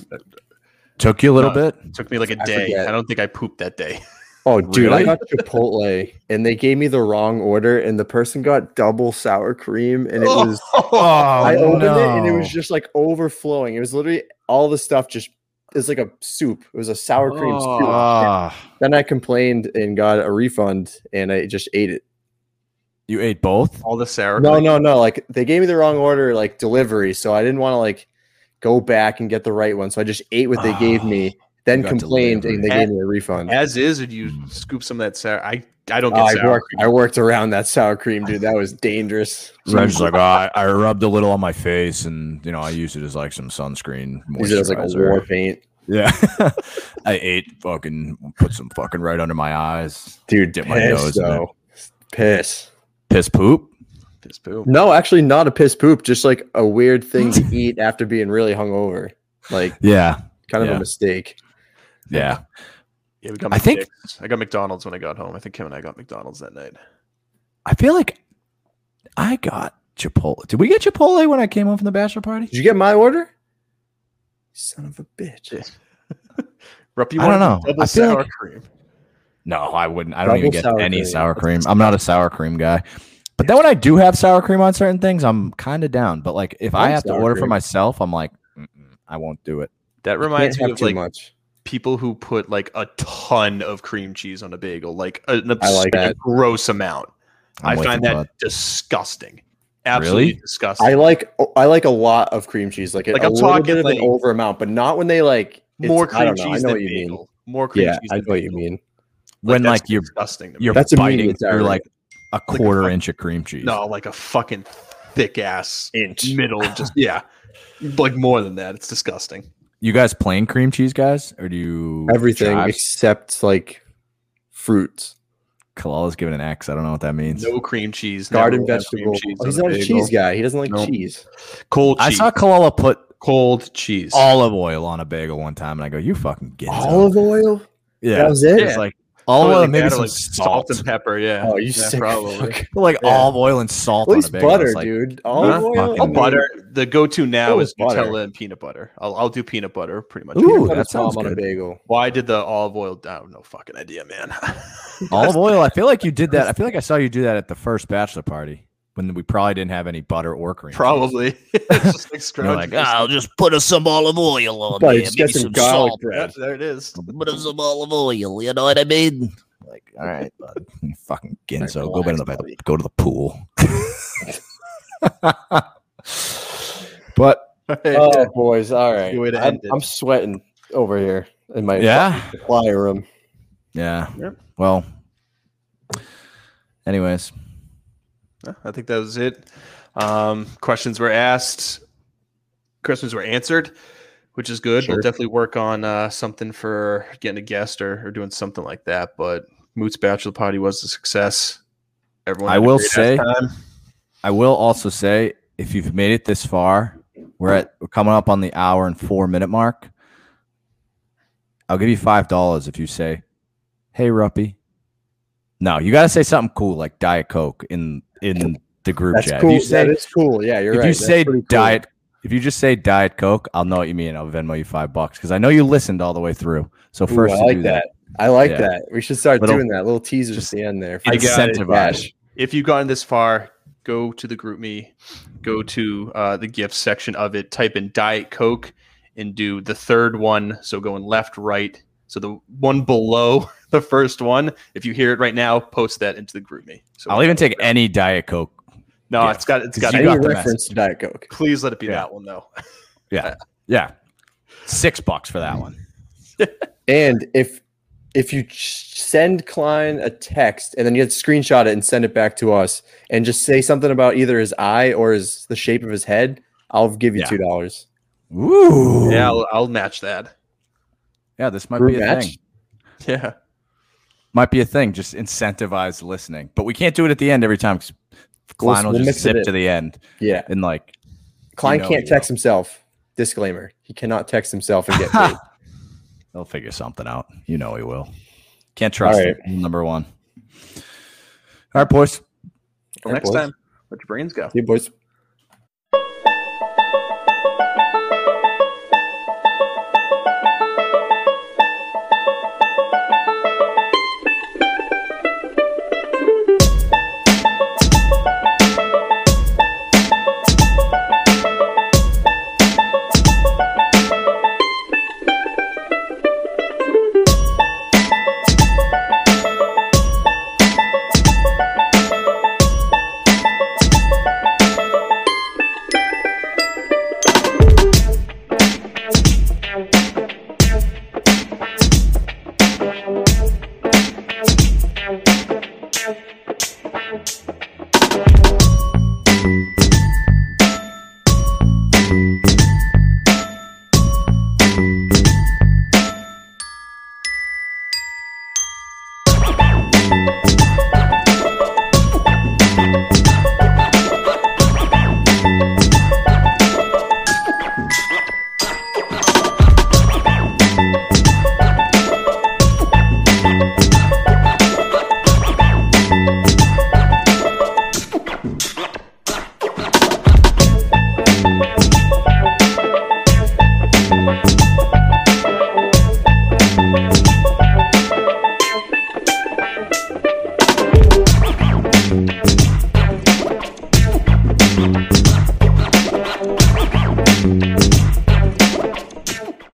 [SPEAKER 4] took you a little
[SPEAKER 3] No.
[SPEAKER 4] bit.
[SPEAKER 3] took me like a
[SPEAKER 2] I
[SPEAKER 3] day.
[SPEAKER 2] forget.
[SPEAKER 3] I don't think I pooped that day.
[SPEAKER 2] Oh, dude, I
[SPEAKER 4] Really?
[SPEAKER 2] got Chipotle and they gave me the wrong order, and the person got double sour cream, and it was. Oh,
[SPEAKER 3] Oh,
[SPEAKER 2] I
[SPEAKER 4] oh,
[SPEAKER 2] opened it and it was just like overflowing. It was literally all the stuff just. It's like a soup. It was a sour cream
[SPEAKER 4] Oh.
[SPEAKER 2] soup. Then I complained and got a refund, and I just ate it.
[SPEAKER 4] you ate both.
[SPEAKER 3] all the sour.
[SPEAKER 2] No,
[SPEAKER 3] cream.
[SPEAKER 2] no, no. Like they gave me the wrong order, like delivery. So I didn't want to like go back and get the right one. So I just ate what they gave me, then
[SPEAKER 4] got
[SPEAKER 2] complained, and they
[SPEAKER 3] delivery.
[SPEAKER 2] gave me a refund.
[SPEAKER 3] As is, or do you scoop some of that sour? I I don't
[SPEAKER 2] Oh,
[SPEAKER 3] get
[SPEAKER 2] I
[SPEAKER 3] sour.
[SPEAKER 2] worked. I worked around that sour cream, dude. That was dangerous.
[SPEAKER 4] Rev's like, "Oh, I, I rubbed a little on my face, and you know, I used it as like some sunscreen
[SPEAKER 2] Used it was like a
[SPEAKER 4] moisturizer."
[SPEAKER 2] war paint,
[SPEAKER 4] Yeah, I ate fucking put some fucking right under my eyes.
[SPEAKER 2] dude.
[SPEAKER 4] Dip
[SPEAKER 2] Piss,
[SPEAKER 4] my nose in it.
[SPEAKER 2] though. piss.
[SPEAKER 4] Piss poop.
[SPEAKER 3] Piss poo.
[SPEAKER 2] No, actually, not a piss poop. Just like a weird thing to eat after being really hungover. Like
[SPEAKER 4] Yeah,
[SPEAKER 2] kind of
[SPEAKER 4] Yeah.
[SPEAKER 2] a mistake.
[SPEAKER 4] yeah.
[SPEAKER 3] Yeah, we got
[SPEAKER 4] I think-
[SPEAKER 3] McDicks. I got McDonald's when I got home. I think Kim and I got McDonald's that night.
[SPEAKER 4] I feel like I got Chipotle. Did we get Chipotle when I came home from the bachelor party?
[SPEAKER 2] Did you get my order? Son of a bitch.
[SPEAKER 3] Rupp, you
[SPEAKER 4] I don't
[SPEAKER 3] wanted
[SPEAKER 4] know.
[SPEAKER 3] Double
[SPEAKER 4] I feel
[SPEAKER 3] sour
[SPEAKER 4] like-
[SPEAKER 3] cream.
[SPEAKER 4] No, I wouldn't. I don't even
[SPEAKER 2] Double
[SPEAKER 4] get
[SPEAKER 2] sour
[SPEAKER 4] any
[SPEAKER 2] cream.
[SPEAKER 4] sour cream. I'm not a sour cream guy. But then when I do have sour cream on certain things, I'm kind of down. But like if I
[SPEAKER 2] Love
[SPEAKER 4] have to
[SPEAKER 2] sour
[SPEAKER 4] order for
[SPEAKER 2] cream.
[SPEAKER 4] myself, I'm like, "Mm-mm, I won't do it.
[SPEAKER 3] That
[SPEAKER 2] Can't
[SPEAKER 3] reminds me
[SPEAKER 2] have
[SPEAKER 3] of
[SPEAKER 2] too
[SPEAKER 3] like
[SPEAKER 2] much.
[SPEAKER 3] people who put like a ton of cream cheese on a bagel, like an
[SPEAKER 2] I like
[SPEAKER 3] obscene,
[SPEAKER 2] that.
[SPEAKER 3] gross amount.
[SPEAKER 4] I'm
[SPEAKER 3] i
[SPEAKER 4] with
[SPEAKER 3] find
[SPEAKER 4] you,
[SPEAKER 3] that
[SPEAKER 4] bud.
[SPEAKER 3] disgusting. Absolutely
[SPEAKER 4] Really?
[SPEAKER 3] disgusting.
[SPEAKER 2] I like I like a lot of cream cheese, like,
[SPEAKER 3] Like,
[SPEAKER 2] a
[SPEAKER 3] I'm
[SPEAKER 2] little
[SPEAKER 3] talking,
[SPEAKER 2] bit of
[SPEAKER 3] like,
[SPEAKER 2] an over amount, but not when they like it's-
[SPEAKER 3] More
[SPEAKER 2] I
[SPEAKER 3] cream
[SPEAKER 2] don't know,
[SPEAKER 3] cheese
[SPEAKER 2] I know
[SPEAKER 3] than
[SPEAKER 2] what you mean.
[SPEAKER 3] bagel. More cream
[SPEAKER 2] yeah,
[SPEAKER 3] cheese.
[SPEAKER 2] I know
[SPEAKER 3] than
[SPEAKER 2] what you
[SPEAKER 3] bagel.
[SPEAKER 2] mean.
[SPEAKER 4] When
[SPEAKER 3] that's
[SPEAKER 4] like you're
[SPEAKER 3] disgusting. To me.
[SPEAKER 4] you're
[SPEAKER 2] That's
[SPEAKER 4] biting
[SPEAKER 2] immediate
[SPEAKER 4] through
[SPEAKER 2] diarrhea.
[SPEAKER 4] like a
[SPEAKER 3] a
[SPEAKER 4] quarter
[SPEAKER 3] fuck-
[SPEAKER 4] inch of cream cheese.
[SPEAKER 3] no, like a fucking thick ass
[SPEAKER 2] Inch.
[SPEAKER 3] middle. Just yeah, like more than that. It's disgusting.
[SPEAKER 4] You guys plain cream cheese guys? Or do you
[SPEAKER 2] Everything
[SPEAKER 4] Josh?
[SPEAKER 2] except like fruits,
[SPEAKER 4] Kalala's giving an X. I don't know what that means.
[SPEAKER 3] No cream cheese. never
[SPEAKER 2] garden
[SPEAKER 3] will have cream
[SPEAKER 2] vegetables.
[SPEAKER 3] cheese
[SPEAKER 2] Oh, he's
[SPEAKER 3] on
[SPEAKER 2] not a
[SPEAKER 3] bagel.
[SPEAKER 2] cheese guy. He doesn't like
[SPEAKER 3] Nope.
[SPEAKER 2] cheese.
[SPEAKER 3] Cold cheese.
[SPEAKER 4] I saw Kalala put
[SPEAKER 3] cold cheese.
[SPEAKER 4] olive oil on a bagel one time, and I go, "You fucking get
[SPEAKER 2] Olive oil.
[SPEAKER 4] Yeah,
[SPEAKER 2] That was it.
[SPEAKER 4] It's like olive
[SPEAKER 3] Probably
[SPEAKER 4] oil,
[SPEAKER 3] like
[SPEAKER 4] and maybe
[SPEAKER 3] that or,
[SPEAKER 4] some
[SPEAKER 3] like,
[SPEAKER 4] salt.
[SPEAKER 3] and pepper. Yeah.
[SPEAKER 2] Oh, you
[SPEAKER 3] Yeah,
[SPEAKER 2] sick
[SPEAKER 3] probably.
[SPEAKER 2] fuck.
[SPEAKER 4] like
[SPEAKER 2] Yeah.
[SPEAKER 4] olive oil and salt.
[SPEAKER 2] At least
[SPEAKER 4] on a bagel.
[SPEAKER 2] butter,
[SPEAKER 4] It's like,
[SPEAKER 2] dude. Olive
[SPEAKER 4] Huh?
[SPEAKER 2] oil.
[SPEAKER 4] Fucking
[SPEAKER 3] I'll
[SPEAKER 4] Mm.
[SPEAKER 3] Oh, butter. The go-to now
[SPEAKER 2] Ooh,
[SPEAKER 3] is
[SPEAKER 2] butter.
[SPEAKER 3] Nutella and peanut butter. I'll, I'll do peanut butter pretty much.
[SPEAKER 4] Ooh,
[SPEAKER 2] Peanut
[SPEAKER 3] Peanut-
[SPEAKER 2] butter
[SPEAKER 4] that sounds
[SPEAKER 2] palm on a
[SPEAKER 4] good.
[SPEAKER 2] bagel.
[SPEAKER 3] Why did the olive oil? I have no fucking idea, man.
[SPEAKER 4] olive oil. I feel like you did that. I feel like I saw you do that at the first bachelor party when we probably didn't have any butter or cream. cheese.
[SPEAKER 3] Probably. it's just like
[SPEAKER 4] You're
[SPEAKER 3] scrounging.
[SPEAKER 4] like, "Ah, I'll just put us some olive oil on
[SPEAKER 2] But
[SPEAKER 4] there,
[SPEAKER 2] just
[SPEAKER 4] maybe
[SPEAKER 2] get some garlic
[SPEAKER 4] salt,
[SPEAKER 2] bread.
[SPEAKER 3] yeah, there it is.
[SPEAKER 4] put us some olive oil. You know what I mean? Like, all right, bud. You fucking Ginzo, go back in the back, go to the pool. but
[SPEAKER 2] Oh, boys. All
[SPEAKER 3] That's a
[SPEAKER 2] right.
[SPEAKER 3] good way to
[SPEAKER 2] I'm,
[SPEAKER 3] end it.
[SPEAKER 2] I'm sweating over here in my
[SPEAKER 4] yeah.
[SPEAKER 2] fly room.
[SPEAKER 4] Yeah.
[SPEAKER 3] Yep.
[SPEAKER 4] Well. Anyways,
[SPEAKER 3] Yeah, I think that was it. Um, questions were asked, questions were answered, which is good.
[SPEAKER 2] Sure.
[SPEAKER 3] We'll definitely work on uh, something for getting a guest or, or doing something like that. But Moot's bachelor party was a success. Everyone,
[SPEAKER 4] I
[SPEAKER 3] had a
[SPEAKER 4] will
[SPEAKER 3] great ass
[SPEAKER 4] say-
[SPEAKER 3] time.
[SPEAKER 4] I will also say if you've made it this far, we're at we're coming up on the hour and four minute mark. I'll give you five dollars if you say, "Hey, Ruppy." No, you got to say something cool like Diet Coke in in the group
[SPEAKER 2] That's
[SPEAKER 4] chat.
[SPEAKER 2] cool.
[SPEAKER 4] If you say,
[SPEAKER 2] that is cool. Yeah, you're
[SPEAKER 4] if
[SPEAKER 2] right.
[SPEAKER 4] you
[SPEAKER 2] That's
[SPEAKER 4] say
[SPEAKER 2] pretty cool.
[SPEAKER 4] Diet, if you just say Diet Coke, I'll know what you mean. I'll Venmo you five bucks because I know you listened all the way through. So
[SPEAKER 2] Ooh,
[SPEAKER 4] first,
[SPEAKER 2] I
[SPEAKER 4] you
[SPEAKER 2] like
[SPEAKER 4] do
[SPEAKER 2] that. I like
[SPEAKER 4] Yeah.
[SPEAKER 2] that. We should start
[SPEAKER 4] Little-
[SPEAKER 2] doing that. Little teasers
[SPEAKER 4] just
[SPEAKER 2] at the end there.
[SPEAKER 4] that.
[SPEAKER 3] I got it.
[SPEAKER 4] Incentivize.
[SPEAKER 2] Dash.
[SPEAKER 3] If you've gotten this far, go to the group me, go to uh, the gift section of it, type in Diet Coke, and do the third one. So going left, right. So the one below the first one. If you hear it right now, post that into the group me. So
[SPEAKER 4] I'll even take any Diet Coke.
[SPEAKER 3] no,
[SPEAKER 4] yeah,
[SPEAKER 3] it's got it's
[SPEAKER 4] 'cause
[SPEAKER 3] got.
[SPEAKER 4] you
[SPEAKER 2] Any
[SPEAKER 4] got the
[SPEAKER 2] reference to Diet Coke.
[SPEAKER 3] Please let it be
[SPEAKER 4] Yeah.
[SPEAKER 3] that one though.
[SPEAKER 4] Yeah. Six bucks for that one.
[SPEAKER 2] And if if you ch- send Klein a text and then you had to screenshot it and send it back to us and just say something about either his eye or his the shape of his head, I'll give you
[SPEAKER 4] Yeah.
[SPEAKER 2] two dollars.
[SPEAKER 4] Ooh.
[SPEAKER 3] Yeah, I'll, I'll match that.
[SPEAKER 4] Yeah, this might
[SPEAKER 2] Group
[SPEAKER 4] be a
[SPEAKER 2] match?
[SPEAKER 4] thing.
[SPEAKER 3] Yeah.
[SPEAKER 4] Might be a thing. Just incentivize listening. But we can't do it at the end every time because Klein will
[SPEAKER 2] we'll
[SPEAKER 4] just
[SPEAKER 2] mix it
[SPEAKER 4] zip
[SPEAKER 2] in.
[SPEAKER 4] to the end
[SPEAKER 2] Yeah.
[SPEAKER 4] and like
[SPEAKER 2] Klein
[SPEAKER 4] You know
[SPEAKER 2] can't
[SPEAKER 4] he
[SPEAKER 2] text himself. Disclaimer. He cannot text himself and get paid.
[SPEAKER 4] They'll figure something out. You know he will. Can't trust
[SPEAKER 2] All
[SPEAKER 4] him. Number one. All right, boys.
[SPEAKER 3] Till
[SPEAKER 2] Yeah,
[SPEAKER 3] next
[SPEAKER 2] boys.
[SPEAKER 3] time, let your brains go.
[SPEAKER 2] See you, boys.